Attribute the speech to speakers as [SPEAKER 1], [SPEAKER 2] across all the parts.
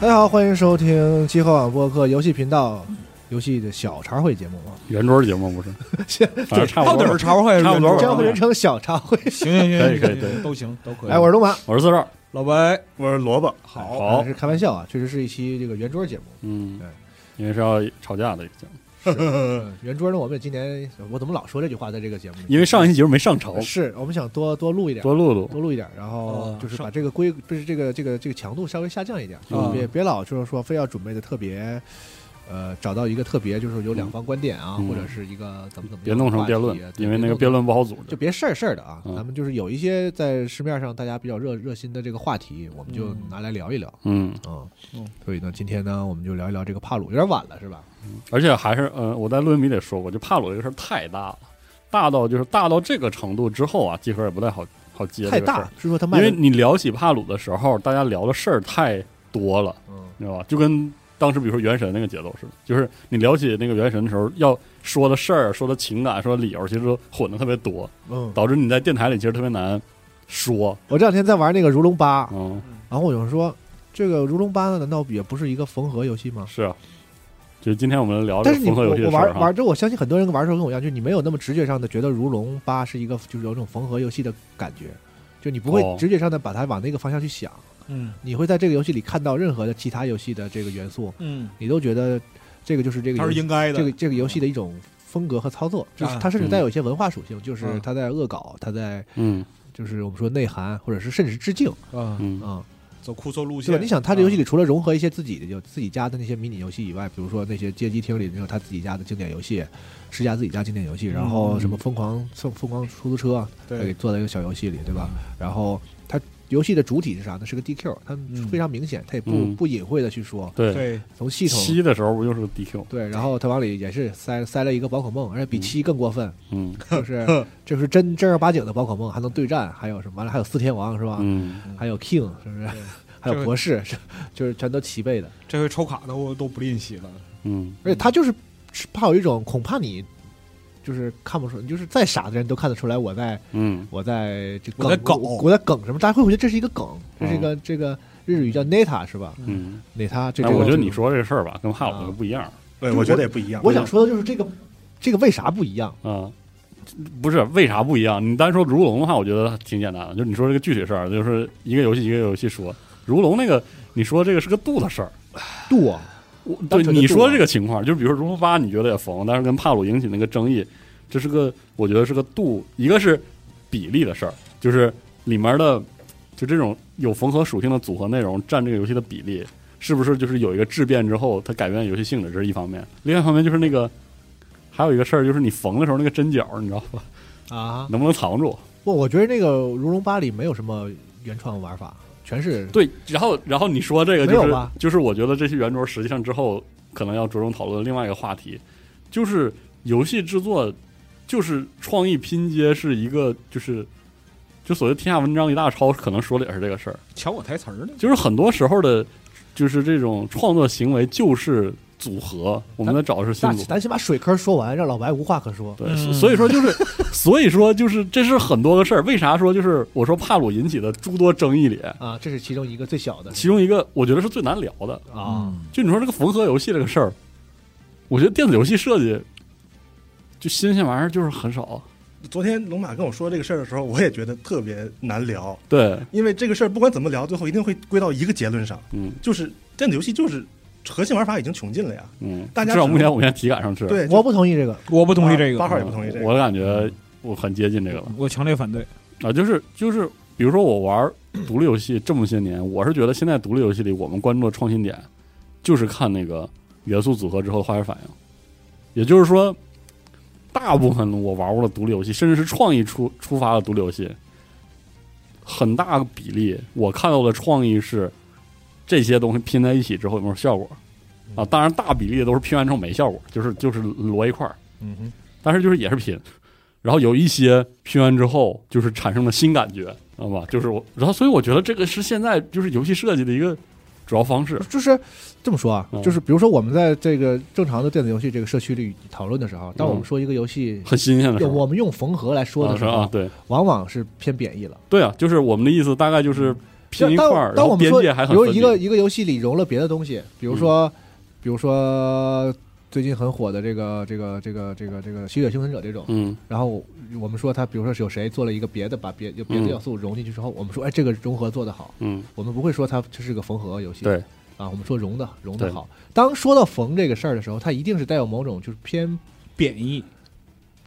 [SPEAKER 1] 大家好，欢迎收听极客网播客游戏频道游戏的小茶会节目 啊，
[SPEAKER 2] 圆桌节 目不是？反正差
[SPEAKER 3] 到
[SPEAKER 2] 不
[SPEAKER 3] 底
[SPEAKER 2] 多
[SPEAKER 3] 儿
[SPEAKER 2] 了。
[SPEAKER 3] 茶会
[SPEAKER 2] 差不多吧
[SPEAKER 1] 江湖人称小茶 会。
[SPEAKER 3] 行行行，
[SPEAKER 2] 可以可以
[SPEAKER 3] 行
[SPEAKER 2] 可以
[SPEAKER 3] 行都行都可以。
[SPEAKER 1] 哎，我是龙马，
[SPEAKER 2] 我是四十二，
[SPEAKER 3] 老白，
[SPEAKER 4] 我是萝卜，
[SPEAKER 1] 好哎
[SPEAKER 2] 好
[SPEAKER 1] 是开玩笑啊，确实是一期这个圆桌节 目。
[SPEAKER 2] 嗯
[SPEAKER 1] 对，
[SPEAKER 2] 因为是要吵架的一个节目，
[SPEAKER 1] 嗯圆桌呢，我们今年我怎么老说这句话在这个节目里？
[SPEAKER 2] 因为上一期节目没上潮，
[SPEAKER 1] 是我们想多多录一点，
[SPEAKER 2] 多录啊录。
[SPEAKER 1] 多录一点，然后
[SPEAKER 3] 哦
[SPEAKER 1] 就是
[SPEAKER 3] 上
[SPEAKER 1] 把这个规不是这个这个这个强度稍微下降一点，
[SPEAKER 2] 嗯
[SPEAKER 1] 别别老就是说非要准备的特别，呃，找到一个特别就是有两方观点啊，
[SPEAKER 2] 嗯
[SPEAKER 1] 或者是一个怎么怎么样的
[SPEAKER 2] 别弄成
[SPEAKER 1] 话题啊
[SPEAKER 2] 辩论
[SPEAKER 1] 对，
[SPEAKER 2] 因为那个
[SPEAKER 1] 别
[SPEAKER 2] 辩
[SPEAKER 1] 弄
[SPEAKER 2] 论不好组
[SPEAKER 1] 就
[SPEAKER 2] 织。
[SPEAKER 1] 别事儿事儿的啊，
[SPEAKER 2] 嗯
[SPEAKER 1] 咱们就是有一些在市面上大家比较热热心的这个话题，我们就
[SPEAKER 3] 嗯
[SPEAKER 1] 拿来聊一聊
[SPEAKER 2] 嗯，
[SPEAKER 1] 啊
[SPEAKER 3] 嗯。
[SPEAKER 1] 所以呢，今天呢，我们就聊一聊这个帕鲁，有点晚了是吧？
[SPEAKER 2] 而且还是呃，我在论文里得说过，就帕鲁这个事儿太大了，大到就是大到这个程度之后啊，集合也不太好好接
[SPEAKER 1] 太
[SPEAKER 2] 这个事
[SPEAKER 1] 大
[SPEAKER 2] 儿，，
[SPEAKER 1] 是说他
[SPEAKER 2] 因
[SPEAKER 1] 卖
[SPEAKER 2] 为
[SPEAKER 1] 的，
[SPEAKER 2] 你聊起帕鲁的时候，大家聊的事儿太多了，
[SPEAKER 1] 嗯，
[SPEAKER 2] 你知道吧？就跟当时比如说《原神》那个节奏似的，就是你聊起那个《原神》的时候，要说的事儿、说的情感、说的理由，其实都混的特别多，
[SPEAKER 1] 嗯，
[SPEAKER 2] 导致你在电台里其实特别难说。
[SPEAKER 1] 我这两天在玩那个《如龙八》，
[SPEAKER 2] 嗯，
[SPEAKER 1] 然后我有人说，这个《如龙八》呢，难道也不是一个缝合游戏吗？
[SPEAKER 2] 是啊，就是今天我们聊啊这
[SPEAKER 1] 但
[SPEAKER 2] 个
[SPEAKER 1] 是你
[SPEAKER 2] 缝合
[SPEAKER 1] 我
[SPEAKER 2] 游戏
[SPEAKER 1] 我
[SPEAKER 2] 的事
[SPEAKER 1] 玩
[SPEAKER 2] 儿哈。
[SPEAKER 1] 玩之后，我相信很多人玩的时候跟我一样，就你没有那么直觉上的觉得《如龙八》是一个就是有一种缝合游戏的感觉，就你不会
[SPEAKER 2] 哦
[SPEAKER 1] 直觉上的把它往那个方向去想，
[SPEAKER 3] 嗯
[SPEAKER 1] 你会在这个游戏里看到任何的其他游戏的这个元素，
[SPEAKER 3] 嗯，
[SPEAKER 1] 你都觉得这个就是这个
[SPEAKER 3] 他
[SPEAKER 1] 游
[SPEAKER 3] 是
[SPEAKER 1] 戏
[SPEAKER 3] 应该的。
[SPEAKER 1] 这个这个游戏的一种风格和操作，就是
[SPEAKER 3] 啊
[SPEAKER 1] 它甚至带
[SPEAKER 2] 嗯
[SPEAKER 1] 有一些文化属性，就是
[SPEAKER 3] 嗯
[SPEAKER 1] 它在恶搞，它在
[SPEAKER 2] 嗯
[SPEAKER 1] 就是我们说内涵，或者是甚至是致敬
[SPEAKER 3] 啊，
[SPEAKER 2] 嗯
[SPEAKER 1] 啊，
[SPEAKER 3] 走酷搜路
[SPEAKER 1] 对吧？
[SPEAKER 3] 线。啊
[SPEAKER 1] 你想，它这游戏
[SPEAKER 3] 里
[SPEAKER 1] 里除了融合一些自己的有自己家的那些迷你游戏以外，比如说那些街机厅里那种他自己家的经典游戏，世嘉自己家经典游戏，然后什么疯狂疯疯狂出租车，他给
[SPEAKER 3] 嗯对
[SPEAKER 1] 做在一个小游戏里，对吧？
[SPEAKER 2] 嗯
[SPEAKER 1] 然后它游戏的主体是啥呢？是个 DQ，它
[SPEAKER 3] 嗯
[SPEAKER 1] 非常明显，它也不
[SPEAKER 2] 嗯
[SPEAKER 1] 不隐晦的去说，
[SPEAKER 2] 对，
[SPEAKER 3] 对
[SPEAKER 1] 从系统
[SPEAKER 2] 七的时候不就是个 DQ？
[SPEAKER 1] 对，然后它往里也是塞塞了一个宝可梦，而且比七更过分，
[SPEAKER 2] 嗯
[SPEAKER 1] 就是 这是真正儿八经的宝可梦，还能对战，还有什么？完了还有四天王是吧？
[SPEAKER 2] 嗯，
[SPEAKER 1] 还有 King 是不是？还有博士，是 就是全都齐备的。
[SPEAKER 3] 这回抽卡都都不吝惜了。
[SPEAKER 2] 嗯，
[SPEAKER 1] 而且他就是怕有一种恐怕你就是看不出，就是再傻的人都看得出来我在
[SPEAKER 2] 嗯，
[SPEAKER 1] 我在这
[SPEAKER 3] 我在梗
[SPEAKER 1] 我我在梗什么，大家会不会觉得这是一个梗？这是一个这个日语叫 neta 是吧
[SPEAKER 2] 嗯，
[SPEAKER 1] ？neta 这
[SPEAKER 2] 哦那
[SPEAKER 1] 个啊
[SPEAKER 2] 我觉得你说这事儿吧，跟哈鲁的不一样
[SPEAKER 4] 对，
[SPEAKER 1] 我
[SPEAKER 4] 我觉得也不一样。
[SPEAKER 1] 我想说的就是这个这个为啥不一样？
[SPEAKER 2] 啊。不是为啥不一样？你单说如龙的话，我觉得挺简单的。就是你说这个具体事儿，就是一个游戏一个游戏说。如龙那个，你说这个是个度的事儿。
[SPEAKER 1] 度
[SPEAKER 2] 我
[SPEAKER 1] 单
[SPEAKER 2] 对
[SPEAKER 1] 纯的
[SPEAKER 2] 你
[SPEAKER 1] 度
[SPEAKER 2] 说
[SPEAKER 1] 啊
[SPEAKER 2] 这个情况，就是比如说如龙八，你觉得也缝，但是跟帕鲁引起那个争议，这是个我觉得是个度，一个是比例的事儿，就是里面的就这种有缝合属性的组合内容占这个游戏的比例，是不是就是有一个质变之后，它改变游戏性质，这是一方面；另外一方面就是那个还有一个事儿，就是你缝的时候那个针脚，你知道吧，
[SPEAKER 1] 啊！
[SPEAKER 2] 能不能藏住？
[SPEAKER 1] 不，我觉得那个《如龙八》里没有什么原创玩法，全是
[SPEAKER 2] 对，然后然后你说这个
[SPEAKER 1] 没有
[SPEAKER 2] 就是
[SPEAKER 1] 吧
[SPEAKER 2] 就是我觉得这些圆桌实际上之后可能要着重讨论另外一个话题，就是游戏制作就是创意拼接是一个就是就所谓天下文章一大抄，可能说的也是这个事儿，
[SPEAKER 3] 抢我台词儿呢？
[SPEAKER 2] 就是很多时候的，就是这种创作行为就是组合，我们在找的是新
[SPEAKER 1] 咱
[SPEAKER 2] 组合。
[SPEAKER 1] 咱先把水坑说完，让老白无话可说。
[SPEAKER 2] 对，
[SPEAKER 3] 嗯
[SPEAKER 2] 所以说 就是，所以说就是，这是很多个事儿。为啥说就是我说帕鲁引起的诸多争议里，
[SPEAKER 1] 啊，这是其中一个最小的
[SPEAKER 2] 其中一个我觉得是最难聊的，
[SPEAKER 1] 啊，
[SPEAKER 2] 就你说这个缝合游戏这个事儿，我觉得电子游戏设计就新鲜玩意儿就是很少。
[SPEAKER 4] 昨天龙马跟我说这个事儿的时候，我也觉得特别难聊，
[SPEAKER 2] 对，
[SPEAKER 4] 因为这个事儿不管怎么聊，最后一定会归到一个结论上，
[SPEAKER 2] 嗯
[SPEAKER 4] 就是电子游戏就是核心玩法已经穷尽了呀。
[SPEAKER 2] 嗯，
[SPEAKER 4] 大家
[SPEAKER 2] 至少
[SPEAKER 4] 只
[SPEAKER 2] 目前我现在体感上是，
[SPEAKER 4] 对，
[SPEAKER 1] 我不同意这个。
[SPEAKER 3] 我不同意这
[SPEAKER 4] 八
[SPEAKER 3] 个，
[SPEAKER 4] 号也不同意这个。
[SPEAKER 2] 我感觉我很接近这个了
[SPEAKER 3] 我强烈反对。
[SPEAKER 2] 啊，就是就是，比如说我玩独立游戏这么些年，我是觉得现在独立游戏里我们关注的创新点就是看那个元素组合之后的化学反应，也就是说，大部分我玩过的独立游戏，甚至是创意出出发的独立游戏，很大个比例我看到的创意是这些东西拼在一起之后有没有效果啊？当然，大比例都是拼完之后没效果，就是就是摞一块儿，
[SPEAKER 1] 嗯哼，
[SPEAKER 2] 但是就是也是拼。然后有一些拼完之后就是产生了新感觉，知道吧？就是我，然后所以我觉得这个是现在就是游戏设计的一个主要方式。
[SPEAKER 1] 就是这么说啊，
[SPEAKER 2] 嗯
[SPEAKER 1] 就是比如说我们在这个正常的电子游戏这个社区里讨论的时候，当
[SPEAKER 2] 嗯
[SPEAKER 1] 我们说一个游戏，
[SPEAKER 2] 很新鲜的事
[SPEAKER 1] 用
[SPEAKER 2] 儿，
[SPEAKER 1] 我们用缝合来说的
[SPEAKER 2] 啊
[SPEAKER 1] 时
[SPEAKER 2] 是啊
[SPEAKER 1] 候，，
[SPEAKER 2] 对
[SPEAKER 1] 往往是偏贬义了。
[SPEAKER 2] 对啊，就是我们的意思大概就是拼一块儿，
[SPEAKER 1] 当
[SPEAKER 2] 然
[SPEAKER 1] 当嗯
[SPEAKER 2] 后
[SPEAKER 1] 我们
[SPEAKER 2] 边
[SPEAKER 1] 说，
[SPEAKER 2] 界还
[SPEAKER 1] 比
[SPEAKER 2] 很
[SPEAKER 1] 如
[SPEAKER 2] 分
[SPEAKER 1] 一个
[SPEAKER 2] 明。嗯
[SPEAKER 1] 一个游戏里融了别的东西，比如说，比如说最近很火的这个这个这个这个这个《吸血幸存者》这种，
[SPEAKER 2] 嗯，
[SPEAKER 1] 然后我我们说他，比如说是有谁做了一个别的，把别有别的
[SPEAKER 2] 嗯
[SPEAKER 1] 要素融进去之后，我们说哎，这个融合做得好，
[SPEAKER 2] 嗯，
[SPEAKER 1] 我们不会说它这是个缝合游戏，
[SPEAKER 2] 对，
[SPEAKER 1] 啊，我们说融的融的
[SPEAKER 2] 对
[SPEAKER 1] 好。当说到缝这个事儿的时候，它一定是带有某种就是偏
[SPEAKER 3] 贬义，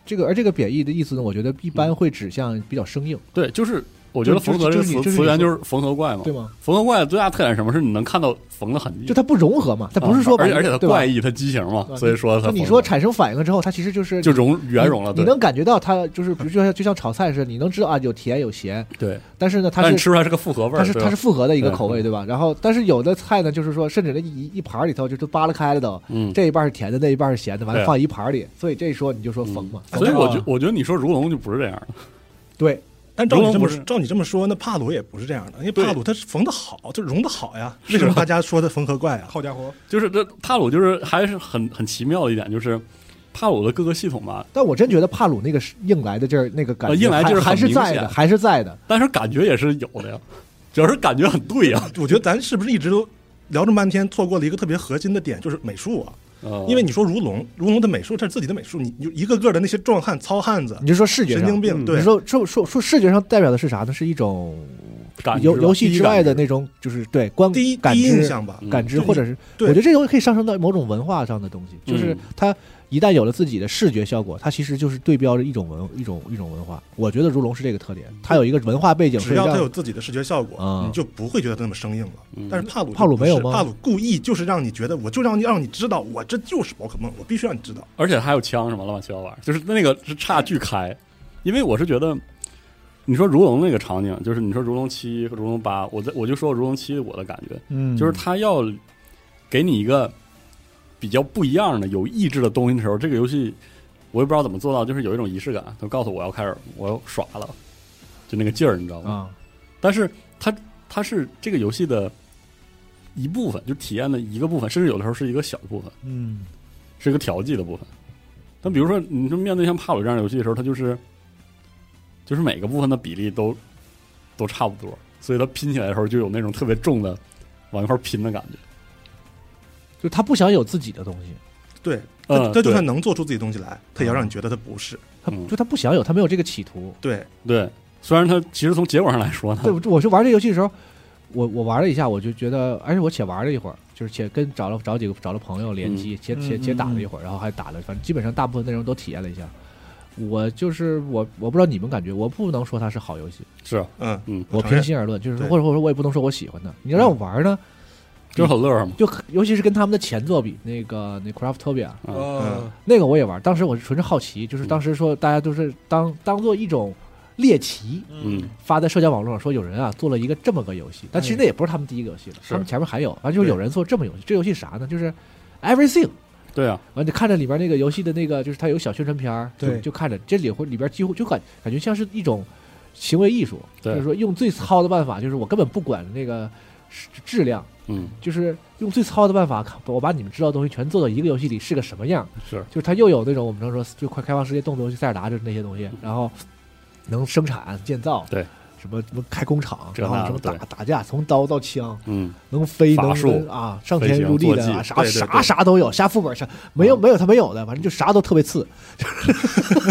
[SPEAKER 1] 这个，而这个贬义的意思呢，我觉得一般会指向比较生硬，
[SPEAKER 2] 对，就是我觉得
[SPEAKER 1] 就
[SPEAKER 2] 缝合这个
[SPEAKER 1] 就就
[SPEAKER 2] 词
[SPEAKER 1] 你就是你
[SPEAKER 2] 词源
[SPEAKER 1] 说
[SPEAKER 2] 就是缝合怪嘛
[SPEAKER 1] 对。吗？
[SPEAKER 2] 缝合怪的最大特点是什么？是你能看到缝的痕迹
[SPEAKER 1] 就，它不融合嘛，它不是说
[SPEAKER 2] 嗯啊
[SPEAKER 1] 把
[SPEAKER 2] 而
[SPEAKER 1] 一
[SPEAKER 2] 且
[SPEAKER 1] 个、
[SPEAKER 2] 而且它
[SPEAKER 1] 对吧
[SPEAKER 2] 怪异，它畸形嘛
[SPEAKER 1] 对，吧
[SPEAKER 2] 所以说它
[SPEAKER 1] 就你
[SPEAKER 2] 缝
[SPEAKER 1] 说
[SPEAKER 2] 合
[SPEAKER 1] 产生反应了之后，它其实就是
[SPEAKER 2] 就融圆融了，
[SPEAKER 1] 你
[SPEAKER 2] 对
[SPEAKER 1] 你能感觉到它就是，比如就像就像炒菜似的，你能知道啊有甜有咸，
[SPEAKER 2] 对，
[SPEAKER 1] 但是呢它
[SPEAKER 2] 但你
[SPEAKER 1] 是
[SPEAKER 2] 吃出来是个复合味
[SPEAKER 1] 它
[SPEAKER 2] 儿，
[SPEAKER 1] 是
[SPEAKER 2] 对
[SPEAKER 1] 它是
[SPEAKER 2] 吧
[SPEAKER 1] 复合的一个
[SPEAKER 2] 对
[SPEAKER 1] 口味，对吧？然后但是有的菜呢，就是说甚至那一一盘儿里头就都扒拉开了都，
[SPEAKER 2] 嗯，
[SPEAKER 1] 这一半是甜的，那一半是咸的，完了
[SPEAKER 2] 对啊
[SPEAKER 1] 放一盘儿里，所以这一说你就说
[SPEAKER 2] 嗯
[SPEAKER 1] 缝嘛，
[SPEAKER 2] 所以我觉
[SPEAKER 1] 就
[SPEAKER 2] 我觉得你说如龙就不是这样的，
[SPEAKER 1] 对，
[SPEAKER 4] 但照你
[SPEAKER 2] 融
[SPEAKER 4] 这
[SPEAKER 2] 不
[SPEAKER 4] 么
[SPEAKER 2] 是
[SPEAKER 4] 照你这么说，那帕鲁也不是这样的，因为
[SPEAKER 2] 对
[SPEAKER 4] 帕鲁它是缝的好，就融的好呀。为什么大家说它缝合怪啊？
[SPEAKER 3] 好家伙，
[SPEAKER 2] 就是这帕鲁就是还是很很奇妙的一点，就是帕鲁的各个系统吧，
[SPEAKER 1] 但我真觉得帕鲁那个是硬来的劲儿，那个感觉
[SPEAKER 2] 呃硬来劲儿很
[SPEAKER 1] 还还是
[SPEAKER 2] 明显
[SPEAKER 1] 在的，还是在的。
[SPEAKER 2] 但是感觉也是有的呀，主要是感觉很对呀，
[SPEAKER 4] 我觉得咱是不是一直都聊这么半天，错过了一个特别核心的点，就是美术啊。
[SPEAKER 1] 哦
[SPEAKER 4] 因为你说如龙，如龙的美术它是自己的美术，你你就一个个的那些壮汉、糙汉子
[SPEAKER 1] 你、就说视觉
[SPEAKER 4] 神经
[SPEAKER 1] 上，
[SPEAKER 4] 病，
[SPEAKER 2] 嗯
[SPEAKER 1] 你
[SPEAKER 4] 对，
[SPEAKER 1] 说说说说视觉上代表的是啥呢？是一种
[SPEAKER 2] 呃感
[SPEAKER 1] 游游戏之外的
[SPEAKER 2] 那
[SPEAKER 1] 那种，就是对观
[SPEAKER 4] 第一
[SPEAKER 1] 感
[SPEAKER 4] 第一印
[SPEAKER 1] 知、
[SPEAKER 4] 象吧。
[SPEAKER 2] 嗯
[SPEAKER 1] 感知，
[SPEAKER 4] 就你
[SPEAKER 1] 或者是我
[SPEAKER 4] 对
[SPEAKER 1] 觉得这东西可以上升到某种文化上的东西，就是
[SPEAKER 2] 嗯
[SPEAKER 1] 它一旦有了自己的视觉效果，它其实就是对标着一种文一种一种文化。我觉得如龙是这个特点，它有一个文化背景，
[SPEAKER 4] 只要
[SPEAKER 1] 是
[SPEAKER 4] 它
[SPEAKER 1] 让
[SPEAKER 4] 有自己的视觉效果
[SPEAKER 1] 啊，
[SPEAKER 4] 你就不会觉得它那么生硬了
[SPEAKER 2] 嗯。
[SPEAKER 4] 但是帕鲁就
[SPEAKER 1] 帕鲁
[SPEAKER 4] 不
[SPEAKER 1] 没有
[SPEAKER 4] 是
[SPEAKER 1] 吗
[SPEAKER 4] 帕鲁故意就是让你觉得，我就让你让你知道，我这就是宝可梦，我必须让你知道。
[SPEAKER 2] 而且还有枪什么乱七八糟玩意儿，就是那个是差距开。因为我是觉得，你说如龙那个场景，就是你说如龙七和如龙八，我在我就说如龙七我的感觉，
[SPEAKER 1] 嗯，
[SPEAKER 2] 就是他要给你一个比较不一样的、有意志的东西的时候，这个游戏我也不知道怎么做到，就是有一种仪式感，他告诉我要开始我要耍了，就那个劲儿，你知道吗？
[SPEAKER 1] 啊，
[SPEAKER 2] 但是它它是这个游戏的一部分，就体验的一个部分，甚至有的时候是一个小的部分。
[SPEAKER 1] 嗯，
[SPEAKER 2] 是一个调剂的部分。但比如说，你就面对像帕鲁这样的游戏的时候，它就是就是每个部分的比例都都差不多，所以它拼起来的时候就有那种特别重的往一块儿拼的感觉。
[SPEAKER 1] 就是他不想有自己的东西，
[SPEAKER 4] 对，
[SPEAKER 2] 嗯
[SPEAKER 4] 他他就
[SPEAKER 2] 对
[SPEAKER 4] 算能做出自己东西来，他也要让你觉得他不是。
[SPEAKER 1] 他
[SPEAKER 2] 嗯
[SPEAKER 1] 就他不想有，他没有这个企图。
[SPEAKER 4] 对，
[SPEAKER 2] 对，虽然它其实从结果上来说呢，
[SPEAKER 1] 对，我我是玩这游戏的时候，我我玩了一下，我就觉得，而且我且玩了一会儿，就是且跟找了找几个找了朋友联机，且且
[SPEAKER 3] 嗯
[SPEAKER 1] 且打了一会儿，然后还打了，反正基本上大部分内容都体验了一下。我就是我，我不知道你们感觉，我不能说它是好游戏，
[SPEAKER 2] 是
[SPEAKER 4] 嗯，
[SPEAKER 2] 嗯，
[SPEAKER 1] 我
[SPEAKER 4] 承认
[SPEAKER 1] 平心而论，就是
[SPEAKER 4] 对
[SPEAKER 1] 或者或者说我也不能说我喜欢它。你要让我玩呢，
[SPEAKER 2] 就是很乐呵嘛。
[SPEAKER 1] 就尤其是跟他们的前作比，那个那 Craftopia
[SPEAKER 2] 啊，
[SPEAKER 3] 呃，
[SPEAKER 1] 那个我也玩，当时我是纯是好奇，就是当时说大家都是当当做一种猎奇，
[SPEAKER 2] 嗯，
[SPEAKER 1] 发在社交网络上说有人啊做了一个这么个游戏，但
[SPEAKER 4] 哎
[SPEAKER 1] 其实那也不是他们第一个游戏了，
[SPEAKER 2] 是
[SPEAKER 1] 他们前面还有，完就是有人做这么游戏，这游戏啥呢？就是 everything，
[SPEAKER 2] 对啊，
[SPEAKER 1] 完你看着里边那个游戏的那个，就是它有小宣传片儿，
[SPEAKER 3] 对
[SPEAKER 1] 就就看着这里会里边几乎就感感觉像是一种行为艺术，就
[SPEAKER 2] 对
[SPEAKER 1] 是说用最糙的办法，就是我根本不管那个质质量，
[SPEAKER 2] 嗯，
[SPEAKER 1] 就是用最糙的办法，我把你们知道的东西全做到一个游戏里是个什么样，
[SPEAKER 2] 是
[SPEAKER 1] 就是它又有那种我们常说就快开放世界动作游戏塞尔达就是那些东西，然后能生产建造，
[SPEAKER 2] 嗯对，
[SPEAKER 1] 什么什么开工厂，
[SPEAKER 2] 这
[SPEAKER 1] 然后
[SPEAKER 2] 那
[SPEAKER 1] 什么
[SPEAKER 2] 的
[SPEAKER 1] 打打架，从刀到枪，
[SPEAKER 2] 嗯，
[SPEAKER 1] 能飞
[SPEAKER 2] 法
[SPEAKER 1] 能
[SPEAKER 2] 术
[SPEAKER 1] 能啊，上
[SPEAKER 2] 飞
[SPEAKER 1] 天
[SPEAKER 2] 行
[SPEAKER 1] 入地
[SPEAKER 2] 坐
[SPEAKER 1] 的
[SPEAKER 2] 骑
[SPEAKER 1] 啊啥
[SPEAKER 4] 对对
[SPEAKER 1] 啥
[SPEAKER 4] 对啊
[SPEAKER 1] 啥都有，下副本啥没有没有他没有的，反正就啥都特别次，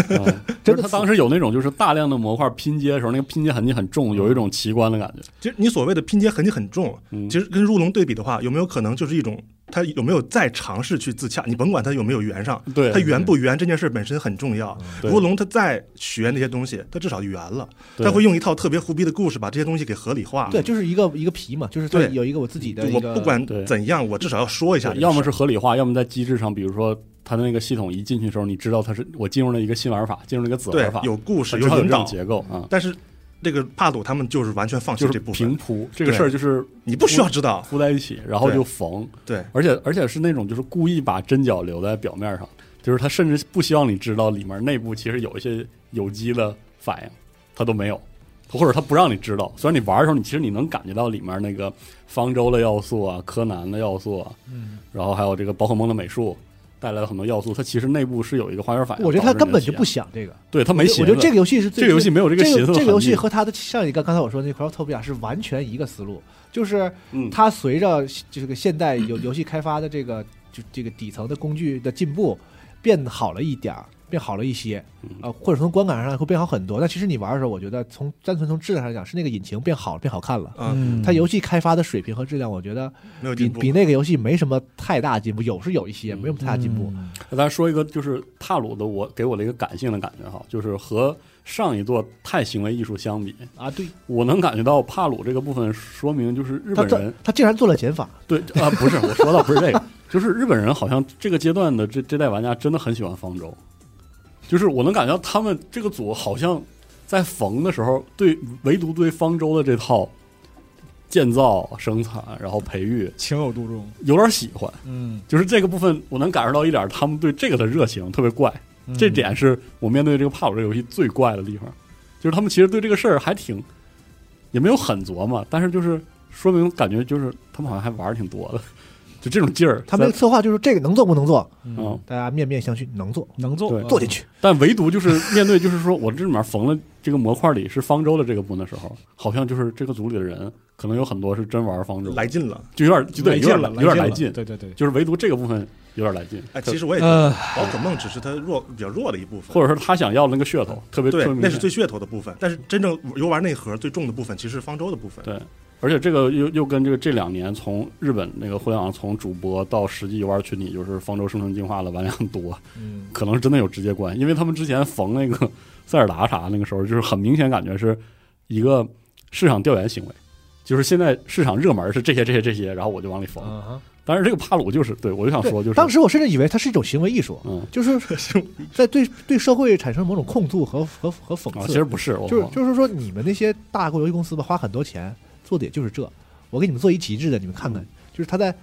[SPEAKER 2] 嗯
[SPEAKER 1] 真
[SPEAKER 2] 就是
[SPEAKER 1] 的
[SPEAKER 2] 它当时有那种就是大量的模块拼接的时候，那个拼接痕迹很重，有一种奇观的感觉。
[SPEAKER 4] 其实你所谓的拼接痕迹很重，
[SPEAKER 2] 嗯
[SPEAKER 4] 其实跟入龙对比的话，有没有可能就是一种他有没有再尝试去自洽？你甭管他有嗯没有圆上，
[SPEAKER 2] 对，
[SPEAKER 4] 他圆不圆这件事本身很重要。
[SPEAKER 1] 嗯
[SPEAKER 2] 对
[SPEAKER 4] 如龙他再学那些东西，他至少圆了，
[SPEAKER 2] 对
[SPEAKER 4] 他会用一套特别胡逼的故事把这些东西给合理化。
[SPEAKER 1] 对，就是一个一个皮嘛，就是它
[SPEAKER 4] 啊对
[SPEAKER 1] 有一个我自己的
[SPEAKER 4] 就
[SPEAKER 1] 一
[SPEAKER 4] 我
[SPEAKER 1] 个
[SPEAKER 4] 不管
[SPEAKER 2] 对
[SPEAKER 4] 怎样，我至少要说一下这个事儿。
[SPEAKER 2] 要么是合理化，要么在机制上，比如说它的那个系统一进去的时候，你知道它是我进入了一个新玩法，进入了一个子
[SPEAKER 4] 对
[SPEAKER 2] 玩法，
[SPEAKER 4] 有故
[SPEAKER 2] 是有
[SPEAKER 4] 事引
[SPEAKER 2] 这种
[SPEAKER 4] 导，
[SPEAKER 2] 结构啊，
[SPEAKER 4] 但是这个帕鲁他们就是完全放弃
[SPEAKER 2] 就
[SPEAKER 4] 这
[SPEAKER 2] 是
[SPEAKER 4] 部
[SPEAKER 2] 平
[SPEAKER 4] 分，
[SPEAKER 2] 铺这个事儿就是
[SPEAKER 4] 你不需要知道。
[SPEAKER 2] 铺在一起，然后
[SPEAKER 4] 对
[SPEAKER 2] 就缝，
[SPEAKER 4] 对
[SPEAKER 2] 而且而且是那种就是故意把针脚留在表面上，就是他甚至不希望你知道里面内部其实有一些有机的反应，他都没有，或者他不让你知道。虽然你玩的时候，你其实你能感觉到里面那个方舟的要素啊、柯南的要素啊，
[SPEAKER 3] 嗯，
[SPEAKER 2] 然后还有这个宝可梦的美术带来了很多要素，它其实内部是有一个化学反应。
[SPEAKER 1] 我觉得他根本就不
[SPEAKER 2] 想，
[SPEAKER 1] 想这个，
[SPEAKER 2] 对他没
[SPEAKER 1] 我觉
[SPEAKER 2] 寻
[SPEAKER 1] 得
[SPEAKER 2] 思。
[SPEAKER 1] 这个游戏是最
[SPEAKER 2] 这个游戏没有这
[SPEAKER 1] 这
[SPEAKER 2] 个
[SPEAKER 1] 个
[SPEAKER 2] 寻思的痕迹。
[SPEAKER 1] 这个游戏和它的像你刚刚才我说的那 Crosstopia 是完全一个思路，就是
[SPEAKER 2] 嗯，
[SPEAKER 1] 它随着这个现代游游戏开发的这个就这个底层的工具的进步，变好了一点儿，变好了一些
[SPEAKER 2] 嗯
[SPEAKER 1] 啊、呃或者从观感上来会变好很多。但其实你玩的时候，我觉得从单纯从质量上讲，是那个引擎变好了，变好看了。
[SPEAKER 4] 啊，
[SPEAKER 2] 嗯
[SPEAKER 1] 它游戏开发的水平和质量，我觉得
[SPEAKER 4] 没有
[SPEAKER 1] 比
[SPEAKER 4] 进步
[SPEAKER 1] 比。那个游戏没什么太大进步，有是有一些，
[SPEAKER 2] 嗯
[SPEAKER 1] 没有太大进步。
[SPEAKER 3] 嗯
[SPEAKER 2] 那咱说一个，就是踏鲁的我给我的一个感性的感觉哈，就是和上一座太行为艺术相比，
[SPEAKER 1] 啊，对，
[SPEAKER 2] 我能感觉到帕鲁这个部分说明就是日
[SPEAKER 1] 他
[SPEAKER 2] 本
[SPEAKER 1] 这
[SPEAKER 2] 人
[SPEAKER 1] 他竟然做了减法，
[SPEAKER 2] 对啊、不是我说到不是这个， 就是日本人好像这个阶段的这这代玩家真的很喜欢方舟，就是我能感觉到他们这个组好像在缝的时候，对唯独对方舟的这套建造、生产然后培育
[SPEAKER 3] 情有独钟，
[SPEAKER 2] 有点喜欢，
[SPEAKER 3] 嗯，
[SPEAKER 2] 就是这个部分我能感受到一点他们对这个的热情特别怪。这点是我面对这个帕鲁这个游戏最怪的地方，就是他们其实对这个事儿还挺，也没有很琢磨，但是就是说明感觉就是他们好像还玩儿挺多的，就这种劲儿。
[SPEAKER 1] 他们那个策划就是这个能做不能做，
[SPEAKER 2] 咱嗯，
[SPEAKER 1] 大家面面相觑，能做
[SPEAKER 3] 嗯能做
[SPEAKER 2] 对
[SPEAKER 1] 做进去。
[SPEAKER 2] 但唯独就是面对就是说我这里面缝了这个模块里是方舟的这个部分的时候，好像就是这个组里的人可能有很多是真玩方舟，
[SPEAKER 4] 来劲了，
[SPEAKER 2] 就有点就对
[SPEAKER 3] 来
[SPEAKER 2] 有点
[SPEAKER 3] 劲了，
[SPEAKER 2] 有点来
[SPEAKER 3] 了
[SPEAKER 2] 劲，
[SPEAKER 3] 对对对，
[SPEAKER 2] 就是唯独这个部分有点来劲。
[SPEAKER 4] 哎，其实我也觉得
[SPEAKER 3] 呃，
[SPEAKER 4] 宝可梦只是它弱比较弱的一部分，
[SPEAKER 2] 或者说他想要的那个噱头特别特
[SPEAKER 4] 对
[SPEAKER 2] 别，明
[SPEAKER 4] 那是
[SPEAKER 2] 显
[SPEAKER 4] 最噱头的部分。但是真正游玩内核最重的部分，其实是方舟的部分。
[SPEAKER 2] 对而且这个又又跟这个这两年从日本那个互联网从主播到实际游玩群体，就是方舟生存进化的玩量多，
[SPEAKER 3] 嗯，
[SPEAKER 2] 可能是真的有直接关系。因为他们之前缝那个塞尔达啥那个时候，就是很明显感觉是一个市场调研行为，就是现在市场热门是这些这些这些，然后我就往里缝。
[SPEAKER 3] 啊
[SPEAKER 2] 但是这个帕鲁就是对我就想
[SPEAKER 1] 对
[SPEAKER 2] 说，就是
[SPEAKER 1] 当时我甚至以为它是一种行为艺术，啊
[SPEAKER 2] 嗯
[SPEAKER 1] 就是 在对对社会产生某种控诉和和和讽
[SPEAKER 2] 啊，
[SPEAKER 1] 刺。
[SPEAKER 2] 其实不是，我
[SPEAKER 1] 就是就是说，你们那些大国游戏公司吧，花很多钱做的也就是这，我给你们做一极致的，你们看看，就是他在。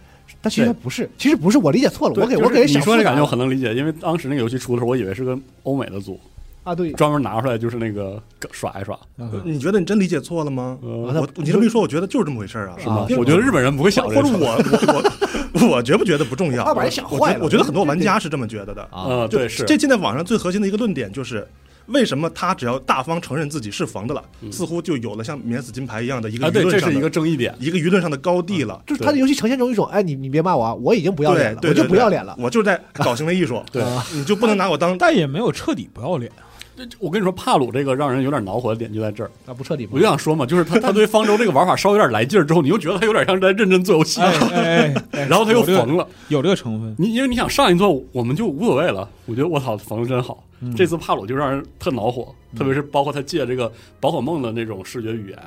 [SPEAKER 1] 但其实它不是，其实不是，我理解错了，
[SPEAKER 2] 嗯对
[SPEAKER 1] 我给
[SPEAKER 2] 就是
[SPEAKER 1] 我给人
[SPEAKER 2] 你
[SPEAKER 1] 想
[SPEAKER 2] 说这
[SPEAKER 1] 复杂
[SPEAKER 2] 感觉我
[SPEAKER 1] 了
[SPEAKER 2] 很能理解，因为当时那个游戏出的时候，我以为是个欧美的组
[SPEAKER 1] 啊，对，
[SPEAKER 2] 专门拿出来就是那个耍一耍，
[SPEAKER 4] 呃
[SPEAKER 3] 嗯
[SPEAKER 4] 你觉得你真理解错了吗？
[SPEAKER 2] 呃
[SPEAKER 1] 那
[SPEAKER 4] 我你这么一说，我觉得就是这么回事儿啊，
[SPEAKER 1] 是吗
[SPEAKER 4] 因为
[SPEAKER 2] 我觉得日本人不会想
[SPEAKER 4] 或
[SPEAKER 2] 这
[SPEAKER 4] 者
[SPEAKER 2] 事儿
[SPEAKER 4] 我我我我觉不觉得不重要？
[SPEAKER 1] 我怕把人
[SPEAKER 4] 我
[SPEAKER 1] 想
[SPEAKER 4] 我觉
[SPEAKER 1] 坏
[SPEAKER 4] 得
[SPEAKER 1] 了
[SPEAKER 4] 我觉得很多玩家是这么觉得的。
[SPEAKER 1] 啊，
[SPEAKER 2] 呃，
[SPEAKER 4] 就
[SPEAKER 2] 对，是
[SPEAKER 4] 这现在网上最核心的一个论点就是。为什么他只要大方承认自己是缝的了，
[SPEAKER 2] 嗯
[SPEAKER 4] 似乎就有了像免死金牌一样的一个
[SPEAKER 2] 啊，
[SPEAKER 4] 舆
[SPEAKER 2] 对，
[SPEAKER 4] 论
[SPEAKER 2] 这
[SPEAKER 4] 上
[SPEAKER 2] 是一
[SPEAKER 4] 的
[SPEAKER 2] 个争议点。
[SPEAKER 4] 一个舆论上的高地了？
[SPEAKER 1] 就是他的游戏呈现出一种，哎，你你别骂我，啊，我已嗯经不要脸了，
[SPEAKER 4] 对
[SPEAKER 1] 我就
[SPEAKER 4] 对对
[SPEAKER 1] 不要脸了。
[SPEAKER 4] 我就是在搞行为艺术，
[SPEAKER 2] 对
[SPEAKER 4] 你就不能拿我当
[SPEAKER 3] 但也没有彻底不要脸，啊
[SPEAKER 2] 我跟你说，帕鲁这个让人有点恼火的点就在这儿。
[SPEAKER 1] 那不彻底吗
[SPEAKER 2] 我就想说嘛，就是他他对方舟这个玩法稍微有点来劲儿之后，你又觉得他有点像在认真做游戏，
[SPEAKER 3] 哎 哎，哎
[SPEAKER 2] 然后他又
[SPEAKER 3] 有这个
[SPEAKER 2] 缝了。
[SPEAKER 3] 有这个成分，
[SPEAKER 2] 你因为你想上一座我们就无所谓了，我觉得我操缝的真好。
[SPEAKER 3] 嗯
[SPEAKER 2] 这次帕鲁就让人特恼火，
[SPEAKER 4] 嗯
[SPEAKER 2] 特别是包括他借这个宝可梦的那种视觉语言，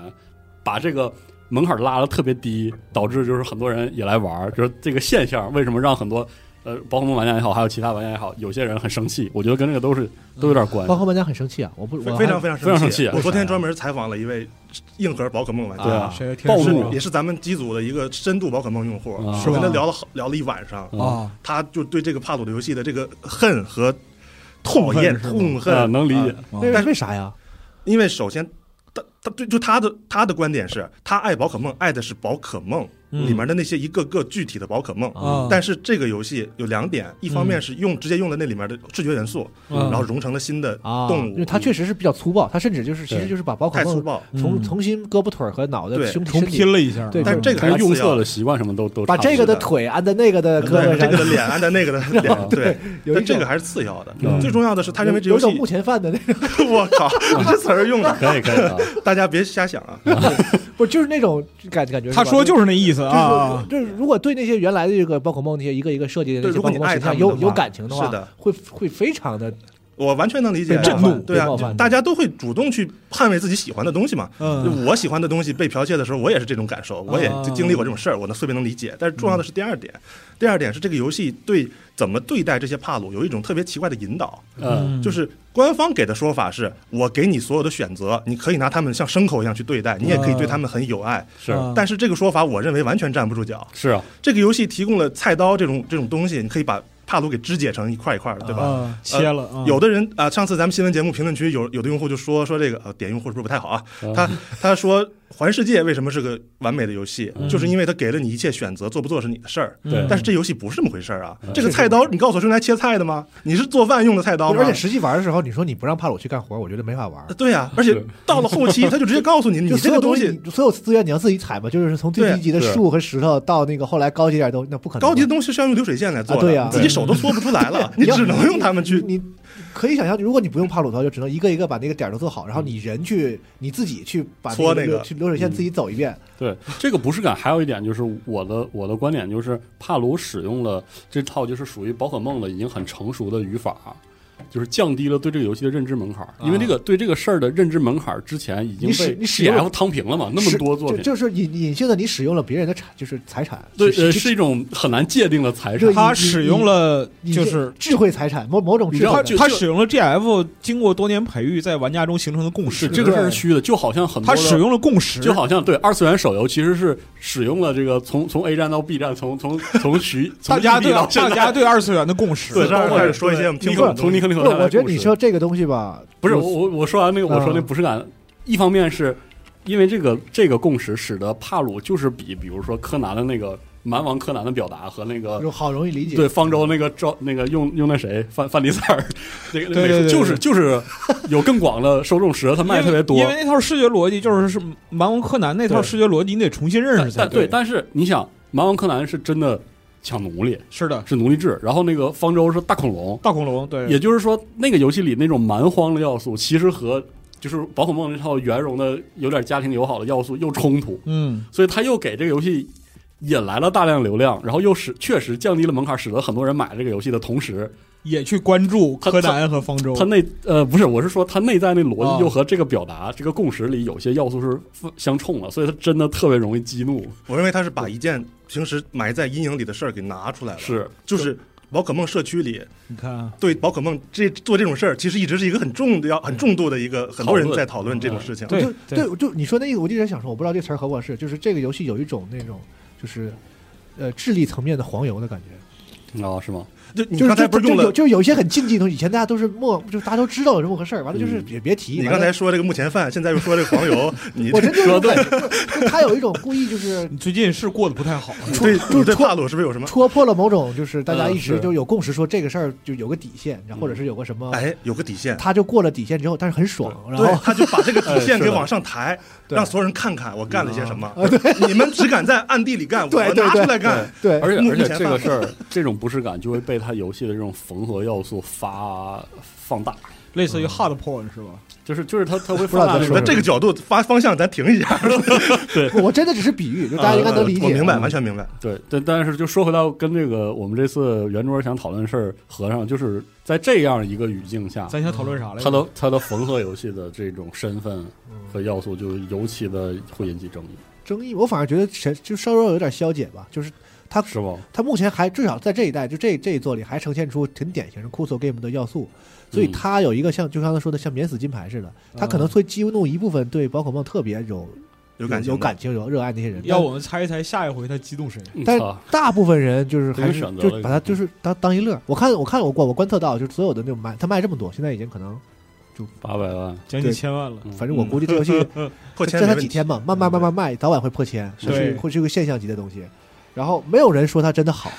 [SPEAKER 2] 把这个。门槛拉的特别低，导致就是很多人也来玩儿，就是这个现象为什么让很多呃宝可梦玩家也好，还有其他玩家也好，有些人很生气，我觉得跟这个都是
[SPEAKER 4] 嗯
[SPEAKER 2] 都有点关系
[SPEAKER 1] 包。括玩家很生气啊，我不，我还
[SPEAKER 4] 非常非常
[SPEAKER 2] 非常生气
[SPEAKER 4] 我昨天专门采访了一位硬核宝可梦玩家，
[SPEAKER 2] 对啊
[SPEAKER 3] 啊，谁
[SPEAKER 2] 暴
[SPEAKER 4] 是
[SPEAKER 2] 怒
[SPEAKER 4] 也是咱们机组的一个深度宝可梦用户，
[SPEAKER 2] 啊
[SPEAKER 4] 我跟
[SPEAKER 3] 是
[SPEAKER 4] 他
[SPEAKER 3] 吧
[SPEAKER 4] 聊了好聊了一晚上，
[SPEAKER 2] 嗯
[SPEAKER 3] 啊，
[SPEAKER 4] 他就对这个帕鲁的游戏的这个恨和讨厌、
[SPEAKER 3] 痛恨是吗
[SPEAKER 4] 痛
[SPEAKER 2] 啊，
[SPEAKER 4] 恨，
[SPEAKER 2] 能理解。
[SPEAKER 3] 啊
[SPEAKER 1] 那是为啥呀？
[SPEAKER 4] 因为首先。他他对就他的他的观点是，他爱宝可梦，爱的是宝可梦、
[SPEAKER 3] 嗯
[SPEAKER 4] 里面的那些一个个具体的宝可梦。
[SPEAKER 3] 啊，
[SPEAKER 4] 但
[SPEAKER 3] 是
[SPEAKER 4] 是这个游戏有两点，一方
[SPEAKER 1] 嗯
[SPEAKER 4] 面是用直接用了那里面的视觉元素，
[SPEAKER 3] 嗯
[SPEAKER 4] 然后融成了新的
[SPEAKER 1] 啊，
[SPEAKER 4] 动
[SPEAKER 1] 因
[SPEAKER 4] 物，
[SPEAKER 1] 为它确实是比较粗暴，它甚至就是其实
[SPEAKER 2] 对
[SPEAKER 1] 就是把宝可
[SPEAKER 4] 太粗
[SPEAKER 1] 梦
[SPEAKER 4] 暴。
[SPEAKER 1] 重
[SPEAKER 3] 嗯
[SPEAKER 1] 重新胳膊腿儿和脑袋
[SPEAKER 4] 对
[SPEAKER 1] 胸
[SPEAKER 3] 重
[SPEAKER 1] 身体
[SPEAKER 3] 拼了一下，
[SPEAKER 1] 对
[SPEAKER 3] 嗯
[SPEAKER 1] 但
[SPEAKER 4] 是这个
[SPEAKER 2] 他
[SPEAKER 4] 还是
[SPEAKER 2] 用
[SPEAKER 4] 次要
[SPEAKER 2] 色
[SPEAKER 4] 的
[SPEAKER 2] 的习惯什么都都
[SPEAKER 1] 把
[SPEAKER 2] 差不
[SPEAKER 1] 这个
[SPEAKER 2] 多
[SPEAKER 1] 的腿按在那个的胳膊
[SPEAKER 4] 嗯对这
[SPEAKER 1] 上，
[SPEAKER 4] 个的脸按在那个的 脸，对，
[SPEAKER 1] 有一
[SPEAKER 4] 但这
[SPEAKER 1] 种
[SPEAKER 4] 个还是次要的
[SPEAKER 2] 嗯。
[SPEAKER 4] 最重要的是，他认为这
[SPEAKER 1] 有
[SPEAKER 4] 游
[SPEAKER 1] 一
[SPEAKER 4] 戏
[SPEAKER 1] 种，目前犯的那个，
[SPEAKER 4] 我靠，你这词儿用的，
[SPEAKER 2] 可以可以 啊，
[SPEAKER 4] 大家别瞎想啊。
[SPEAKER 1] 不就是那种感感觉是吧？
[SPEAKER 3] 他说就是那意思
[SPEAKER 1] 就是
[SPEAKER 3] 啊，
[SPEAKER 1] 就是如果对那些原来的这个宝可梦那些一个一个设计的那
[SPEAKER 4] 对
[SPEAKER 1] 些
[SPEAKER 4] 如果
[SPEAKER 1] 宝
[SPEAKER 4] 你
[SPEAKER 1] 可梦
[SPEAKER 4] 爱
[SPEAKER 1] 形
[SPEAKER 4] 他
[SPEAKER 1] 象
[SPEAKER 4] 们
[SPEAKER 1] 有
[SPEAKER 4] 的
[SPEAKER 1] 有
[SPEAKER 4] 话
[SPEAKER 1] 感情的
[SPEAKER 4] 是
[SPEAKER 1] 话
[SPEAKER 4] 的，
[SPEAKER 1] 会会非常的
[SPEAKER 4] 我完全能理解啊，
[SPEAKER 1] 被冒犯
[SPEAKER 4] 对啊
[SPEAKER 1] 被冒犯，
[SPEAKER 4] 大家都会主动去捍卫自己喜欢的东西嘛。就
[SPEAKER 3] 嗯
[SPEAKER 4] 我喜欢的东西被剽窃的时候，我也是这种感
[SPEAKER 1] 嗯
[SPEAKER 4] 受，我也就经历过这种事儿，我能特别能理解。但是重要的是第二点，第二点是这个游戏对怎么对待这些帕鲁有一种特别奇怪的引导，
[SPEAKER 2] 嗯，
[SPEAKER 4] 就是官方给的说法是我给你所有的选择，你可以拿他们像牲口一样去对待，你也可以对他们很友爱。
[SPEAKER 2] 是
[SPEAKER 1] 嗯
[SPEAKER 3] 啊
[SPEAKER 4] 但是这个说法我认为完全站不住脚。
[SPEAKER 2] 是啊，
[SPEAKER 4] 这个游戏提供了菜刀这种这种东西，你可以把帕鲁给肢解成一块一块的，对吧？
[SPEAKER 1] 嗯
[SPEAKER 3] 啊切了啊，
[SPEAKER 4] 有的人啊、上次咱们新闻节目评论区有有的用户就说说这个呃点用户是不是不太好啊？
[SPEAKER 1] 嗯
[SPEAKER 4] 他他说《环世界》为什么是个完美的游戏，
[SPEAKER 2] 嗯
[SPEAKER 4] 就是因为它给了你一切选择，做不做是你的事儿。
[SPEAKER 2] 对
[SPEAKER 3] 嗯
[SPEAKER 4] 但是这游戏不是这么回事儿啊！
[SPEAKER 2] 嗯
[SPEAKER 4] 这个菜刀，你告诉我是用来切菜的吗？你是做饭用的菜刀吗？
[SPEAKER 1] 而且实际玩的时候，你说你不让帕鲁去干活，我觉得没法玩。
[SPEAKER 4] 对呀、而且
[SPEAKER 2] 是
[SPEAKER 4] 到了后期， 他就直接告诉你，呃你
[SPEAKER 1] 就
[SPEAKER 4] 这
[SPEAKER 1] 所
[SPEAKER 4] 个
[SPEAKER 1] 有
[SPEAKER 4] 东西
[SPEAKER 1] 西，所有资源你要自己采嘛，就是从最
[SPEAKER 4] 对
[SPEAKER 1] 低级的
[SPEAKER 2] 是
[SPEAKER 1] 树和石头到那个后来高级点儿都那不可能的。
[SPEAKER 4] 高级的东西是要用流水线来做的，
[SPEAKER 1] 嗯啊对呀
[SPEAKER 4] 自己手都搓不出来了，你
[SPEAKER 1] 要
[SPEAKER 4] 只能用他们去
[SPEAKER 1] 你可以想象，如果你不用帕鲁的话，就只能一个一个把那个点儿都做好，然后你人去你自己去把
[SPEAKER 4] 搓那
[SPEAKER 1] 那
[SPEAKER 4] 个
[SPEAKER 1] 流去流水线自己走一遍。
[SPEAKER 2] 对这个不适感，还有一点就是我的我的观点就是，帕鲁使用了这套就是属于宝可梦的已经很成熟的语法，就是降低了对这个游戏的认知门槛儿。因为这个对这个事儿的认知门槛儿之前已经
[SPEAKER 1] 啊你使
[SPEAKER 2] 被
[SPEAKER 1] 你使用
[SPEAKER 2] F 躺平了嘛，那么
[SPEAKER 1] 是
[SPEAKER 2] 多作
[SPEAKER 1] 就
[SPEAKER 2] 品，
[SPEAKER 1] 就是隐隐性的你使用了别人的产，就是财产，
[SPEAKER 2] 对
[SPEAKER 1] 是
[SPEAKER 2] 呃
[SPEAKER 1] 是
[SPEAKER 2] 是一种很难界定的财产
[SPEAKER 1] 对。
[SPEAKER 3] 他
[SPEAKER 1] 你
[SPEAKER 3] 使用了
[SPEAKER 1] 你
[SPEAKER 3] 就是。
[SPEAKER 1] 智慧财产，某某种智
[SPEAKER 2] 你知道
[SPEAKER 1] 慧
[SPEAKER 3] 他
[SPEAKER 1] 的
[SPEAKER 2] 就
[SPEAKER 3] 他使用了 GF 经过多年培育，在玩家中形成的共识
[SPEAKER 2] 是，这个事儿是虚的，就好像很多
[SPEAKER 3] 他
[SPEAKER 2] 的
[SPEAKER 3] 使用了共识，
[SPEAKER 2] 就好像对二次元手游其实是使用了这个从从 A 站到 B 站，从从从徐
[SPEAKER 3] 大
[SPEAKER 2] 从
[SPEAKER 3] 家
[SPEAKER 2] B
[SPEAKER 3] 对啊
[SPEAKER 2] 到现
[SPEAKER 3] 大
[SPEAKER 2] 在
[SPEAKER 3] 家对二次元的共识，
[SPEAKER 4] 四十二开始说一些我们听不懂的
[SPEAKER 2] 从
[SPEAKER 4] 东
[SPEAKER 2] 尼
[SPEAKER 4] 西。
[SPEAKER 2] 克尼克
[SPEAKER 1] 不，
[SPEAKER 2] 下来
[SPEAKER 1] 我
[SPEAKER 2] 的
[SPEAKER 1] 觉得
[SPEAKER 2] 故
[SPEAKER 1] 你
[SPEAKER 2] 事
[SPEAKER 1] 说这个东西吧，
[SPEAKER 2] 不是我我我说完那个，我说那
[SPEAKER 1] 嗯
[SPEAKER 2] 不适感，一方面是因为这个这个共识使得帕鲁就是比比如说柯南的那个蛮王柯南的表达和那个
[SPEAKER 1] 就好容易理解。
[SPEAKER 2] 对方舟那个赵那个用用那谁范范迪塞尔那个那个
[SPEAKER 3] 对对
[SPEAKER 2] 美术
[SPEAKER 3] 对
[SPEAKER 2] 就是就是有更广的受众使得他
[SPEAKER 3] 因
[SPEAKER 2] 卖
[SPEAKER 3] 为
[SPEAKER 2] 得特别多
[SPEAKER 3] 因，为那套视觉逻辑就是是《蛮王柯南》那套
[SPEAKER 2] 对
[SPEAKER 3] 视觉逻辑，你得重新认识
[SPEAKER 2] 但
[SPEAKER 3] 才
[SPEAKER 2] 但对，但是你想蛮王柯南是真的抢奴隶
[SPEAKER 3] 是的，
[SPEAKER 2] 是奴隶制，然后那个方舟是大恐龙，
[SPEAKER 3] 大恐龙对，
[SPEAKER 2] 也就是说，那个游戏里那种蛮荒的要素，其实和就是宝可梦那套圆融的、有点家庭友好的要素又冲突，
[SPEAKER 3] 嗯，
[SPEAKER 2] 所以它又给这个游戏引来了大量流量，然后又使确实降低了门槛，使得很多人买这个游戏的同时，
[SPEAKER 3] 也去关注柯南和方舟
[SPEAKER 2] 它，内呃不是，我是说它内在那逻
[SPEAKER 3] 啊
[SPEAKER 2] 辑又和这个表达、这个共识里有些要素是分相冲了，所以它真的特别容易激怒。
[SPEAKER 4] 我认为他是把一件平时埋在阴影里的事儿给拿出来了，
[SPEAKER 2] 是
[SPEAKER 4] 就是宝可梦社区里
[SPEAKER 3] 你看，啊
[SPEAKER 4] 对宝可梦这做这种事儿，其实一直是一个很重的要很重度的一个，很多人在讨论这种事情。
[SPEAKER 3] 对
[SPEAKER 1] 就对，就你说那意思，我一直在想说，我不知道这词儿合不合适，就是这个游戏有一种那种就是。呃，智力层面的黄油的感觉，
[SPEAKER 2] 啊，是吗？
[SPEAKER 4] 就你
[SPEAKER 1] 就是
[SPEAKER 4] 刚才
[SPEAKER 1] 就
[SPEAKER 4] 不是
[SPEAKER 1] 就
[SPEAKER 4] 用
[SPEAKER 1] 有
[SPEAKER 4] 了，
[SPEAKER 1] 就是有一些很禁忌的东西，以前大家都是默，就是大家都知道有这么个事儿，完了就是
[SPEAKER 2] 嗯
[SPEAKER 1] 也别提。
[SPEAKER 4] 你
[SPEAKER 1] 完了
[SPEAKER 4] 刚才说这个幕前饭，现在又说这个 黄油，你
[SPEAKER 1] 我真就有一种感觉，就就他有一种故意就是
[SPEAKER 3] 你最近是过得不太好，啊
[SPEAKER 4] 你对你对帕鲁是不是有 什么？
[SPEAKER 1] 戳破了某种就是大家
[SPEAKER 2] 嗯
[SPEAKER 1] 一直
[SPEAKER 2] 是
[SPEAKER 1] 就有共识说这个事儿就有个底线，然后或者
[SPEAKER 2] 嗯
[SPEAKER 1] 是有个什么，
[SPEAKER 4] 哎，有个底线。
[SPEAKER 1] 他就过了底线之后，但是很爽，然
[SPEAKER 4] 对，
[SPEAKER 1] 后
[SPEAKER 4] 他就把这 个底线
[SPEAKER 2] 哎是的
[SPEAKER 4] 给往上抬，
[SPEAKER 1] 对啊
[SPEAKER 4] 让所有人看看我干了些什么。你们只敢在暗地里干，
[SPEAKER 1] 对
[SPEAKER 4] 我
[SPEAKER 1] 对
[SPEAKER 4] 拿
[SPEAKER 1] 对
[SPEAKER 4] 出来干。
[SPEAKER 1] 对，
[SPEAKER 2] 而且
[SPEAKER 4] 目
[SPEAKER 2] 而且
[SPEAKER 4] 前
[SPEAKER 2] 这个
[SPEAKER 4] 发
[SPEAKER 2] 事儿，这种不适感就会被它游戏的这种缝合要素发放大。
[SPEAKER 3] 类似于 hard porn 是吧？
[SPEAKER 2] 就是就是他他
[SPEAKER 1] 不
[SPEAKER 2] 会
[SPEAKER 1] 知道
[SPEAKER 2] 放大
[SPEAKER 1] 在
[SPEAKER 2] 那
[SPEAKER 1] 说
[SPEAKER 2] 种
[SPEAKER 4] 那这个角度发方向，咱停一下。
[SPEAKER 1] 我我真的只是比喻，就大家应该能理解。
[SPEAKER 4] 嗯
[SPEAKER 1] 嗯
[SPEAKER 4] 我明白，完全明白。
[SPEAKER 2] 对，但但是就说回到跟这个我们这次圆桌想讨论的事儿合上，就是在这样一个语境下，
[SPEAKER 3] 咱想讨论啥来着？
[SPEAKER 2] 它的它的缝合游戏的这种身份和要素，就尤其的会引起争议，
[SPEAKER 1] 争议，我反而觉得谁就稍稍有点消解吧，就是他
[SPEAKER 2] 是吗？
[SPEAKER 1] 他目前还至少在这一代就这这一作里还呈现出挺典型的 c u s o game 的要素，所以
[SPEAKER 2] 嗯
[SPEAKER 1] 他有一个像就刚才说的像免死金牌似的，他可能会激怒一部分对宝可梦特别有
[SPEAKER 4] 嗯有感情，
[SPEAKER 1] 有感。情有热爱那些人，
[SPEAKER 3] 要我们猜一猜下一回他激动谁？
[SPEAKER 2] 嗯
[SPEAKER 1] 但是
[SPEAKER 2] 操
[SPEAKER 1] 大部分人就是
[SPEAKER 2] 都
[SPEAKER 1] 还
[SPEAKER 2] 是
[SPEAKER 1] 是
[SPEAKER 2] 选择
[SPEAKER 1] 就
[SPEAKER 2] 了
[SPEAKER 1] 把它就是当当一乐儿。我看我看我观我观测到，就是所有的那种卖，它卖这么多，现在已经可能，
[SPEAKER 2] 八百万，
[SPEAKER 3] 将近千万了，
[SPEAKER 2] 嗯
[SPEAKER 1] 反正我估计这游戏 就
[SPEAKER 4] 破千
[SPEAKER 1] 就
[SPEAKER 4] 没
[SPEAKER 1] 它
[SPEAKER 4] 问
[SPEAKER 1] 几
[SPEAKER 4] 题。嗯
[SPEAKER 1] 天嘛，慢慢慢慢卖，早晚会破千，
[SPEAKER 3] 是
[SPEAKER 1] 会是会是一个现象级的东西。然后没有人说它真的好，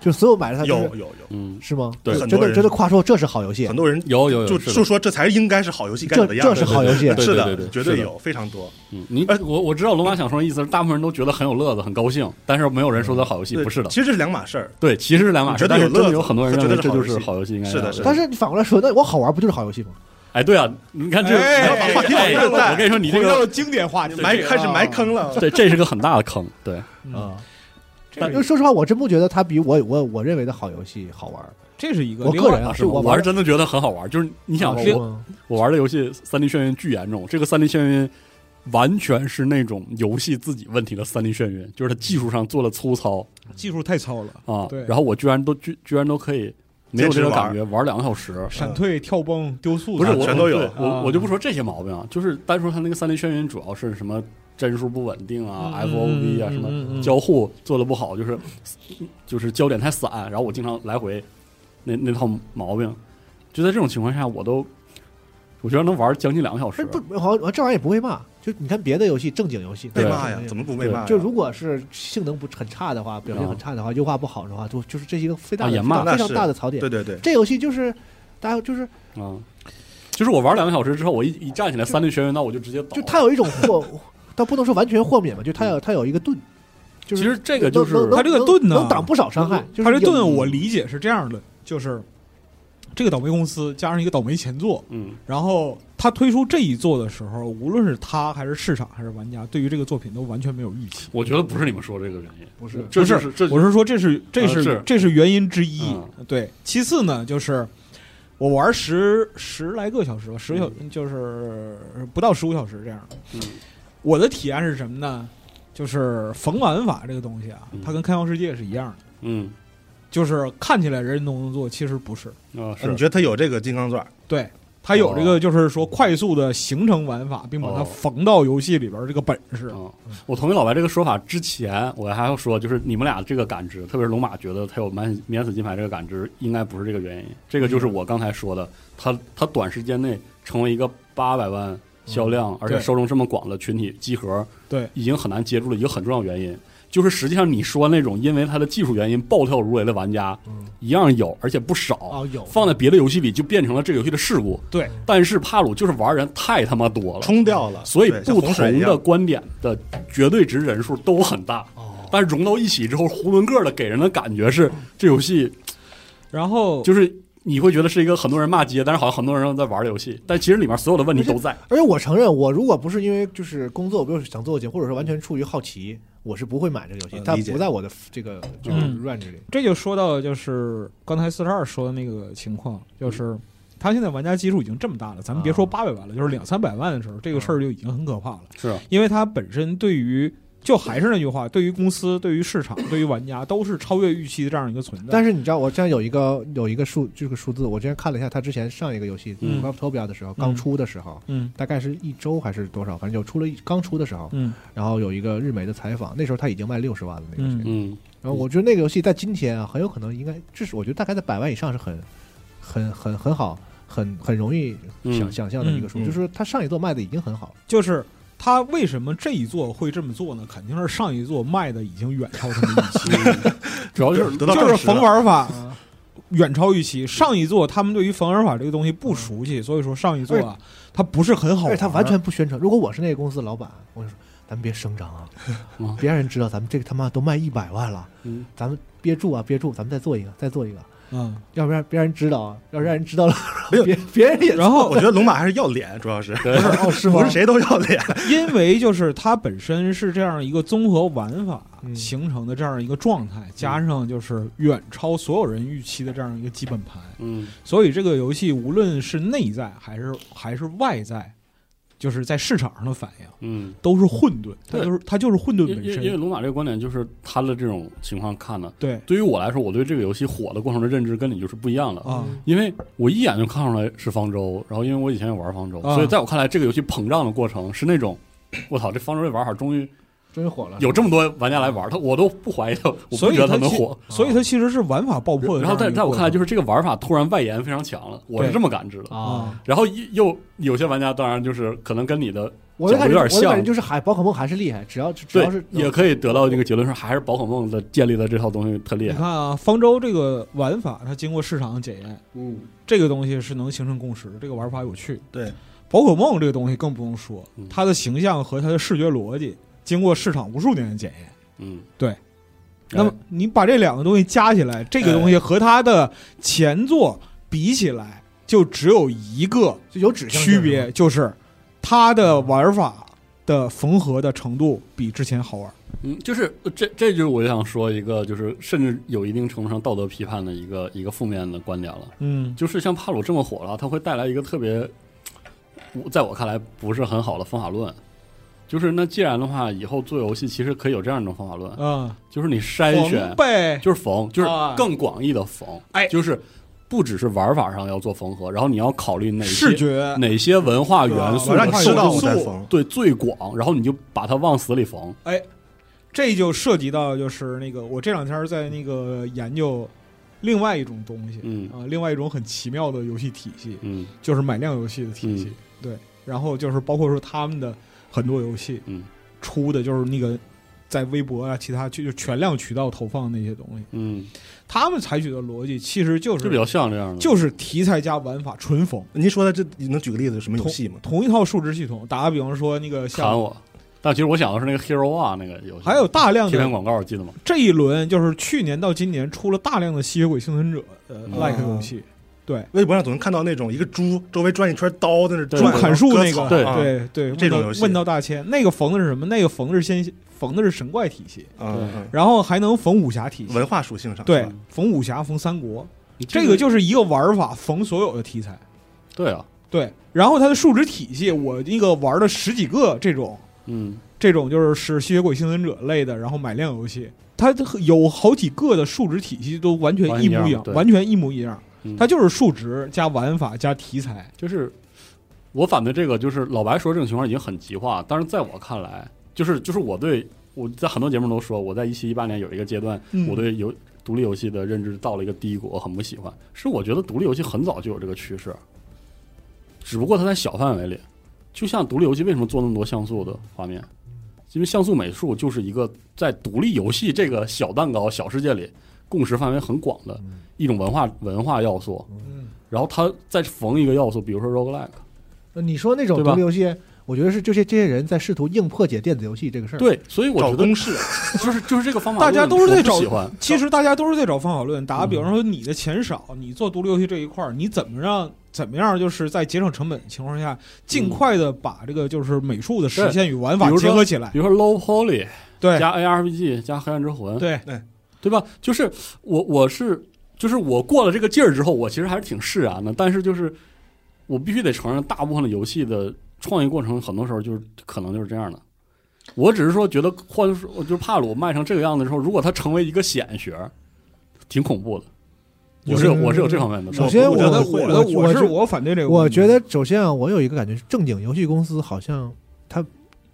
[SPEAKER 1] 就所有买了它就是
[SPEAKER 4] 有有
[SPEAKER 2] 嗯，
[SPEAKER 1] 是吗？
[SPEAKER 2] 对
[SPEAKER 1] 真
[SPEAKER 4] 很多
[SPEAKER 1] 的
[SPEAKER 4] 人
[SPEAKER 1] 真的夸说这是好游戏
[SPEAKER 4] 有，很，多人
[SPEAKER 2] 有有有，
[SPEAKER 4] 就是
[SPEAKER 2] 的
[SPEAKER 4] 就说这才应该是好游戏该
[SPEAKER 1] 这
[SPEAKER 4] 有的样
[SPEAKER 1] 这
[SPEAKER 4] 子
[SPEAKER 1] 是。好游戏
[SPEAKER 2] 对对。
[SPEAKER 4] 是的，
[SPEAKER 2] 对
[SPEAKER 4] 绝
[SPEAKER 2] 是
[SPEAKER 4] 对
[SPEAKER 2] 的
[SPEAKER 4] 有，非常多。
[SPEAKER 2] 嗯，你
[SPEAKER 4] 哎
[SPEAKER 2] 我我知道龙马想说的意思是，大部分人都觉得很有乐子，很高兴，但是没有人说它好游戏，
[SPEAKER 4] 嗯对
[SPEAKER 2] 不是的
[SPEAKER 4] 其，实这是两码事儿。
[SPEAKER 2] 对，其实是两码事，
[SPEAKER 4] 觉得
[SPEAKER 2] 但
[SPEAKER 4] 有
[SPEAKER 2] 是真
[SPEAKER 4] 乐
[SPEAKER 2] 的
[SPEAKER 4] 子
[SPEAKER 2] 有很多人
[SPEAKER 4] 和
[SPEAKER 2] 认为
[SPEAKER 4] 觉得是
[SPEAKER 2] 这就
[SPEAKER 4] 好
[SPEAKER 2] 是
[SPEAKER 4] 游戏
[SPEAKER 2] 好游戏应该
[SPEAKER 4] 是的
[SPEAKER 2] 要
[SPEAKER 4] 是的
[SPEAKER 1] 但是你反过来说，那我好玩不就是好游戏吗？
[SPEAKER 2] 哎，对啊，你看这个，
[SPEAKER 3] 哎
[SPEAKER 2] 哎
[SPEAKER 4] 把话题往这带
[SPEAKER 2] 哎 我跟你说，你这
[SPEAKER 3] 回到
[SPEAKER 2] 个
[SPEAKER 3] 了经典话题，
[SPEAKER 4] 埋
[SPEAKER 3] 这个
[SPEAKER 4] 开始埋坑了。
[SPEAKER 2] 对，这是个很大的坑，对，
[SPEAKER 3] 嗯，
[SPEAKER 2] 啊
[SPEAKER 3] 这
[SPEAKER 1] 但
[SPEAKER 3] 是
[SPEAKER 1] 就说实话，我真不觉得它比我我我认为的好游戏好玩。
[SPEAKER 3] 这是一个
[SPEAKER 1] 我
[SPEAKER 3] 另
[SPEAKER 1] 个
[SPEAKER 3] 外
[SPEAKER 1] 人啊，
[SPEAKER 2] 是
[SPEAKER 1] 是
[SPEAKER 2] 我
[SPEAKER 1] 我
[SPEAKER 2] 玩
[SPEAKER 1] 玩
[SPEAKER 2] 真的觉得很好玩，就是你想
[SPEAKER 1] 啊
[SPEAKER 2] 我
[SPEAKER 1] 是吗
[SPEAKER 2] 我玩的游戏《三 D 眩晕》巨严重，这个《三 D 眩晕》完全是那种游戏自己问题的《三 D 眩晕》，就是它技术上做了粗糙
[SPEAKER 3] 技术太糙了，
[SPEAKER 2] 啊
[SPEAKER 3] 对，
[SPEAKER 2] 然后我居然都居居然都可以没有这个感觉，玩两个小时。
[SPEAKER 3] 闪退、跳崩、丢速
[SPEAKER 2] 不是
[SPEAKER 3] 啥
[SPEAKER 2] 我
[SPEAKER 4] 全都有
[SPEAKER 2] 对我
[SPEAKER 3] 啊
[SPEAKER 2] 我就不说这些毛病啊，就是单说它那个三 D 眩晕主要是什么帧数不稳定啊、
[SPEAKER 3] 嗯
[SPEAKER 2] FOV 啊
[SPEAKER 3] 嗯
[SPEAKER 2] 什么
[SPEAKER 3] 嗯嗯
[SPEAKER 2] 交互做的不好，就是就是焦点太散，然后我经常来回那那套毛病。就在这种情况下，我都我觉得能玩将近两个小时
[SPEAKER 1] 哎，不，好像这玩意儿也不会骂。就你看别的游戏，正经游戏
[SPEAKER 4] 被
[SPEAKER 2] 对
[SPEAKER 4] 骂呀，怎么不被骂呀？
[SPEAKER 1] 就如果是性能不很差的话，表现很差的话，优化不好的话，就就是这是一个非常大
[SPEAKER 2] 啊也
[SPEAKER 1] 的、
[SPEAKER 2] 骂
[SPEAKER 1] 非
[SPEAKER 4] 那
[SPEAKER 1] 常
[SPEAKER 4] 是
[SPEAKER 1] 大的槽点
[SPEAKER 4] 对。对对，
[SPEAKER 1] 这游戏就是大家就是
[SPEAKER 2] 啊。就是我玩两个小时之后，我一一站起来，三律学员刀我就直接倒
[SPEAKER 1] 就
[SPEAKER 2] 了。
[SPEAKER 1] 它有一种豁，但不能说完全豁免吧，就它有它有一个盾，就
[SPEAKER 2] 其
[SPEAKER 1] 是
[SPEAKER 2] 实这个就是
[SPEAKER 1] 能能
[SPEAKER 3] 它这个盾呢
[SPEAKER 1] 能挡不少伤害。就是
[SPEAKER 3] 他这
[SPEAKER 1] 有
[SPEAKER 3] 盾我理解是这样的，就是这个倒霉公司加上一个倒霉前作，
[SPEAKER 2] 嗯，
[SPEAKER 3] 然后他推出这一作的时候，无论是他还是市场还是玩家，对于这个作品都完全没有预期。
[SPEAKER 2] 我觉得不是你们说这个原因，
[SPEAKER 1] 不是
[SPEAKER 2] 这
[SPEAKER 3] 不
[SPEAKER 2] 就是这
[SPEAKER 3] 我是说这是这是,、
[SPEAKER 2] 啊呃是
[SPEAKER 3] 这是原因之一。
[SPEAKER 2] 嗯
[SPEAKER 3] 对，其次呢，就是我玩十十来个小时吧，十个小、就是不到十五小时这样。
[SPEAKER 2] 嗯
[SPEAKER 3] 我的体验是什么呢？就是逢玩法这个东西啊
[SPEAKER 2] 嗯，
[SPEAKER 3] 它跟开放世界是一样的，
[SPEAKER 2] 嗯
[SPEAKER 3] 就是看起来人人都能做，其实不是。
[SPEAKER 2] 啊
[SPEAKER 4] 啊你
[SPEAKER 2] 是
[SPEAKER 4] 觉得他有这个金刚钻儿？
[SPEAKER 3] 对，它有这
[SPEAKER 2] 哦
[SPEAKER 3] 个就是说快速的形成玩法，并把它
[SPEAKER 2] 哦
[SPEAKER 3] 缝到游戏里边儿这个本事。
[SPEAKER 2] 嗯，我同意老白这个说法之前，我还要说，就是你们俩这个感知，特别是龙马觉得他有免免死金牌这个感知，应该不是这个原因。这个就是我刚才说的，他他短时间内成为一个八百万销量，而且
[SPEAKER 3] 对
[SPEAKER 2] 受众这么广的群体集合，
[SPEAKER 3] 对，
[SPEAKER 2] 已经很难接住了一个很重要原因，就是实际上你说那种因为他的技术原因暴跳如雷的玩家
[SPEAKER 1] 嗯，
[SPEAKER 2] 一样有，而且不少。
[SPEAKER 1] 哦有
[SPEAKER 2] 放在别的游戏里就变成了这个游戏的事故，
[SPEAKER 3] 对，
[SPEAKER 1] 嗯
[SPEAKER 2] 但是帕鲁就是玩人太他妈多了，
[SPEAKER 4] 冲掉了，
[SPEAKER 2] 所以
[SPEAKER 4] 对像
[SPEAKER 2] 不
[SPEAKER 4] 洪水
[SPEAKER 2] 同
[SPEAKER 4] 一样
[SPEAKER 2] 的观点的绝对值人数都很大，
[SPEAKER 1] 哦，
[SPEAKER 2] 但是融到一起之后，囫囵个儿的给人的感觉是这游戏
[SPEAKER 3] 然后
[SPEAKER 2] 就是你会觉得是一个很多人骂街，但是好像很多人在玩的游戏，但其实里面所有的问题都在。
[SPEAKER 1] 而且我承认，我如果不是因为就是工作，我不是想做节目，或者是完全出于好奇，我是不会买这个游戏
[SPEAKER 4] 嗯，
[SPEAKER 1] 它
[SPEAKER 4] 理解
[SPEAKER 1] 不在我的这个这个
[SPEAKER 3] 嗯
[SPEAKER 1] range 里。
[SPEAKER 3] 这就说到就是刚才四十二说的那个情况，就是他现在玩家基数已经这么大了，咱们别说
[SPEAKER 1] 嗯啊嗯
[SPEAKER 3] 八百万了，就是两三百万的时候，这个事儿就已经很可怕了。
[SPEAKER 2] 是啊
[SPEAKER 3] 因为他本身对于就还是那句话，对于公司、对于市场、对于玩家都是超越预期的这样一个存在。
[SPEAKER 1] 但
[SPEAKER 3] 是
[SPEAKER 1] 是你知道，我之前有一个有一个数，这个数字，我之前看了一下，他之前上一个游戏《
[SPEAKER 3] 嗯
[SPEAKER 1] g r a p t o p i a 的时候，刚出的时候，
[SPEAKER 3] 嗯
[SPEAKER 1] 大概是一周还是多少，反正就出了一刚出的时候，
[SPEAKER 3] 嗯
[SPEAKER 1] 然后有一个日媒的采访，那时候他已经卖六十万了那个游戏。
[SPEAKER 3] 嗯，
[SPEAKER 2] 嗯，
[SPEAKER 1] 然后我觉得那个游戏在今天啊，很有可能应该至少我觉得大概在百万以上是很很很很好。很很容易想
[SPEAKER 2] 嗯
[SPEAKER 1] 想象的一个数，
[SPEAKER 4] 嗯嗯
[SPEAKER 1] 就是他上一座卖的已经很好了，
[SPEAKER 3] 就是。他为什么这一座会这么做呢？肯定是上一座卖的已经远超他们预期，
[SPEAKER 2] 主要就是
[SPEAKER 4] 得到
[SPEAKER 3] 就
[SPEAKER 4] 证
[SPEAKER 3] 是
[SPEAKER 4] 实了
[SPEAKER 3] 逢玩法
[SPEAKER 1] 嗯
[SPEAKER 3] 远超预期。上一座他们对于逢玩法这个东西不熟悉，所以说上一座啊，它不是很
[SPEAKER 1] 嗯而
[SPEAKER 3] 好玩。啊
[SPEAKER 1] 且他完全不宣传。如果我是那个公司的老板，我就说咱们别声张啊
[SPEAKER 2] 嗯，
[SPEAKER 1] 别让人知道咱们这个他妈都卖一百万了，
[SPEAKER 2] 嗯
[SPEAKER 1] 咱们憋住啊，憋住，咱们再做一个，再做一个，
[SPEAKER 3] 嗯，
[SPEAKER 1] 要不然别让人知道啊，要让人知道了，
[SPEAKER 4] 没有
[SPEAKER 1] 别别人也
[SPEAKER 3] 然后
[SPEAKER 4] 我觉得龙马还是要脸，主要是
[SPEAKER 2] 对
[SPEAKER 1] 哦是吗
[SPEAKER 4] 不是？谁都要脸。
[SPEAKER 3] 因为就是它本身是这样一个综合玩法
[SPEAKER 1] 嗯
[SPEAKER 3] 形成的这样一个状态，加上就是远超所有人预期的这样一个基本盘，
[SPEAKER 2] 嗯
[SPEAKER 3] 所以这个游戏无论是内在还是还是外在，就是在市场上的反应
[SPEAKER 2] 嗯，
[SPEAKER 3] 都是混沌，它
[SPEAKER 2] 对
[SPEAKER 3] 就是它就是混沌
[SPEAKER 2] 因
[SPEAKER 3] 本
[SPEAKER 2] 因因为
[SPEAKER 3] 身。
[SPEAKER 2] 龙马这个观点就是他的这种情况看呢，
[SPEAKER 3] 对
[SPEAKER 2] 对于我来说，我对这个游戏火的过程的认知跟你就是不一样的。
[SPEAKER 3] 啊，
[SPEAKER 2] 因为我一眼就看出来是方舟，然后因为我以前也玩方舟，
[SPEAKER 3] 啊
[SPEAKER 2] 所以在我看来，这个游戏膨胀的过程是那种，我操，这方舟这玩法终于
[SPEAKER 1] 真火了，
[SPEAKER 2] 啊有这么多玩家来玩，他我都不怀疑他，我不
[SPEAKER 3] 所以
[SPEAKER 2] 觉得
[SPEAKER 3] 它
[SPEAKER 2] 他能
[SPEAKER 3] 其
[SPEAKER 2] 火。
[SPEAKER 3] 所以它其实是玩法爆破的
[SPEAKER 2] 然
[SPEAKER 3] 这样
[SPEAKER 2] 后
[SPEAKER 3] 一个过程。
[SPEAKER 2] 在在我看来，就是这个玩法突然外延非常强了，我是
[SPEAKER 3] 对
[SPEAKER 2] 这么感知的。
[SPEAKER 1] 啊！
[SPEAKER 2] 然后又又有些玩家当然就是可能跟你的
[SPEAKER 1] 我的感觉，
[SPEAKER 2] 有
[SPEAKER 1] 我
[SPEAKER 2] 点像
[SPEAKER 1] 的感觉就是还宝可梦还是厉害，只要只
[SPEAKER 2] 对
[SPEAKER 1] 要是
[SPEAKER 2] 也可以得到这个结论是还是宝可梦的建立的这套东西特厉
[SPEAKER 3] 你
[SPEAKER 2] 害。
[SPEAKER 3] 看啊，方舟这个玩法，它经过市场检验，
[SPEAKER 2] 嗯
[SPEAKER 3] 这个东西是能形成共识的，这个玩法有趣。
[SPEAKER 4] 对，
[SPEAKER 3] 宝可梦这个东西更不用说
[SPEAKER 2] 嗯，
[SPEAKER 3] 它的形象和它的视觉逻辑经过市场无数年的检验。
[SPEAKER 2] 嗯，
[SPEAKER 3] 对。那么你把这两个东西加起来，这个东西和它的前作比起来，就只有一个
[SPEAKER 1] 就有指向性
[SPEAKER 3] 区别，就是它的玩法的缝合的程度比之前好玩。
[SPEAKER 2] 嗯，就是这，这就是我想说一个，就是甚至有一定程度上道德批判的一个一个负面的观点了。
[SPEAKER 3] 嗯
[SPEAKER 2] 就是像帕鲁这么火了，它会带来一个特别，我在我看来不是很好的方法论。就是那既然的话，以后做游戏其实可以有这样一种方法论，
[SPEAKER 3] 啊，
[SPEAKER 2] 就是你筛选
[SPEAKER 3] 缝，呗，
[SPEAKER 2] 就是缝，就是
[SPEAKER 3] 啊
[SPEAKER 2] 更广义的缝，
[SPEAKER 3] 哎
[SPEAKER 2] 就是不只是玩法上要做缝合，然后你要考虑哪
[SPEAKER 3] 视
[SPEAKER 2] 些
[SPEAKER 3] 觉啊
[SPEAKER 2] 哪些文化元素
[SPEAKER 4] 我让你
[SPEAKER 2] 的
[SPEAKER 4] 知道
[SPEAKER 2] 受
[SPEAKER 4] 我在
[SPEAKER 2] 众
[SPEAKER 4] 缝，
[SPEAKER 2] 对最广，然后你就把它往死里缝。
[SPEAKER 3] 这就涉及到就是那个我这两天在那个研究另外一种东西，
[SPEAKER 2] 嗯
[SPEAKER 3] 啊，另外一种很奇妙的游戏体系，
[SPEAKER 2] 嗯
[SPEAKER 3] 就是买量游戏的体系
[SPEAKER 2] 嗯，
[SPEAKER 3] 对，然后就是包括说他们的很多游戏
[SPEAKER 2] 嗯
[SPEAKER 3] 出的就是那个在微博啊，其他就就全量渠道投放的那些东西，
[SPEAKER 2] 嗯，
[SPEAKER 3] 他们采取的逻辑其实就
[SPEAKER 2] 就比
[SPEAKER 3] 是
[SPEAKER 2] 较像这样的，
[SPEAKER 3] 就是题材加玩法纯缝。
[SPEAKER 4] 您说的这，你能举个例子什么游戏吗？
[SPEAKER 3] 同一套数值系统，打个比方说，那个
[SPEAKER 2] 砍
[SPEAKER 3] 像
[SPEAKER 2] 我。但其实我想的是那个 Hero One 那个游戏，
[SPEAKER 3] 还有大量
[SPEAKER 2] 贴片
[SPEAKER 3] 的
[SPEAKER 2] 广告，记得吗？
[SPEAKER 3] 这一轮就是去年到今年出了大量的吸血鬼幸存者呃
[SPEAKER 2] 嗯
[SPEAKER 3] like 游戏，
[SPEAKER 4] 微博上总能看到那种一个猪周围转一圈刀在那
[SPEAKER 2] 对
[SPEAKER 4] 转
[SPEAKER 3] 砍树
[SPEAKER 4] 割
[SPEAKER 3] 那
[SPEAKER 4] 草
[SPEAKER 3] 个，
[SPEAKER 2] 对
[SPEAKER 4] 啊
[SPEAKER 3] 对对，
[SPEAKER 4] 这种
[SPEAKER 3] 问到
[SPEAKER 4] 游戏
[SPEAKER 3] 问到大千，那个缝的是什么？那个缝的是先缝的是神怪体系，
[SPEAKER 4] 嗯嗯
[SPEAKER 3] 然后还能缝武侠体系，
[SPEAKER 4] 文化属性上
[SPEAKER 3] 对
[SPEAKER 4] 是吧，
[SPEAKER 3] 缝武侠，缝三国，
[SPEAKER 2] 你
[SPEAKER 3] 这个就是一个玩法，缝所有的题材。
[SPEAKER 2] 对啊，
[SPEAKER 3] 对，然后它的数值体系，我那个玩了十几个这种，
[SPEAKER 2] 嗯
[SPEAKER 3] 这种就是是吸血鬼幸存者类的，然后买量游戏，它有好几个的数值体系都完全一
[SPEAKER 2] 完全
[SPEAKER 3] 模一样
[SPEAKER 2] 一样，对
[SPEAKER 3] 完全一模一样
[SPEAKER 2] 嗯。
[SPEAKER 3] 它就是数值加玩法加题材，
[SPEAKER 2] 就是我反对这个，就是老白说这种情况已经很极化，但是在我看来，就是就是我对我在很多节目都说，我在一七一八年有一个阶段，
[SPEAKER 3] 嗯
[SPEAKER 2] 我对游独立游戏的认知到了一个低谷，我很不喜欢。是我觉得独立游戏很早就有这个趋势，只不过它在小范围里，就像独立游戏为什么做那么多像素的画面，因为像素美术就是一个在独立游戏这个小蛋糕、小世界里共识范围很广的一种文化文化要素。
[SPEAKER 3] 嗯
[SPEAKER 2] 然后它再缝一个要素，比如说 roguelike，
[SPEAKER 1] 呃你说那种
[SPEAKER 2] 对吧
[SPEAKER 1] 独立游戏，我觉得是这些这些人在试图硬破解电子游戏这个事儿。，
[SPEAKER 2] 对，所以我
[SPEAKER 4] 找
[SPEAKER 2] 觉得
[SPEAKER 4] 公式，
[SPEAKER 2] 就是就是这个方法论，
[SPEAKER 3] 大家都是在
[SPEAKER 2] 我
[SPEAKER 3] 找
[SPEAKER 2] 不喜欢，嗯
[SPEAKER 3] 其实大家都是在找方法论。打个比方说，你的钱少，你做独立游戏这一块儿，你怎么让怎么样，就是在节省成本的情况下，尽快的把这个就是美术的实现与玩法
[SPEAKER 2] 对比如说
[SPEAKER 3] 结合起来。
[SPEAKER 2] 比如说 low poly
[SPEAKER 3] 对
[SPEAKER 2] 加 ARPG 加黑暗之魂，
[SPEAKER 3] 对，哎
[SPEAKER 2] 对吧？就是我我是就是我过了这个劲儿之后，我其实还是挺释然的，但是就是我必须得承认，大部分的游戏的创意过程很多时候就是可能就是这样的。我只是说觉得，或者说我就是帕鲁卖成这个样子之后，如果它成为一个显学，挺恐怖的。我是有我是有这方面的，
[SPEAKER 1] 首先
[SPEAKER 4] 我
[SPEAKER 1] 我
[SPEAKER 4] 觉
[SPEAKER 3] 我
[SPEAKER 4] 得
[SPEAKER 3] 的
[SPEAKER 4] 会
[SPEAKER 3] 的
[SPEAKER 1] 我
[SPEAKER 3] 我是
[SPEAKER 1] 我
[SPEAKER 3] 我反对这个，
[SPEAKER 1] 我觉得首先啊，我有一个感觉，正经游戏公司好像他，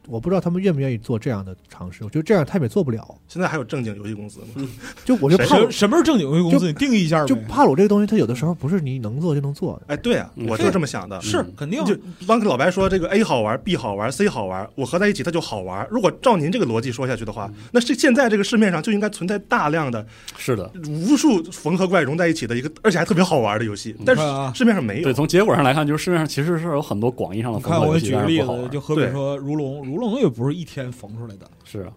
[SPEAKER 1] 我不知道他们愿不愿意做这样的尝试。我觉得这样他们也做不了。
[SPEAKER 4] 现在还有正经游戏公司吗？
[SPEAKER 1] 就我觉得
[SPEAKER 4] 谁
[SPEAKER 1] 帕鲁
[SPEAKER 3] 什什么是正经游戏公司，
[SPEAKER 1] 就
[SPEAKER 3] 你定义一下呗
[SPEAKER 1] 就。帕鲁这个东西，它有的时候不是你能做就能做的。
[SPEAKER 4] 哎，对啊，
[SPEAKER 2] 嗯
[SPEAKER 4] 我就是这么想的。
[SPEAKER 3] 是
[SPEAKER 2] 嗯
[SPEAKER 3] 肯定啊
[SPEAKER 4] 就刚才老白说这个 A 好玩，B 好玩，C 好玩，我合在一起它就好玩。如果照您这个逻辑说下去的话，
[SPEAKER 1] 嗯
[SPEAKER 4] 那是现在这个市面上就应该存在大量的
[SPEAKER 2] 是的，
[SPEAKER 4] 无数缝合怪融在一起的一个，而且还特别好玩的游戏，
[SPEAKER 1] 嗯
[SPEAKER 4] 但是
[SPEAKER 3] 啊
[SPEAKER 4] 市面上没有
[SPEAKER 2] 对，。从结果上来看，就是市面上其实是有很多广义上的
[SPEAKER 3] 你
[SPEAKER 2] 缝
[SPEAKER 3] 看，
[SPEAKER 2] 合
[SPEAKER 3] 我
[SPEAKER 2] 游
[SPEAKER 3] 举
[SPEAKER 2] 戏，
[SPEAKER 3] 个
[SPEAKER 2] 但
[SPEAKER 3] 例
[SPEAKER 2] 是不好
[SPEAKER 3] 子，啊
[SPEAKER 2] 玩。
[SPEAKER 3] 就好比说如龙，如龙也不是一天缝出来的，
[SPEAKER 2] 是，啊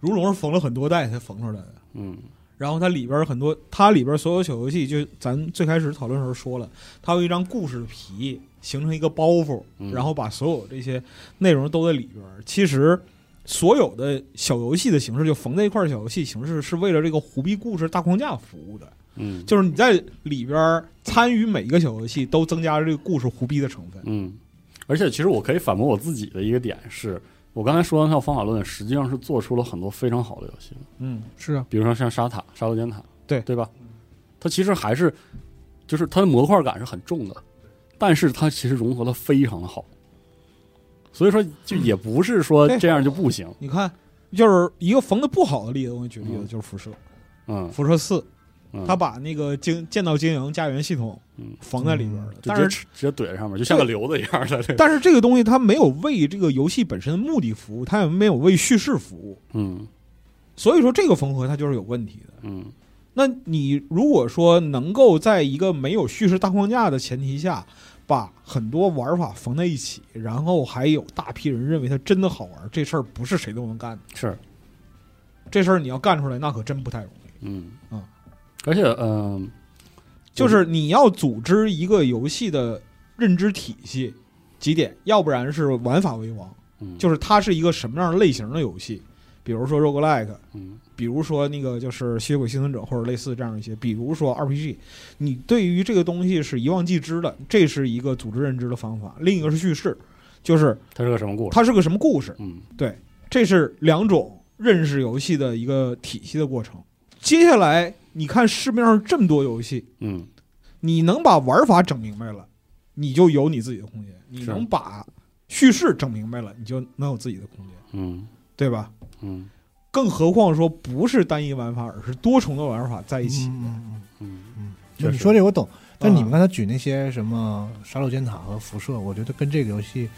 [SPEAKER 3] 如龙是缝了很多代才缝出来的。
[SPEAKER 2] 嗯
[SPEAKER 3] 然后它里边儿很多，它里边儿所有小游戏，就咱最开始讨论的时候说了，它有一张故事的皮，形成一个包袱，
[SPEAKER 2] 嗯
[SPEAKER 3] 然后把所有这些内容都在里边儿。其实，所有的小游戏的形式就缝在一块儿，小游戏形式是为了这个胡逼故事大框架服务的，
[SPEAKER 2] 嗯，
[SPEAKER 3] 就是你在里边儿参与每一个小游戏，都增加了这个故事胡逼的成分。
[SPEAKER 2] 嗯，而且其实我可以反驳我自己的一个点是，我刚才说的那套方法论，实际上是做出了很多非常好的游戏的，
[SPEAKER 3] 嗯，
[SPEAKER 1] 是啊，
[SPEAKER 2] 比如说像沙塔、沙漏尖塔，
[SPEAKER 3] 对
[SPEAKER 2] 对吧？它其实还是就是它的模块感是很重的，但是它其实融合的非常的好，所以说就也不是说
[SPEAKER 3] 对
[SPEAKER 2] 这样就不行，
[SPEAKER 3] 你看，就是一个缝的不好的例子，我给你举例子，
[SPEAKER 2] 嗯
[SPEAKER 3] 就是辐射，
[SPEAKER 2] 嗯，
[SPEAKER 3] 辐射四，
[SPEAKER 2] 嗯
[SPEAKER 3] 他把那个经剑道经营家园系统
[SPEAKER 2] 嗯
[SPEAKER 3] 缝在里边了
[SPEAKER 1] 嗯，
[SPEAKER 2] 就
[SPEAKER 3] 但
[SPEAKER 2] 直接
[SPEAKER 3] 是
[SPEAKER 2] 直接怼在上面，就像个瘤子一样在这，
[SPEAKER 3] 但是这个东西它没有为这个游戏本身的目的服务，它也没有为叙事服务，
[SPEAKER 2] 嗯
[SPEAKER 3] 所以说这个缝合它就是有问题的。
[SPEAKER 2] 嗯。
[SPEAKER 3] 那你如果说能够在一个没有叙事大框架的前提下，把很多玩法缝在一起，然后还有大批人认为它真的好玩，这事儿不是谁都能干的。
[SPEAKER 2] 是，
[SPEAKER 3] 这事儿你要干出来，那可真不太容易。
[SPEAKER 2] 嗯
[SPEAKER 3] 啊，
[SPEAKER 2] 而且嗯、
[SPEAKER 3] 就是你要组织一个游戏的认知体系，几点，要不然是玩法为王，
[SPEAKER 2] 嗯，
[SPEAKER 3] 就是它是一个什么样类型的游戏，比如说 roguelike，
[SPEAKER 2] 嗯
[SPEAKER 3] 比如说那个就是吸血鬼幸存者或者类似这样一些，比如说 RPG，你对于这个东西是一望即知的，这是一个组织认知的方法。另一个是叙事，就是
[SPEAKER 2] 它是个什么故事？
[SPEAKER 3] 它是个什么故事，
[SPEAKER 2] 嗯
[SPEAKER 3] 这是两种认识游戏的一个体系的过程。接下来你看市面上这么多游戏，
[SPEAKER 2] 嗯
[SPEAKER 3] 你能把玩法整明白了，你就有你自己的空间；你
[SPEAKER 2] 是
[SPEAKER 3] 能把叙事整明白了，你就能有自己的空间，
[SPEAKER 2] 嗯
[SPEAKER 3] 对吧？
[SPEAKER 2] 嗯，
[SPEAKER 3] 更何况说不是单一玩法，而是多重的玩法在一起。
[SPEAKER 1] 嗯，
[SPEAKER 2] 嗯，
[SPEAKER 1] 就你说这个我懂，但你们刚才举那些什么《杀戮尖塔》和《辐射》，我觉得跟这个游戏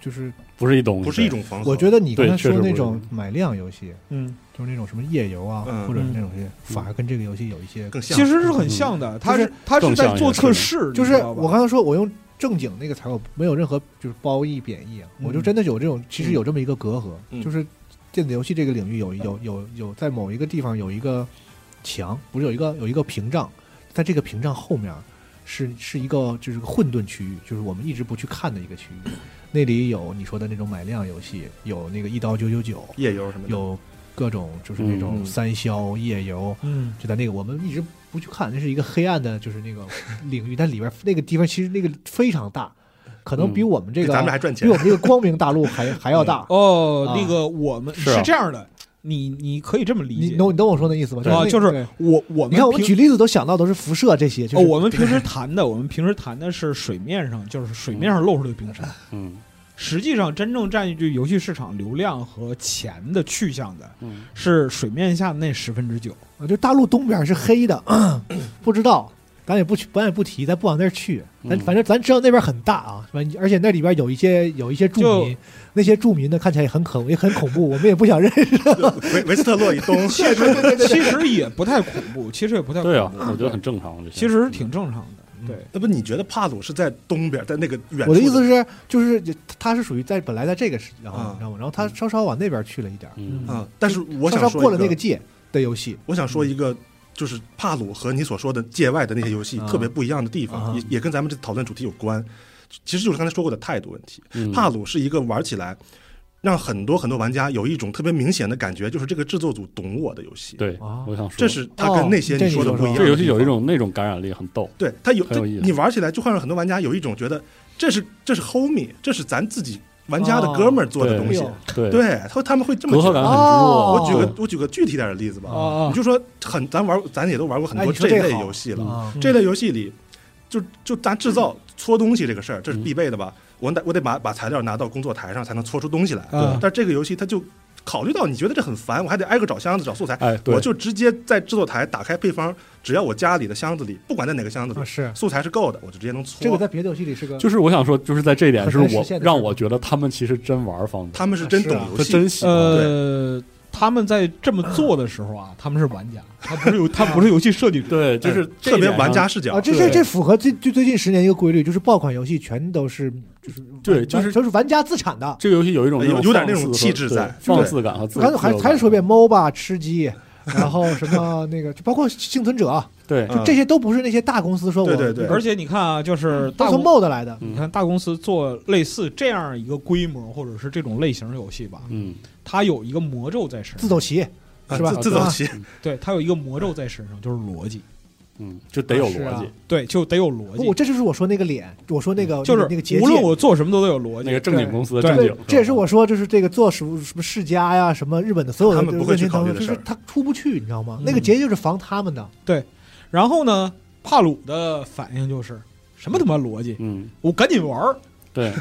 [SPEAKER 1] 就是，
[SPEAKER 2] 不是一种，
[SPEAKER 4] 不是一种防守。
[SPEAKER 1] 我觉得你刚才
[SPEAKER 2] 对确实
[SPEAKER 1] 说
[SPEAKER 2] 不是
[SPEAKER 1] 那种买量游戏，
[SPEAKER 3] 嗯，
[SPEAKER 1] 就是那种什么夜游啊，
[SPEAKER 4] 嗯
[SPEAKER 1] 或者是那种游戏，反而跟这个游戏有一些，
[SPEAKER 4] 更像
[SPEAKER 3] 其实是很像的，它
[SPEAKER 1] 就是
[SPEAKER 3] 是它是
[SPEAKER 2] 更
[SPEAKER 3] 在
[SPEAKER 2] 像
[SPEAKER 3] 做
[SPEAKER 2] 一个
[SPEAKER 3] 测试，
[SPEAKER 1] 就是
[SPEAKER 3] 你知道吧
[SPEAKER 1] 我刚才说我用正经那个词，我没有任何就是褒义贬义啊，
[SPEAKER 3] 嗯
[SPEAKER 1] 我就真的有这种，其实有这么一个隔阂，
[SPEAKER 4] 嗯
[SPEAKER 1] 就是电子游戏这个领域
[SPEAKER 3] 嗯
[SPEAKER 1] 有有有有在某一个地方有一个墙，不是有一个有一个屏障，在这个屏障后面是是一个就是个混沌区域，就是我们一直不去看的一个区域，那里有你说的那种买量游戏，有那个一刀九九九，
[SPEAKER 4] 夜游什么的，
[SPEAKER 1] 有各种就是那
[SPEAKER 2] 嗯
[SPEAKER 1] 种三消夜游，
[SPEAKER 3] 嗯
[SPEAKER 1] 就在那个我们一直不去看，那是一个黑暗的，就是那个领域，但里边那个地方其实那个非常大，可能比
[SPEAKER 2] 嗯
[SPEAKER 1] 我们这
[SPEAKER 4] 比
[SPEAKER 1] 个、
[SPEAKER 4] 咱们还赚
[SPEAKER 1] 比
[SPEAKER 4] 钱
[SPEAKER 1] 我。们这个光明大陆还还要大。
[SPEAKER 3] 哦
[SPEAKER 1] 啊，
[SPEAKER 3] 那个我们
[SPEAKER 2] 是啊
[SPEAKER 3] 是这样的，你你可以这么理
[SPEAKER 1] 你
[SPEAKER 3] 解
[SPEAKER 1] 懂你懂我说那意思吗？
[SPEAKER 3] 啊，就
[SPEAKER 1] 就是那
[SPEAKER 3] 是
[SPEAKER 1] 对
[SPEAKER 3] 我我们
[SPEAKER 1] 你看我们
[SPEAKER 3] 平
[SPEAKER 1] 举例子都想到都是辐射这些，就
[SPEAKER 3] 哦，
[SPEAKER 1] 是、
[SPEAKER 3] 我们平时谈的，我们平时谈的是水面上，就是水面上露出来的冰山。
[SPEAKER 2] 嗯
[SPEAKER 3] 实际上，真正占据游戏市场流量和钱的去向的，
[SPEAKER 2] 嗯，
[SPEAKER 3] 是水面下那十分之九。
[SPEAKER 1] 啊就大陆东边是黑的， 不知道。咱也不去，咱也不提，咱不往那儿去。咱
[SPEAKER 2] 嗯
[SPEAKER 1] 反正咱知道那边很大啊，反正而且那里边有一些有一些住
[SPEAKER 3] 就
[SPEAKER 1] 民，那些住民呢看起来也很可也很恐怖，我们也不想认识。
[SPEAKER 4] 维维斯特洛以东，
[SPEAKER 3] 其实其实也不太恐怖， 其实也不太恐怖
[SPEAKER 2] 对啊，我觉得很正常。这些
[SPEAKER 3] 其实是挺正常的。嗯对，
[SPEAKER 4] 那不你觉得帕鲁是在东边，在那个远处？
[SPEAKER 1] 我的意思，是，就是他是属于在本来在这个时，然后
[SPEAKER 4] 啊
[SPEAKER 1] 你知道吗？然后他稍稍往那边去了一点儿，
[SPEAKER 2] 嗯
[SPEAKER 4] 嗯，但是我
[SPEAKER 1] 稍
[SPEAKER 4] 想
[SPEAKER 1] 稍
[SPEAKER 4] 说
[SPEAKER 1] 过
[SPEAKER 4] 一
[SPEAKER 1] 了那个界的游戏，
[SPEAKER 4] 我想说
[SPEAKER 2] 嗯
[SPEAKER 4] 一个，就是帕鲁和你所说的界外的那些游戏
[SPEAKER 1] 啊
[SPEAKER 4] 特别不一样的地方，
[SPEAKER 1] 啊
[SPEAKER 4] 也也跟咱们这讨论主题有关。其实就是刚才说过的态度问题。
[SPEAKER 2] 嗯
[SPEAKER 4] 帕鲁是一个玩起来让很多很多玩家有一种特别明显的感觉，就是这个制作组懂我的游戏。，
[SPEAKER 2] 对
[SPEAKER 1] 啊，
[SPEAKER 2] 我想说，
[SPEAKER 4] 这是它跟那些
[SPEAKER 1] 哦这
[SPEAKER 4] 你说的
[SPEAKER 1] 你
[SPEAKER 4] 不
[SPEAKER 1] 说
[SPEAKER 4] 一样的地方。
[SPEAKER 2] 这游戏有一种那种感染力，很逗。
[SPEAKER 4] 对它有，
[SPEAKER 2] 很有
[SPEAKER 4] 这
[SPEAKER 2] 意思
[SPEAKER 4] 你玩起来就会让很多玩家有一种觉得这是这是 homie，这是咱自己玩家的哥们儿做的
[SPEAKER 2] 哦
[SPEAKER 4] 东西
[SPEAKER 1] 哎。呦
[SPEAKER 2] 对，
[SPEAKER 4] 对，他他们会这么
[SPEAKER 2] 隔阂
[SPEAKER 4] 觉
[SPEAKER 2] 感
[SPEAKER 4] 得。
[SPEAKER 2] 很之弱。嗯
[SPEAKER 1] 哦
[SPEAKER 4] 我举
[SPEAKER 2] 对
[SPEAKER 4] 个我举个具体点的例子吧，
[SPEAKER 3] 啊
[SPEAKER 4] 你就说很，咱玩咱也都玩过很
[SPEAKER 1] 哎
[SPEAKER 4] 多
[SPEAKER 1] 你说
[SPEAKER 4] 这
[SPEAKER 1] 这
[SPEAKER 4] 类
[SPEAKER 1] 个好
[SPEAKER 4] 游戏了。
[SPEAKER 1] 啊
[SPEAKER 3] 嗯
[SPEAKER 4] 这类游戏里，就就咱制
[SPEAKER 1] 嗯
[SPEAKER 4] 造搓东西这个事儿，这是
[SPEAKER 2] 嗯
[SPEAKER 4] 必备的吧？我得我得把把材料拿到工作台上才能搓出东西来。
[SPEAKER 1] 嗯
[SPEAKER 3] 啊
[SPEAKER 4] 但这个游戏它就考虑到你觉得这很烦，我还得挨个找箱子找素材，
[SPEAKER 2] 哎，对
[SPEAKER 4] 我就直接在制作台打开配方，只要我家里的箱子里，不管在哪个箱子里
[SPEAKER 1] 啊，是
[SPEAKER 4] 素材是够的，我就直接能搓。
[SPEAKER 1] 这个在别的游戏里是个
[SPEAKER 2] 就是我想说，就是在这一点，
[SPEAKER 1] 很
[SPEAKER 2] 是
[SPEAKER 1] 难
[SPEAKER 2] 我
[SPEAKER 1] 实现的
[SPEAKER 2] 让
[SPEAKER 1] 事儿
[SPEAKER 2] 我觉得他们其实真玩方法，
[SPEAKER 4] 他们是真
[SPEAKER 1] 是
[SPEAKER 4] 懂
[SPEAKER 1] 啊
[SPEAKER 4] 游
[SPEAKER 2] 他
[SPEAKER 4] 戏，
[SPEAKER 2] 真喜欢。哦
[SPEAKER 3] 呃，他们在这么做的时候啊，他们是玩 家，他不是游，他不是游戏设计者。
[SPEAKER 2] 对，
[SPEAKER 4] 就
[SPEAKER 2] 就是这一
[SPEAKER 4] 哎特别
[SPEAKER 2] 点上
[SPEAKER 4] 玩家视角。
[SPEAKER 1] 啊，这
[SPEAKER 2] 对
[SPEAKER 1] 这这符合最最最近十年一个规律，就是爆款游戏全都是就是
[SPEAKER 2] 对就是
[SPEAKER 1] 都是玩家自产的。
[SPEAKER 2] 这个游戏有一种
[SPEAKER 4] 有有
[SPEAKER 2] 放
[SPEAKER 4] 点那
[SPEAKER 2] 肆
[SPEAKER 4] 种
[SPEAKER 2] 和
[SPEAKER 4] 气质
[SPEAKER 2] 对
[SPEAKER 4] 在
[SPEAKER 2] 放
[SPEAKER 4] 对
[SPEAKER 2] 肆感和自嗯
[SPEAKER 1] 我刚才还还是说一遍 MOBA 吃鸡，然后什么那个，就包括幸存者，啊
[SPEAKER 2] 对
[SPEAKER 4] 嗯
[SPEAKER 1] 这些都不是那些大公司说我
[SPEAKER 4] 对对对
[SPEAKER 1] 而
[SPEAKER 3] 而且你看啊，就是大
[SPEAKER 1] 嗯都
[SPEAKER 3] 公
[SPEAKER 1] 从
[SPEAKER 3] 嗯
[SPEAKER 1] MOD 来的，
[SPEAKER 3] 你看大公司做类似这样一个规模或者是这种类型的游戏吧，
[SPEAKER 2] 嗯
[SPEAKER 3] 它有一个魔咒在身
[SPEAKER 1] 自
[SPEAKER 3] 上，
[SPEAKER 1] 走棋
[SPEAKER 4] 啊
[SPEAKER 1] 是吧
[SPEAKER 4] 自自
[SPEAKER 2] 啊
[SPEAKER 4] 走棋，
[SPEAKER 3] 对，它有一个魔咒在身上，就是逻辑，
[SPEAKER 2] 嗯，就得有
[SPEAKER 1] 是
[SPEAKER 2] 逻
[SPEAKER 1] 啊
[SPEAKER 2] 辑，
[SPEAKER 3] 对，就得有逻
[SPEAKER 1] 我
[SPEAKER 3] 辑，
[SPEAKER 1] 这就是我说那个脸，我说那
[SPEAKER 4] 哦
[SPEAKER 1] 个
[SPEAKER 3] 就是
[SPEAKER 1] 那个结界
[SPEAKER 3] 无论我做什么都得有逻
[SPEAKER 2] 那个
[SPEAKER 3] 辑。
[SPEAKER 2] 正经公司的
[SPEAKER 3] 对
[SPEAKER 2] 正
[SPEAKER 1] 对
[SPEAKER 2] 经，，
[SPEAKER 1] 这也是我说，就是这个做什么什么世家呀，什么日本的所有的
[SPEAKER 4] 他们不会去考虑的
[SPEAKER 1] 就
[SPEAKER 4] 事儿
[SPEAKER 1] 是他出不去，你知道吗？
[SPEAKER 3] 嗯
[SPEAKER 1] 那个结就是防他们的，
[SPEAKER 3] 然后呢，帕鲁的反应就是什么他妈逻辑，
[SPEAKER 2] 嗯，
[SPEAKER 3] 我赶紧玩儿。
[SPEAKER 2] 对，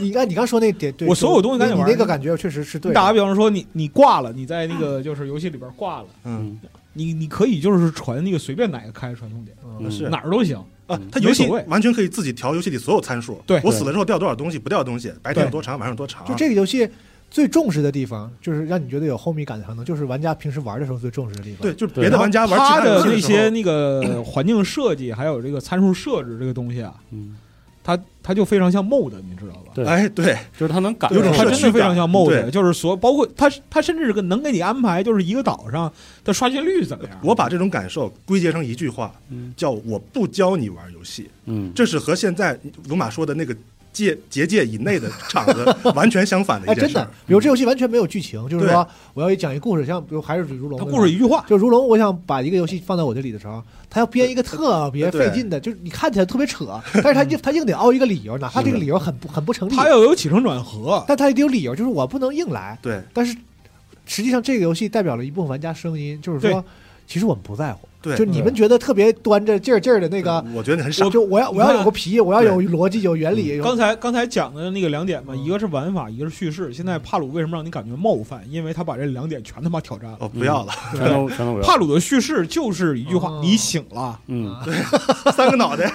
[SPEAKER 1] 你看你刚说那点，对
[SPEAKER 3] 我所有东西赶紧玩
[SPEAKER 1] 你你那个感觉确实是对
[SPEAKER 3] 你
[SPEAKER 1] 的。
[SPEAKER 3] 打个比方说，你你挂了，你在那个就是游戏里边挂了，
[SPEAKER 4] 嗯
[SPEAKER 3] 你你可以就是传那个随便哪个开的传送点，
[SPEAKER 1] 嗯
[SPEAKER 2] 嗯
[SPEAKER 4] 是
[SPEAKER 3] 哪儿都行。
[SPEAKER 4] 啊
[SPEAKER 2] 嗯，
[SPEAKER 4] 它游戏
[SPEAKER 3] 没所谓
[SPEAKER 4] 完全可以自己调游戏里所有参数。
[SPEAKER 3] 对
[SPEAKER 4] 我死了之后掉多少东西，不掉东西，白天有多长，晚上有多长。
[SPEAKER 1] 就这个游戏最重视的地方，就是让你觉得有后迷感的，可能就是玩家平时玩的时候最重视的地方。
[SPEAKER 4] 对，，就是
[SPEAKER 2] 对
[SPEAKER 4] 别的玩家玩其
[SPEAKER 3] 它
[SPEAKER 4] 他游
[SPEAKER 3] 的
[SPEAKER 4] 戏
[SPEAKER 3] 那
[SPEAKER 4] 时候
[SPEAKER 3] 些那个环境设计，还有这个参数设置这个东西啊，
[SPEAKER 2] 嗯，
[SPEAKER 3] 它它就非常像 MOD，你知道吧？
[SPEAKER 2] 对
[SPEAKER 4] 哎，对，
[SPEAKER 2] 就是他能感
[SPEAKER 4] 有
[SPEAKER 2] 受
[SPEAKER 4] 种
[SPEAKER 3] 它
[SPEAKER 4] 社
[SPEAKER 3] 真
[SPEAKER 4] 区
[SPEAKER 3] 的
[SPEAKER 4] 感
[SPEAKER 3] 非常像 MOD，
[SPEAKER 4] 对
[SPEAKER 3] 就是所包括它它甚至是个能给你安排，就是一个岛上的刷新率怎么样？
[SPEAKER 4] 我把这种感受归结成一句话，
[SPEAKER 2] 嗯
[SPEAKER 4] 叫“我不教你玩游戏
[SPEAKER 2] 嗯”，，
[SPEAKER 4] 这是和现在鲁马说的那个界结界以内的场子完全相反的
[SPEAKER 1] 哎，
[SPEAKER 4] 一件
[SPEAKER 1] 真
[SPEAKER 4] 事
[SPEAKER 1] 的
[SPEAKER 4] 儿。，
[SPEAKER 1] 比如这游戏完全没有剧情，就是说我要讲一故事，像比如还是如龙，
[SPEAKER 3] 它故事一句话，
[SPEAKER 1] 就如龙，我想把一个游戏放在我这里的时候，他要编一个特别费劲的，就是你看起来特别扯，但是他 硬他硬得凹一个理由，哪怕这个理由很不很不成立，
[SPEAKER 3] 它要有起承转合。
[SPEAKER 1] 但他也得有理由，就是我不能硬来。
[SPEAKER 4] 对，
[SPEAKER 1] 但是实际上这个游戏代表了一部分玩家声音，就是说。其实我们不在乎。
[SPEAKER 4] 对
[SPEAKER 1] 就你们觉得特别端着劲儿劲儿的那个，
[SPEAKER 4] 我觉得你嗯很傻，
[SPEAKER 1] 就我要我要有个皮，我要有逻辑，有原理。有
[SPEAKER 3] 刚才刚才讲的那个两点嘛，
[SPEAKER 1] 嗯
[SPEAKER 3] 一个是玩法，一个是叙事。现在帕鲁为什么让你感觉冒犯？因为他把这两点全他妈挑战了。
[SPEAKER 4] 哦，不要了，
[SPEAKER 2] 全都全都不要。
[SPEAKER 3] 帕鲁的叙事就是一句话：“
[SPEAKER 1] 哦
[SPEAKER 3] 你醒了。
[SPEAKER 2] 嗯，
[SPEAKER 4] 三个脑袋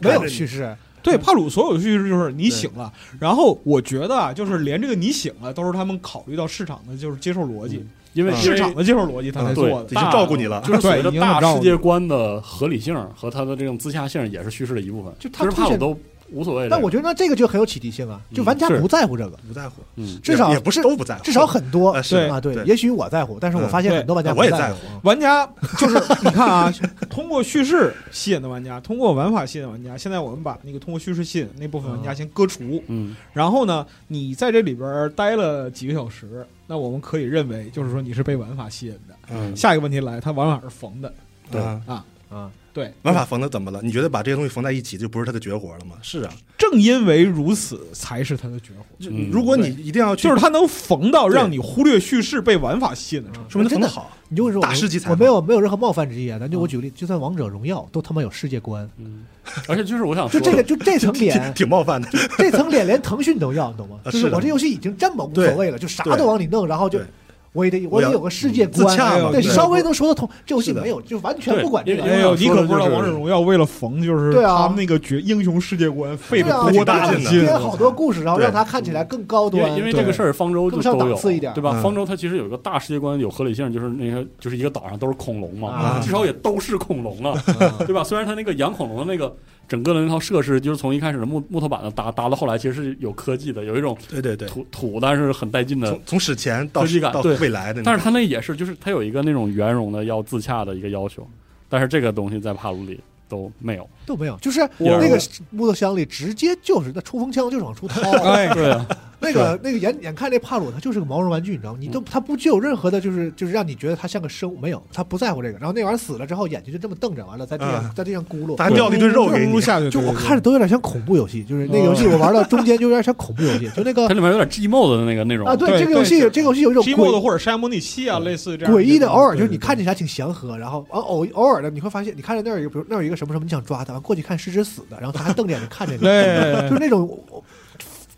[SPEAKER 1] 没有叙事，”
[SPEAKER 3] 对，帕鲁所有叙事就是“你醒了”。然后我觉得啊，就是连这个“你醒了”都是他们考虑到市场的就是接受逻辑，
[SPEAKER 2] 因为
[SPEAKER 4] 嗯
[SPEAKER 2] 因
[SPEAKER 3] 啊市
[SPEAKER 2] 为
[SPEAKER 3] 场的接受逻辑他才
[SPEAKER 2] 嗯对
[SPEAKER 3] 做的
[SPEAKER 4] 已。经照顾你了。
[SPEAKER 2] 就是随着
[SPEAKER 3] 对
[SPEAKER 2] 大
[SPEAKER 3] 已经有
[SPEAKER 2] 世界观的合理性和它的这种自洽性，也是叙事的一部分。
[SPEAKER 1] 就
[SPEAKER 2] 其
[SPEAKER 1] 它
[SPEAKER 2] 实
[SPEAKER 1] 凸显
[SPEAKER 2] 帕鲁都无所谓这个。
[SPEAKER 1] 但我觉得那这个就很有启迪性啊，就
[SPEAKER 2] 嗯
[SPEAKER 1] 玩家
[SPEAKER 2] 是
[SPEAKER 1] 不在乎这个，
[SPEAKER 4] 不在乎，
[SPEAKER 2] 嗯，
[SPEAKER 1] 至少
[SPEAKER 4] 也也不是
[SPEAKER 1] 至
[SPEAKER 4] 都不在乎，
[SPEAKER 1] 至少很多
[SPEAKER 4] 呃是
[SPEAKER 1] 啊，对
[SPEAKER 4] 对，
[SPEAKER 1] 也许我在乎，但是我
[SPEAKER 4] 嗯
[SPEAKER 1] 发现
[SPEAKER 3] 对
[SPEAKER 1] 很多玩家
[SPEAKER 4] 呃我也
[SPEAKER 1] 不
[SPEAKER 4] 在
[SPEAKER 1] 乎。嗯
[SPEAKER 4] 乎，
[SPEAKER 3] 玩家就是你看啊，通过叙事吸引的玩家，通过玩法吸引的玩家。现在我们把那个通过叙事吸引那部分玩家先割除，
[SPEAKER 2] 嗯，
[SPEAKER 3] 然后呢，你在这里边儿待了几个小时，那我们可以认为就是说你是被玩法吸引的。
[SPEAKER 2] 嗯
[SPEAKER 3] 下一个问题来，它玩法是缝的，
[SPEAKER 2] 对
[SPEAKER 3] 嗯
[SPEAKER 4] 啊
[SPEAKER 1] 啊，
[SPEAKER 3] 对，
[SPEAKER 4] 玩法缝的怎么了？你觉得把这些东西缝在一起就不是他的绝活了吗？是啊，
[SPEAKER 3] 正因为如此，才是它的绝活，
[SPEAKER 4] 就
[SPEAKER 2] 嗯
[SPEAKER 4] 如果你
[SPEAKER 3] 对
[SPEAKER 4] 一定要去，
[SPEAKER 3] 就是它能缝到
[SPEAKER 4] 对
[SPEAKER 3] 让你忽略叙事被玩法吸引的程度。
[SPEAKER 4] 说明他
[SPEAKER 1] 真
[SPEAKER 4] 缝
[SPEAKER 1] 的
[SPEAKER 4] 的好，
[SPEAKER 1] 你就会说我
[SPEAKER 4] 大师级采
[SPEAKER 1] 我
[SPEAKER 4] 访
[SPEAKER 1] 没有没有任何冒犯之意啊。咱就我
[SPEAKER 3] 嗯
[SPEAKER 1] 举个例，就算王者荣耀都他妈有世界观，
[SPEAKER 2] 嗯，而且就是我想
[SPEAKER 1] 就
[SPEAKER 2] 说，
[SPEAKER 1] 这个就这层
[SPEAKER 4] 挺
[SPEAKER 1] 脸，
[SPEAKER 4] 挺冒犯的。
[SPEAKER 1] 这层脸连腾讯都要，你懂吗？
[SPEAKER 4] 啊
[SPEAKER 1] 就是
[SPEAKER 4] 是的
[SPEAKER 1] 我这游戏已经这么无所谓了，就啥都往里弄，然后就
[SPEAKER 4] 对
[SPEAKER 1] 我也得
[SPEAKER 4] 我
[SPEAKER 1] 我
[SPEAKER 4] 要嗯
[SPEAKER 1] 得有个世界
[SPEAKER 4] 自
[SPEAKER 1] 观，
[SPEAKER 4] 洽嘛
[SPEAKER 1] 对，
[SPEAKER 4] 对
[SPEAKER 1] 稍微能说得通。这游戏
[SPEAKER 4] 是的
[SPEAKER 1] 没有，就完全
[SPEAKER 2] 对
[SPEAKER 1] 不管这
[SPEAKER 2] 因
[SPEAKER 1] 个
[SPEAKER 2] 为。
[SPEAKER 3] 哎呦，你
[SPEAKER 2] 因为我
[SPEAKER 3] 可
[SPEAKER 2] 说的
[SPEAKER 3] 不知道
[SPEAKER 2] 就是
[SPEAKER 3] 王者荣耀为了缝，就是
[SPEAKER 1] 对啊
[SPEAKER 3] 他们那个绝英雄世界观费
[SPEAKER 1] 对啊
[SPEAKER 3] 了多大的
[SPEAKER 4] 这
[SPEAKER 1] 编
[SPEAKER 4] 个
[SPEAKER 3] 劲
[SPEAKER 1] 编好多故事，然后
[SPEAKER 4] 对
[SPEAKER 1] 让它看起来更高
[SPEAKER 2] 因为
[SPEAKER 1] 端。
[SPEAKER 2] 因为
[SPEAKER 1] 对
[SPEAKER 2] 这个事儿，方舟就
[SPEAKER 1] 更上
[SPEAKER 2] 都有
[SPEAKER 1] 档次一点，
[SPEAKER 2] 对吧？
[SPEAKER 4] 嗯
[SPEAKER 2] 方舟它其实有一个大世界观，有合理性，就是那个就是一个岛上都是恐龙嘛，
[SPEAKER 1] 啊
[SPEAKER 2] 至少也都是恐龙啊，
[SPEAKER 1] 嗯
[SPEAKER 2] 对吧？虽然它那个养恐龙的那个整个的那套设施，就是从一开始的木木头板子搭搭到后来，其实是有科技的，有一种
[SPEAKER 4] 对对对，
[SPEAKER 2] 土土但是很带劲的
[SPEAKER 4] 从从史前到
[SPEAKER 2] 科技感
[SPEAKER 4] 到
[SPEAKER 2] 对
[SPEAKER 4] 未来的那种，
[SPEAKER 2] 但是它那也是，就是它有一个那种圆融的要自洽的一个要求，但是这个东西在帕鲁里都没有。
[SPEAKER 1] 都没有，就是
[SPEAKER 2] 一二
[SPEAKER 1] 那个
[SPEAKER 2] 五
[SPEAKER 1] 木头箱里直接就是那冲锋枪就是往出 掏，
[SPEAKER 3] 哎，
[SPEAKER 2] 对啊，
[SPEAKER 1] 那个那个眼眼看这帕鲁它就是个毛绒玩具，你知道吗？你都
[SPEAKER 3] 嗯
[SPEAKER 1] 它不具有任何的，就是就是让你觉得它像个生物，没有，它不在乎这个。然后那玩意儿死了之后，眼睛就这么瞪着，完了在地上
[SPEAKER 3] 嗯
[SPEAKER 4] 啊
[SPEAKER 1] 在地上咕噜。
[SPEAKER 4] 他还掉了一堆肉给
[SPEAKER 3] 咕噜
[SPEAKER 4] 你，
[SPEAKER 3] 下去，
[SPEAKER 1] 就
[SPEAKER 3] 对
[SPEAKER 1] 我
[SPEAKER 3] 对对嗯
[SPEAKER 1] 看着都有点像恐怖游戏，就是那个游戏我玩到中间就有点像恐怖游戏，就那个
[SPEAKER 2] 它里面有点 G mode 的那个那种
[SPEAKER 1] 啊，对
[SPEAKER 3] 对
[SPEAKER 1] 这个游戏
[SPEAKER 3] 对
[SPEAKER 1] 这个游戏有一种
[SPEAKER 3] G mode
[SPEAKER 1] 诡
[SPEAKER 3] 或者山姆尼七啊，类似这样
[SPEAKER 1] 诡异的，偶尔就是你
[SPEAKER 3] 对对对
[SPEAKER 1] 看起来挺祥和，然后偶偶偶尔的你会发现，你看着那儿有比如那儿有一个什么什么，你想抓它，过去看是只死的，然后它还瞪着眼睛看着你，
[SPEAKER 3] 对
[SPEAKER 1] 就是那种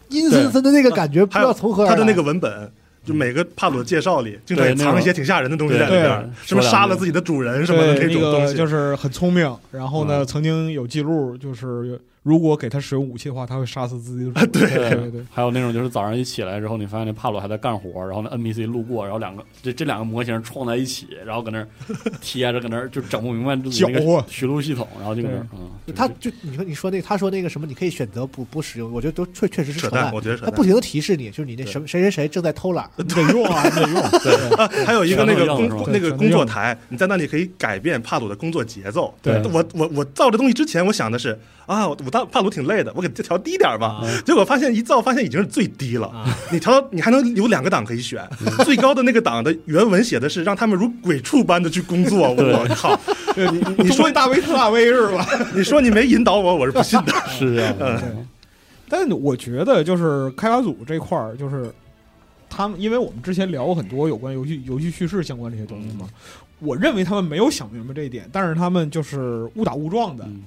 [SPEAKER 1] 阴森森的那个感觉，不知
[SPEAKER 4] 还有
[SPEAKER 1] 道从何而
[SPEAKER 4] 他的
[SPEAKER 1] 来
[SPEAKER 4] 那个文本。就每个帕鲁的介绍里，经常也
[SPEAKER 2] 对那
[SPEAKER 4] 藏一些
[SPEAKER 2] 种
[SPEAKER 4] 挺吓人的东西在里
[SPEAKER 2] 对
[SPEAKER 4] 边
[SPEAKER 2] 对
[SPEAKER 4] 儿，什
[SPEAKER 2] 说两
[SPEAKER 4] 么
[SPEAKER 2] 句
[SPEAKER 4] 杀了自己的主人什么的
[SPEAKER 3] 对，
[SPEAKER 4] 种
[SPEAKER 3] 那
[SPEAKER 4] 东
[SPEAKER 3] 个
[SPEAKER 4] 西，嗯
[SPEAKER 3] 就是很聪明。然后呢，曾经有记录，就是如果给他使用武器的话，他会杀死自己的 主对对对，
[SPEAKER 2] 还有那种就是早上一起来之后，你发现那帕鲁还在干活，然后那 NPC 路过，然后两个这这两个模型撞在一起，然后搁那儿贴着，搁那儿就整不明白自己那
[SPEAKER 3] 搅和
[SPEAKER 2] 个寻路系统，然后就搁那儿嗯，
[SPEAKER 1] 就
[SPEAKER 2] 就
[SPEAKER 1] 他
[SPEAKER 2] 是
[SPEAKER 1] 就你说你说那他说那个什么，你可以选择不不使用，我觉得都确确实是
[SPEAKER 4] 扯
[SPEAKER 1] 扯
[SPEAKER 4] 淡，
[SPEAKER 1] 淡。
[SPEAKER 4] 我觉得
[SPEAKER 1] 他
[SPEAKER 4] 扯淡嗯
[SPEAKER 1] 不。停的提示你，就是你那什么谁谁谁正在偷 懒，
[SPEAKER 3] 你得用啊，你得用。对
[SPEAKER 4] 啊，还有一个那个
[SPEAKER 2] 全都一样
[SPEAKER 4] 工
[SPEAKER 2] 是吧
[SPEAKER 4] 工
[SPEAKER 3] 对
[SPEAKER 4] 那个
[SPEAKER 3] 全都
[SPEAKER 4] 工
[SPEAKER 3] 一
[SPEAKER 4] 作
[SPEAKER 3] 样
[SPEAKER 4] 台，你在那里可以改变帕鲁的工作节奏。
[SPEAKER 2] 对
[SPEAKER 4] 我我我造这东西之前，我想的是啊，我我大帕鲁挺累的，我给它调低点儿吧。
[SPEAKER 3] 嗯
[SPEAKER 4] 结果发现一造，发现已经是最低了。
[SPEAKER 3] 啊
[SPEAKER 4] 你调到你还能有两个档可以选，
[SPEAKER 3] 嗯
[SPEAKER 4] 最高的那个档的原文写的是让他们如鬼畜般的去工作。我靠，
[SPEAKER 3] 对，你
[SPEAKER 4] 你说
[SPEAKER 3] 大 V 特大 V 是吧？
[SPEAKER 4] 你说你没引导我， 我是不信 的。
[SPEAKER 2] 是这样的，嗯
[SPEAKER 3] 但我觉得就是开发组这块儿，就是他们，因为我们之前聊过很多有关游戏、游戏叙事相关这些东西嘛。
[SPEAKER 4] 嗯
[SPEAKER 3] 我认为他们没有想明白这一点，但是他们就是误打误撞的
[SPEAKER 2] 嗯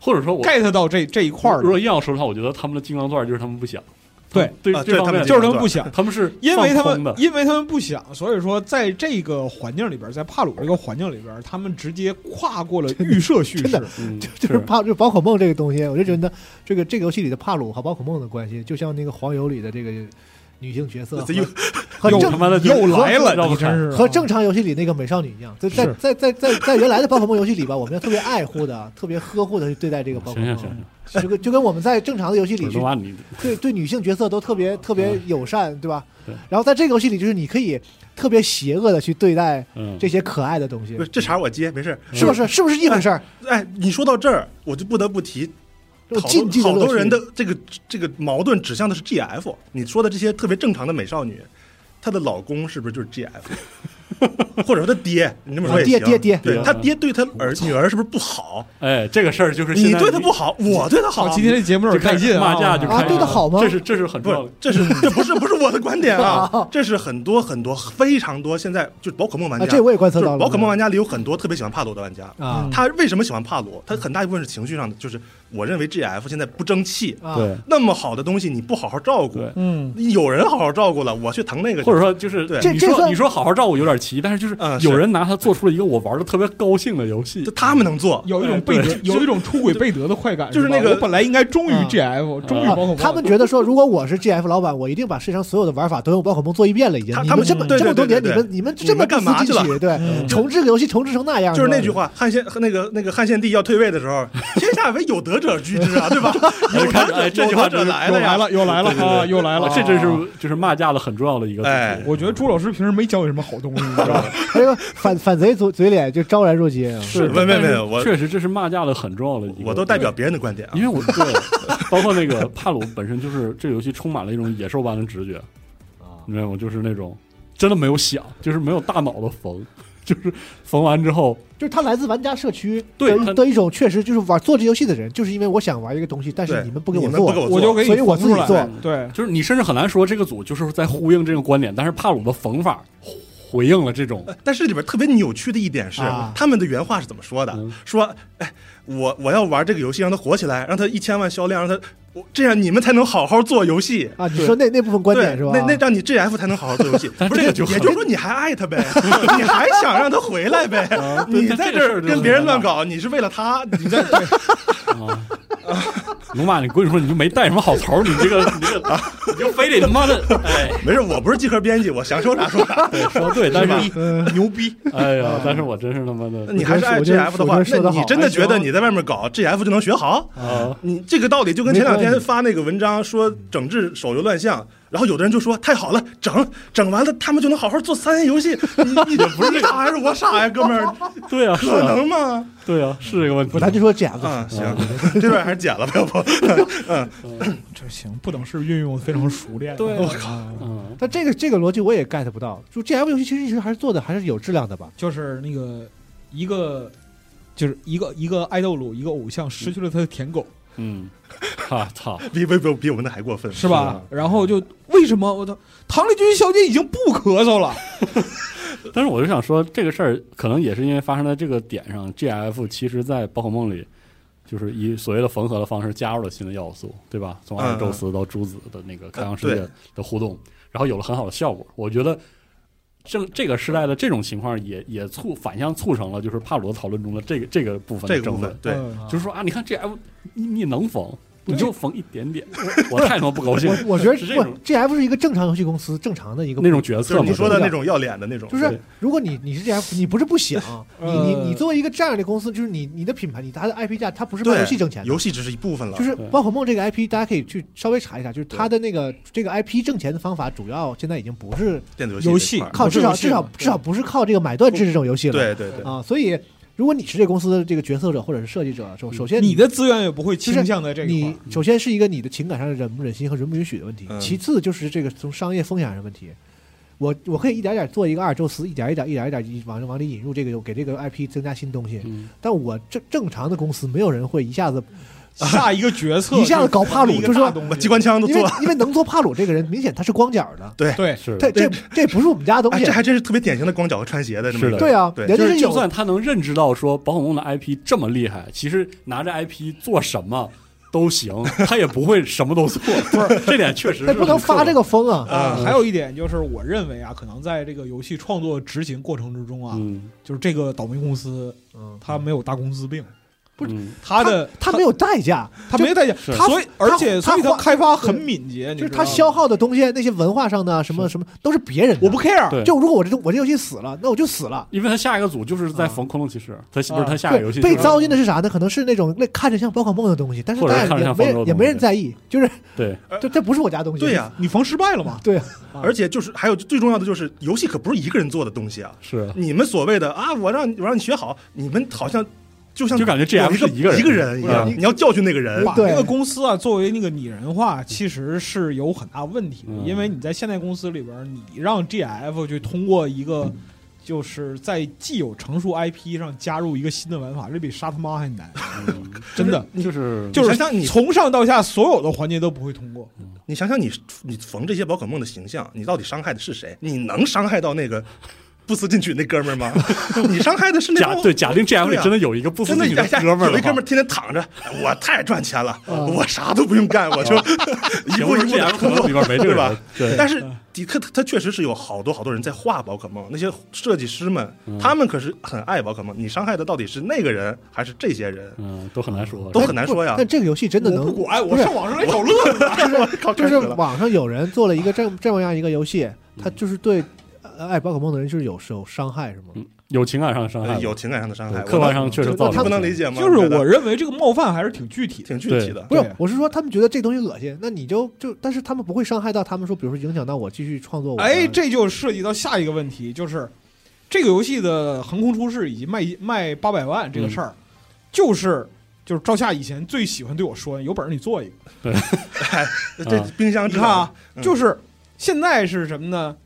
[SPEAKER 2] 或者说我
[SPEAKER 3] get 到这这一块儿
[SPEAKER 2] 如
[SPEAKER 3] 了
[SPEAKER 2] 果，硬要说的话，我觉得他们的金刚钻就是他们不想，
[SPEAKER 3] 对
[SPEAKER 2] 对
[SPEAKER 4] 啊
[SPEAKER 2] 这
[SPEAKER 4] 对
[SPEAKER 2] 方
[SPEAKER 4] 他们
[SPEAKER 2] 面
[SPEAKER 4] 金
[SPEAKER 3] 就
[SPEAKER 2] 就是是
[SPEAKER 3] 他们不想。
[SPEAKER 2] 他们是
[SPEAKER 3] 因为他
[SPEAKER 2] 放空
[SPEAKER 3] 们
[SPEAKER 2] 的，
[SPEAKER 3] 因为他们不想，所以说在这个环境里边，在帕鲁这个环境里边，他们直接跨过了预设叙
[SPEAKER 1] 真的
[SPEAKER 3] 事。
[SPEAKER 2] 嗯
[SPEAKER 1] 就就是帕就宝可梦这个东西，我就
[SPEAKER 4] 嗯
[SPEAKER 1] 觉得这个这个游戏里的帕鲁和宝可梦的关系，就像那个黄油里的这个女性角色
[SPEAKER 4] 这又
[SPEAKER 1] 和
[SPEAKER 3] 又
[SPEAKER 1] 正
[SPEAKER 2] 他妈的
[SPEAKER 3] 又来了，
[SPEAKER 2] 让
[SPEAKER 3] 你
[SPEAKER 2] 我
[SPEAKER 3] 真
[SPEAKER 2] 看
[SPEAKER 3] 是
[SPEAKER 1] 和正常游戏里那个美少女一样，在在
[SPEAKER 3] 是
[SPEAKER 1] 在在在在原来的宝可梦游戏里吧，我们要特别爱护的、特别呵护的去对待这个宝可
[SPEAKER 2] 行行行
[SPEAKER 1] 梦，
[SPEAKER 2] 行，
[SPEAKER 1] 就跟就跟我们在正常的游戏里
[SPEAKER 2] 我
[SPEAKER 1] 去
[SPEAKER 2] 都把你
[SPEAKER 1] 对对女性角色都特别特别友善，对吧？
[SPEAKER 2] 对
[SPEAKER 1] 然后在这个游戏里，就是你可以特别邪恶的去对待
[SPEAKER 2] 嗯
[SPEAKER 1] 这些可爱的东西
[SPEAKER 4] 不，是这茬我接，没事儿。
[SPEAKER 1] 是不是？是不是一回事儿？
[SPEAKER 4] 哎，你说到这儿，我就不得不提
[SPEAKER 1] 这种
[SPEAKER 4] 好
[SPEAKER 1] 禁忌
[SPEAKER 4] 多
[SPEAKER 1] 的
[SPEAKER 4] 好
[SPEAKER 1] 乐
[SPEAKER 4] 多
[SPEAKER 1] 趣
[SPEAKER 4] 人的这个这个矛盾指向的是 GF。你说的这些特别正常的美少女，她的老公是不是就是 GF？ 或者说他爹，你这么说也
[SPEAKER 1] 啊爹
[SPEAKER 4] 行。
[SPEAKER 1] 爹爹
[SPEAKER 4] 对
[SPEAKER 2] 爹
[SPEAKER 4] 他爹对他儿女儿是不是不好？
[SPEAKER 2] 哎，这个事儿就是
[SPEAKER 4] 你
[SPEAKER 2] 现在
[SPEAKER 4] 对他不好，我对他好。
[SPEAKER 3] 今天这节目有
[SPEAKER 2] 就
[SPEAKER 3] 点带
[SPEAKER 2] 开
[SPEAKER 3] 劲
[SPEAKER 2] 始
[SPEAKER 3] 啊，
[SPEAKER 2] 骂架就开
[SPEAKER 1] 啊
[SPEAKER 2] 始
[SPEAKER 1] 对他好吗
[SPEAKER 2] 这是这是很
[SPEAKER 4] 不
[SPEAKER 2] 重要
[SPEAKER 4] 是
[SPEAKER 2] 的，，
[SPEAKER 4] 这是这不是不是我的观 点啊，这是很多很多非常多现在就是宝可梦玩
[SPEAKER 1] 啊，
[SPEAKER 4] 家，
[SPEAKER 1] 这我也观测
[SPEAKER 4] 就是
[SPEAKER 1] 到了。嗯
[SPEAKER 4] 宝可梦玩家里有很多特别喜欢帕罗的玩家，
[SPEAKER 1] 啊
[SPEAKER 3] 嗯
[SPEAKER 4] 他为什么喜欢帕
[SPEAKER 2] 嗯
[SPEAKER 4] 罗？他很大一部分是情绪上的，就是我认为 GF 现在不争气，
[SPEAKER 1] 啊，
[SPEAKER 2] 对
[SPEAKER 4] 那么好的东西你不好好照顾，
[SPEAKER 2] 对，
[SPEAKER 3] 嗯，
[SPEAKER 4] 有人好好照顾了，我去疼那个去，
[SPEAKER 2] 或者说就是
[SPEAKER 4] 对
[SPEAKER 1] 这
[SPEAKER 2] 你
[SPEAKER 1] 这
[SPEAKER 2] 说
[SPEAKER 1] 算
[SPEAKER 2] 你说好好照顾有点奇，但是就是
[SPEAKER 4] 嗯是
[SPEAKER 2] 有人拿它做出了一个我玩的特别高兴的游戏
[SPEAKER 4] 就，他们能做，
[SPEAKER 3] 有一种背德，有一种出轨背德的快感，
[SPEAKER 4] 就是
[SPEAKER 3] 吧
[SPEAKER 4] 那个
[SPEAKER 3] 我本来应该忠于
[SPEAKER 1] 啊
[SPEAKER 3] GF，忠于
[SPEAKER 2] 啊
[SPEAKER 3] 宝可梦，
[SPEAKER 1] 他们觉得说，如果我是 GF 老板，我一定把世界上所有的玩法都用宝可梦做一遍了，已经。
[SPEAKER 4] 他
[SPEAKER 1] 你
[SPEAKER 4] 他们
[SPEAKER 1] 这么
[SPEAKER 4] 对
[SPEAKER 1] 这么多
[SPEAKER 4] 对对
[SPEAKER 1] 年，
[SPEAKER 4] 对
[SPEAKER 1] 你
[SPEAKER 4] 对
[SPEAKER 1] 们你们这
[SPEAKER 4] 你
[SPEAKER 1] 么
[SPEAKER 4] 们干嘛
[SPEAKER 1] 不思进
[SPEAKER 4] 去
[SPEAKER 1] 取，对，
[SPEAKER 3] 嗯
[SPEAKER 1] 重置个游戏重置成那样，
[SPEAKER 4] 就是那
[SPEAKER 1] 吧
[SPEAKER 4] 句话，汉献和那个那个汉献帝要退位的时候，天下为有德者居之 啊，对吧？有德者，
[SPEAKER 2] 哎这句
[SPEAKER 4] 有
[SPEAKER 2] 话
[SPEAKER 4] 德者
[SPEAKER 2] 真是
[SPEAKER 4] 来
[SPEAKER 3] 又
[SPEAKER 4] 了
[SPEAKER 3] 来
[SPEAKER 4] 呀，
[SPEAKER 3] 了，又来了
[SPEAKER 2] 对对对
[SPEAKER 3] 啊，又来了
[SPEAKER 2] 啊，这真
[SPEAKER 3] 真
[SPEAKER 2] 是就是骂架的很重要的一个主题。
[SPEAKER 4] 哦哎
[SPEAKER 3] 我觉得朱老师平时没教我什么好东西，你知道吗？
[SPEAKER 1] 哎呦，反反贼嘴嘴脸就昭然若揭啊！
[SPEAKER 2] 是，
[SPEAKER 4] 没没
[SPEAKER 2] 但是
[SPEAKER 4] 没我
[SPEAKER 2] 确实这是骂架的很重要的一个。
[SPEAKER 4] 我都代表别人的观点啊
[SPEAKER 2] 因。为我对，包括那个帕鲁本身就是这个游戏充满了一种野兽般的直觉，
[SPEAKER 4] 啊
[SPEAKER 2] 你知道吗？就是那种真的没有想，就是没有大脑的缝，就是缝完之后，
[SPEAKER 1] 就是他来自玩家社区
[SPEAKER 2] 对
[SPEAKER 1] 的
[SPEAKER 2] 他
[SPEAKER 1] 一的一种，确实就是玩做这游戏的人，就是因为我想玩一个东西，但是
[SPEAKER 4] 对，
[SPEAKER 1] 你
[SPEAKER 4] 你
[SPEAKER 1] 们不给我
[SPEAKER 4] 们不
[SPEAKER 1] 做
[SPEAKER 4] 给，我
[SPEAKER 3] 我就给
[SPEAKER 1] 所以我自己
[SPEAKER 3] 缝出来对，
[SPEAKER 2] 就是你甚至很难说这个组就是在呼应这个观点，但是帕鲁的缝法回应了这种。
[SPEAKER 4] 呃但是里边特别扭曲的一点是
[SPEAKER 1] 啊，
[SPEAKER 4] 他们的原话是怎么说的
[SPEAKER 2] 嗯？
[SPEAKER 4] 说，哎，我我要玩这个游戏，让它火起来，让它一千万销量，让它我这样你们才能好好做游戏。
[SPEAKER 1] 啊！你说那那部分观
[SPEAKER 4] 对
[SPEAKER 1] 点是吧？
[SPEAKER 4] 那那让你 GF 才能好好做游戏，
[SPEAKER 2] 但
[SPEAKER 4] 不是？
[SPEAKER 2] 这
[SPEAKER 4] 也
[SPEAKER 2] 个就
[SPEAKER 4] 就
[SPEAKER 2] 很
[SPEAKER 4] 是说你还爱 他呗，你还想让他回来呗？
[SPEAKER 2] 啊对
[SPEAKER 4] 你
[SPEAKER 2] 但
[SPEAKER 4] 在
[SPEAKER 2] 这
[SPEAKER 4] 这
[SPEAKER 2] 个事儿
[SPEAKER 4] 儿
[SPEAKER 2] 就
[SPEAKER 4] 跟
[SPEAKER 2] 很
[SPEAKER 4] 别人
[SPEAKER 2] 尴
[SPEAKER 4] 乱
[SPEAKER 2] 尬
[SPEAKER 4] 搞，你是为了 他，你在
[SPEAKER 2] 啊！龙马，你闺女说你就没带什么好头儿，你这 个你这个，你就非得他妈的，哎，
[SPEAKER 4] 没事，我不是集合编辑，我想说啥说啥。
[SPEAKER 2] 对，说得对，但是
[SPEAKER 4] 牛逼！
[SPEAKER 2] 哎呀，但是我真是他妈
[SPEAKER 4] 那
[SPEAKER 2] 的
[SPEAKER 4] 你还是爱
[SPEAKER 1] 我觉得
[SPEAKER 4] GF 的
[SPEAKER 1] 我觉
[SPEAKER 4] 话
[SPEAKER 1] 得，说得
[SPEAKER 4] 那你
[SPEAKER 1] 好
[SPEAKER 4] 真的觉得你在外面搞 GF 就能学好？
[SPEAKER 2] 啊，
[SPEAKER 4] 你这个道理就跟前两天发那个文章说整治手游乱象，然后有的人就说太好了，整整完了他们就能好好做三 A 游戏。你你不是傻还是我傻呀，哥 们儿？
[SPEAKER 2] 对啊，是
[SPEAKER 4] 可
[SPEAKER 2] 啊，
[SPEAKER 4] 能吗？
[SPEAKER 2] 对啊，是这个问题。
[SPEAKER 1] 不，咱就说 GF
[SPEAKER 4] 啊，行，这段还是剪了吧，要嗯不？
[SPEAKER 3] 这行不等式运用得非常熟练，
[SPEAKER 2] 对
[SPEAKER 3] 我
[SPEAKER 2] 我
[SPEAKER 3] 靠，
[SPEAKER 2] 嗯，
[SPEAKER 1] 但这个这个逻辑我也 get 不到，就 GF 游戏其实一直还是做的还是有质量的吧？
[SPEAKER 3] 就是那个一个。就是一个一个爱豆鲁，一个偶像失去了他的舔狗，
[SPEAKER 2] 嗯，哈操，
[SPEAKER 4] 比比比比我们的还过分
[SPEAKER 3] 是吧？？然后就为什么我操，唐丽君小姐已经不咳嗽了，
[SPEAKER 2] 但是我就想说，这个事儿可能也是因为发生在这个点上，GF 其实在宝可梦里就是以所谓的缝合的方式加入了新的要素，对吧？从阿尔宙斯到朱子的那个开放世
[SPEAKER 4] 呃
[SPEAKER 2] 界的互动，然后有了很好的效果。我觉得正这个时代的这种情况也也促反向促成了就是帕鲁的讨论中的这个这个部分的
[SPEAKER 4] 这个部
[SPEAKER 2] 争论
[SPEAKER 4] 分，对，
[SPEAKER 3] 嗯
[SPEAKER 2] 就是说啊，你看 GF 你你能缝，你就缝一点点，我我太他妈不高 兴了。
[SPEAKER 1] 我我觉得
[SPEAKER 2] 是这
[SPEAKER 1] 不
[SPEAKER 2] 种
[SPEAKER 1] ，GF 是一个正常游戏公司正常的一个
[SPEAKER 2] 那种决
[SPEAKER 4] 就
[SPEAKER 2] 策
[SPEAKER 4] 是
[SPEAKER 2] 嘛，
[SPEAKER 4] 你说的
[SPEAKER 2] 对吧
[SPEAKER 4] 那种要脸的那种，
[SPEAKER 1] 就是
[SPEAKER 2] 对
[SPEAKER 1] 如果你你是 GF，你不是不想，你你
[SPEAKER 3] 呃
[SPEAKER 1] 你作为一个这样的公司，就是你你的品牌，你它的 IP 价，它不是卖
[SPEAKER 4] 对
[SPEAKER 1] 游戏挣钱的
[SPEAKER 4] 游。戏只是一部分了，
[SPEAKER 1] 就是
[SPEAKER 2] 对
[SPEAKER 1] 宝可梦这个 IP，大家可以去稍微查一下，就是它的那个这个 IP 挣钱的方法，主要现在已经不是
[SPEAKER 4] 电子
[SPEAKER 3] 游
[SPEAKER 4] 游
[SPEAKER 3] 戏
[SPEAKER 4] 这一块儿
[SPEAKER 1] 靠，
[SPEAKER 3] 不是
[SPEAKER 1] 至
[SPEAKER 3] 游
[SPEAKER 1] 少
[SPEAKER 3] 戏
[SPEAKER 1] 至少
[SPEAKER 3] 了
[SPEAKER 1] 至少不是靠这个买断制这种游戏了。
[SPEAKER 4] 对对对，
[SPEAKER 1] 啊，所以如果你是这公司的这个决策者或者是设计者，首首先
[SPEAKER 3] 你的资源也不会
[SPEAKER 1] 就
[SPEAKER 3] 倾
[SPEAKER 1] 是
[SPEAKER 3] 向在这一块
[SPEAKER 1] 你
[SPEAKER 3] 儿。
[SPEAKER 1] 首先是一个你的情感上的忍不忍心和忍不允许的问题，
[SPEAKER 4] 嗯
[SPEAKER 1] 其次就是这个从商业风险上的问题。我我可以一点点做一个阿尔宙斯，一点一点一点一点往往里引入这个，给这个 IP 增加新东西。
[SPEAKER 2] 嗯
[SPEAKER 1] 但我正正常的公司，没有人会一下子，
[SPEAKER 3] 下一个决策
[SPEAKER 1] 一下子搞帕鲁
[SPEAKER 3] 就是
[SPEAKER 1] 就说
[SPEAKER 3] 一个大东
[SPEAKER 4] 把
[SPEAKER 3] 西
[SPEAKER 4] 机关枪都
[SPEAKER 1] 因为
[SPEAKER 4] 做，
[SPEAKER 1] 因为能做帕鲁这个人，明显他是光脚的，
[SPEAKER 3] 对，
[SPEAKER 2] 是
[SPEAKER 1] 他这这不是我们家的东
[SPEAKER 4] 哎，
[SPEAKER 1] 西
[SPEAKER 4] 这。还真是特别典型的光脚和穿鞋的这
[SPEAKER 2] 是
[SPEAKER 4] 么一个
[SPEAKER 2] 的
[SPEAKER 1] 对啊，
[SPEAKER 4] 对
[SPEAKER 1] 人
[SPEAKER 2] 就
[SPEAKER 1] 家
[SPEAKER 2] 是就
[SPEAKER 1] 有
[SPEAKER 2] 算他能认知到说宝可梦的 IP 这么厉害，其实拿着 IP 做什么都行，他也不会什么都做。不是，这点确实
[SPEAKER 1] 他
[SPEAKER 2] 是
[SPEAKER 1] 哎不能发这
[SPEAKER 2] 个。
[SPEAKER 1] 个疯啊！
[SPEAKER 3] 啊、还有一点就是，我认为啊，可能在这个游戏创作执行过程之中啊，
[SPEAKER 2] 嗯，
[SPEAKER 3] 就是这个倒霉公司，
[SPEAKER 1] 嗯，
[SPEAKER 3] 它没有大公司病，
[SPEAKER 2] 不是，
[SPEAKER 3] 它的
[SPEAKER 1] 他没有代价，
[SPEAKER 3] 它没有代价，
[SPEAKER 2] 是
[SPEAKER 3] 所以而且
[SPEAKER 1] 它
[SPEAKER 3] 所以它
[SPEAKER 1] 它
[SPEAKER 3] 开发很敏捷，
[SPEAKER 1] 就是他
[SPEAKER 3] 它
[SPEAKER 1] 消，耗的东西，那些文化上的什么什么都是别人的。
[SPEAKER 3] 我不 care，
[SPEAKER 2] 对，
[SPEAKER 1] 就如果我这我这游戏死了，那我就死了。
[SPEAKER 2] 因为他下一个组就是在缝空洞骑士，他不是他下一
[SPEAKER 1] 对，
[SPEAKER 2] 个游戏
[SPEAKER 1] 被
[SPEAKER 2] 就是
[SPEAKER 1] 糟践的是啥呢？可能是那种那看着像宝可梦的东西，但是
[SPEAKER 2] 或者
[SPEAKER 1] 大家
[SPEAKER 2] 看着
[SPEAKER 1] 也
[SPEAKER 2] 像
[SPEAKER 1] 没
[SPEAKER 2] 方舟
[SPEAKER 1] 人
[SPEAKER 2] 的
[SPEAKER 1] 也没人
[SPEAKER 2] 东西
[SPEAKER 1] 在意，就是
[SPEAKER 2] 对，
[SPEAKER 1] 这这不是我家东西。
[SPEAKER 4] 呃对呀，
[SPEAKER 3] 你缝失败了嘛？
[SPEAKER 1] 对啊，
[SPEAKER 4] 而且就是还有最重要的就是，游戏可不是一个人做的东西啊。
[SPEAKER 2] 是
[SPEAKER 4] 你们所谓的啊，我让我让你学好，你们好像就像
[SPEAKER 2] 就感觉这样
[SPEAKER 4] 有一
[SPEAKER 2] 是
[SPEAKER 4] 个
[SPEAKER 2] 一个人
[SPEAKER 4] 一个人一样，
[SPEAKER 2] 嗯
[SPEAKER 4] 你要教训那个人
[SPEAKER 3] 把。
[SPEAKER 1] 对
[SPEAKER 3] 那个公司啊作为那个拟人化，其实是有很大问题的，
[SPEAKER 2] 嗯
[SPEAKER 3] 因为你在现代公司里边儿，你让 GF 去通过一个。就是在既有成熟 IP 上加入一个新的玩法，这比杀他妈还难，
[SPEAKER 2] 嗯
[SPEAKER 3] 真的。
[SPEAKER 2] 就是
[SPEAKER 3] 就是
[SPEAKER 4] 你想想你
[SPEAKER 3] 从上到下所有的环节都不会通过，
[SPEAKER 4] 你想想你，你缝这些宝可梦的形象，你到底伤害的是谁？你能伤害到 那个不思进取那哥们儿吗？ 你伤害的是那
[SPEAKER 2] 假
[SPEAKER 4] 帮
[SPEAKER 2] 对假定 GF
[SPEAKER 4] 对
[SPEAKER 2] 里
[SPEAKER 4] 啊
[SPEAKER 2] 真的有一个不
[SPEAKER 4] 真
[SPEAKER 2] 服
[SPEAKER 4] 的
[SPEAKER 2] 气的
[SPEAKER 4] 哎呀
[SPEAKER 2] 哥们儿
[SPEAKER 4] 有一
[SPEAKER 2] 的
[SPEAKER 4] 哥
[SPEAKER 2] 话嗯
[SPEAKER 4] 们儿，天天躺着，我太赚钱了，我啥都不用干，我就一
[SPEAKER 2] 哦行
[SPEAKER 4] 步一步的
[SPEAKER 2] GF 可能里边没这个
[SPEAKER 4] 对吧
[SPEAKER 2] 人，对，
[SPEAKER 4] 但是的确，他确实是有好多好多人在画宝可梦，那些设计师们，
[SPEAKER 2] 嗯
[SPEAKER 4] 他们可是很爱宝可梦。你伤害的到底是那个人，还是这些人，
[SPEAKER 2] 嗯，都很难说，
[SPEAKER 4] 都很难说呀。
[SPEAKER 1] 但这个游戏真的能
[SPEAKER 3] 我不管，我
[SPEAKER 1] 不是
[SPEAKER 3] 上网上来找乐子。
[SPEAKER 4] 靠，
[SPEAKER 1] 就
[SPEAKER 4] 开始
[SPEAKER 1] 是
[SPEAKER 4] 了
[SPEAKER 1] 网上有人做了一个 这这么样一个游戏，
[SPEAKER 2] 嗯
[SPEAKER 1] 他就是对呃爱宝可梦的人就是有有伤害是吗？
[SPEAKER 2] 嗯有情感上的伤害
[SPEAKER 4] 呃
[SPEAKER 2] 吧，
[SPEAKER 4] 有情感上的伤害，
[SPEAKER 2] 对客观上确实
[SPEAKER 4] 我
[SPEAKER 2] 造
[SPEAKER 4] 能
[SPEAKER 2] 成
[SPEAKER 4] 这不能理解吗？
[SPEAKER 3] 就是
[SPEAKER 4] 觉得
[SPEAKER 3] 我认为这个冒犯还是挺具体的，
[SPEAKER 4] 挺具体的，
[SPEAKER 1] 不是
[SPEAKER 3] 对，
[SPEAKER 1] 我是说他们觉得这东西恶心，那你就就，但是他们不会伤害到他们说，比如说影响到我继续创
[SPEAKER 2] 哦
[SPEAKER 1] 作我的。
[SPEAKER 3] 哎，
[SPEAKER 2] 嗯
[SPEAKER 3] 这就涉及到下一个问题，就是这个游戏的横空出世以及卖卖八百万
[SPEAKER 2] 嗯
[SPEAKER 3] 这个事儿，就是就是赵夏以前最喜欢对我说的，有本事你做一个。
[SPEAKER 4] 这冰箱
[SPEAKER 3] 你
[SPEAKER 4] 之
[SPEAKER 3] 看啊，
[SPEAKER 4] 嗯
[SPEAKER 3] 就是现在是什么呢？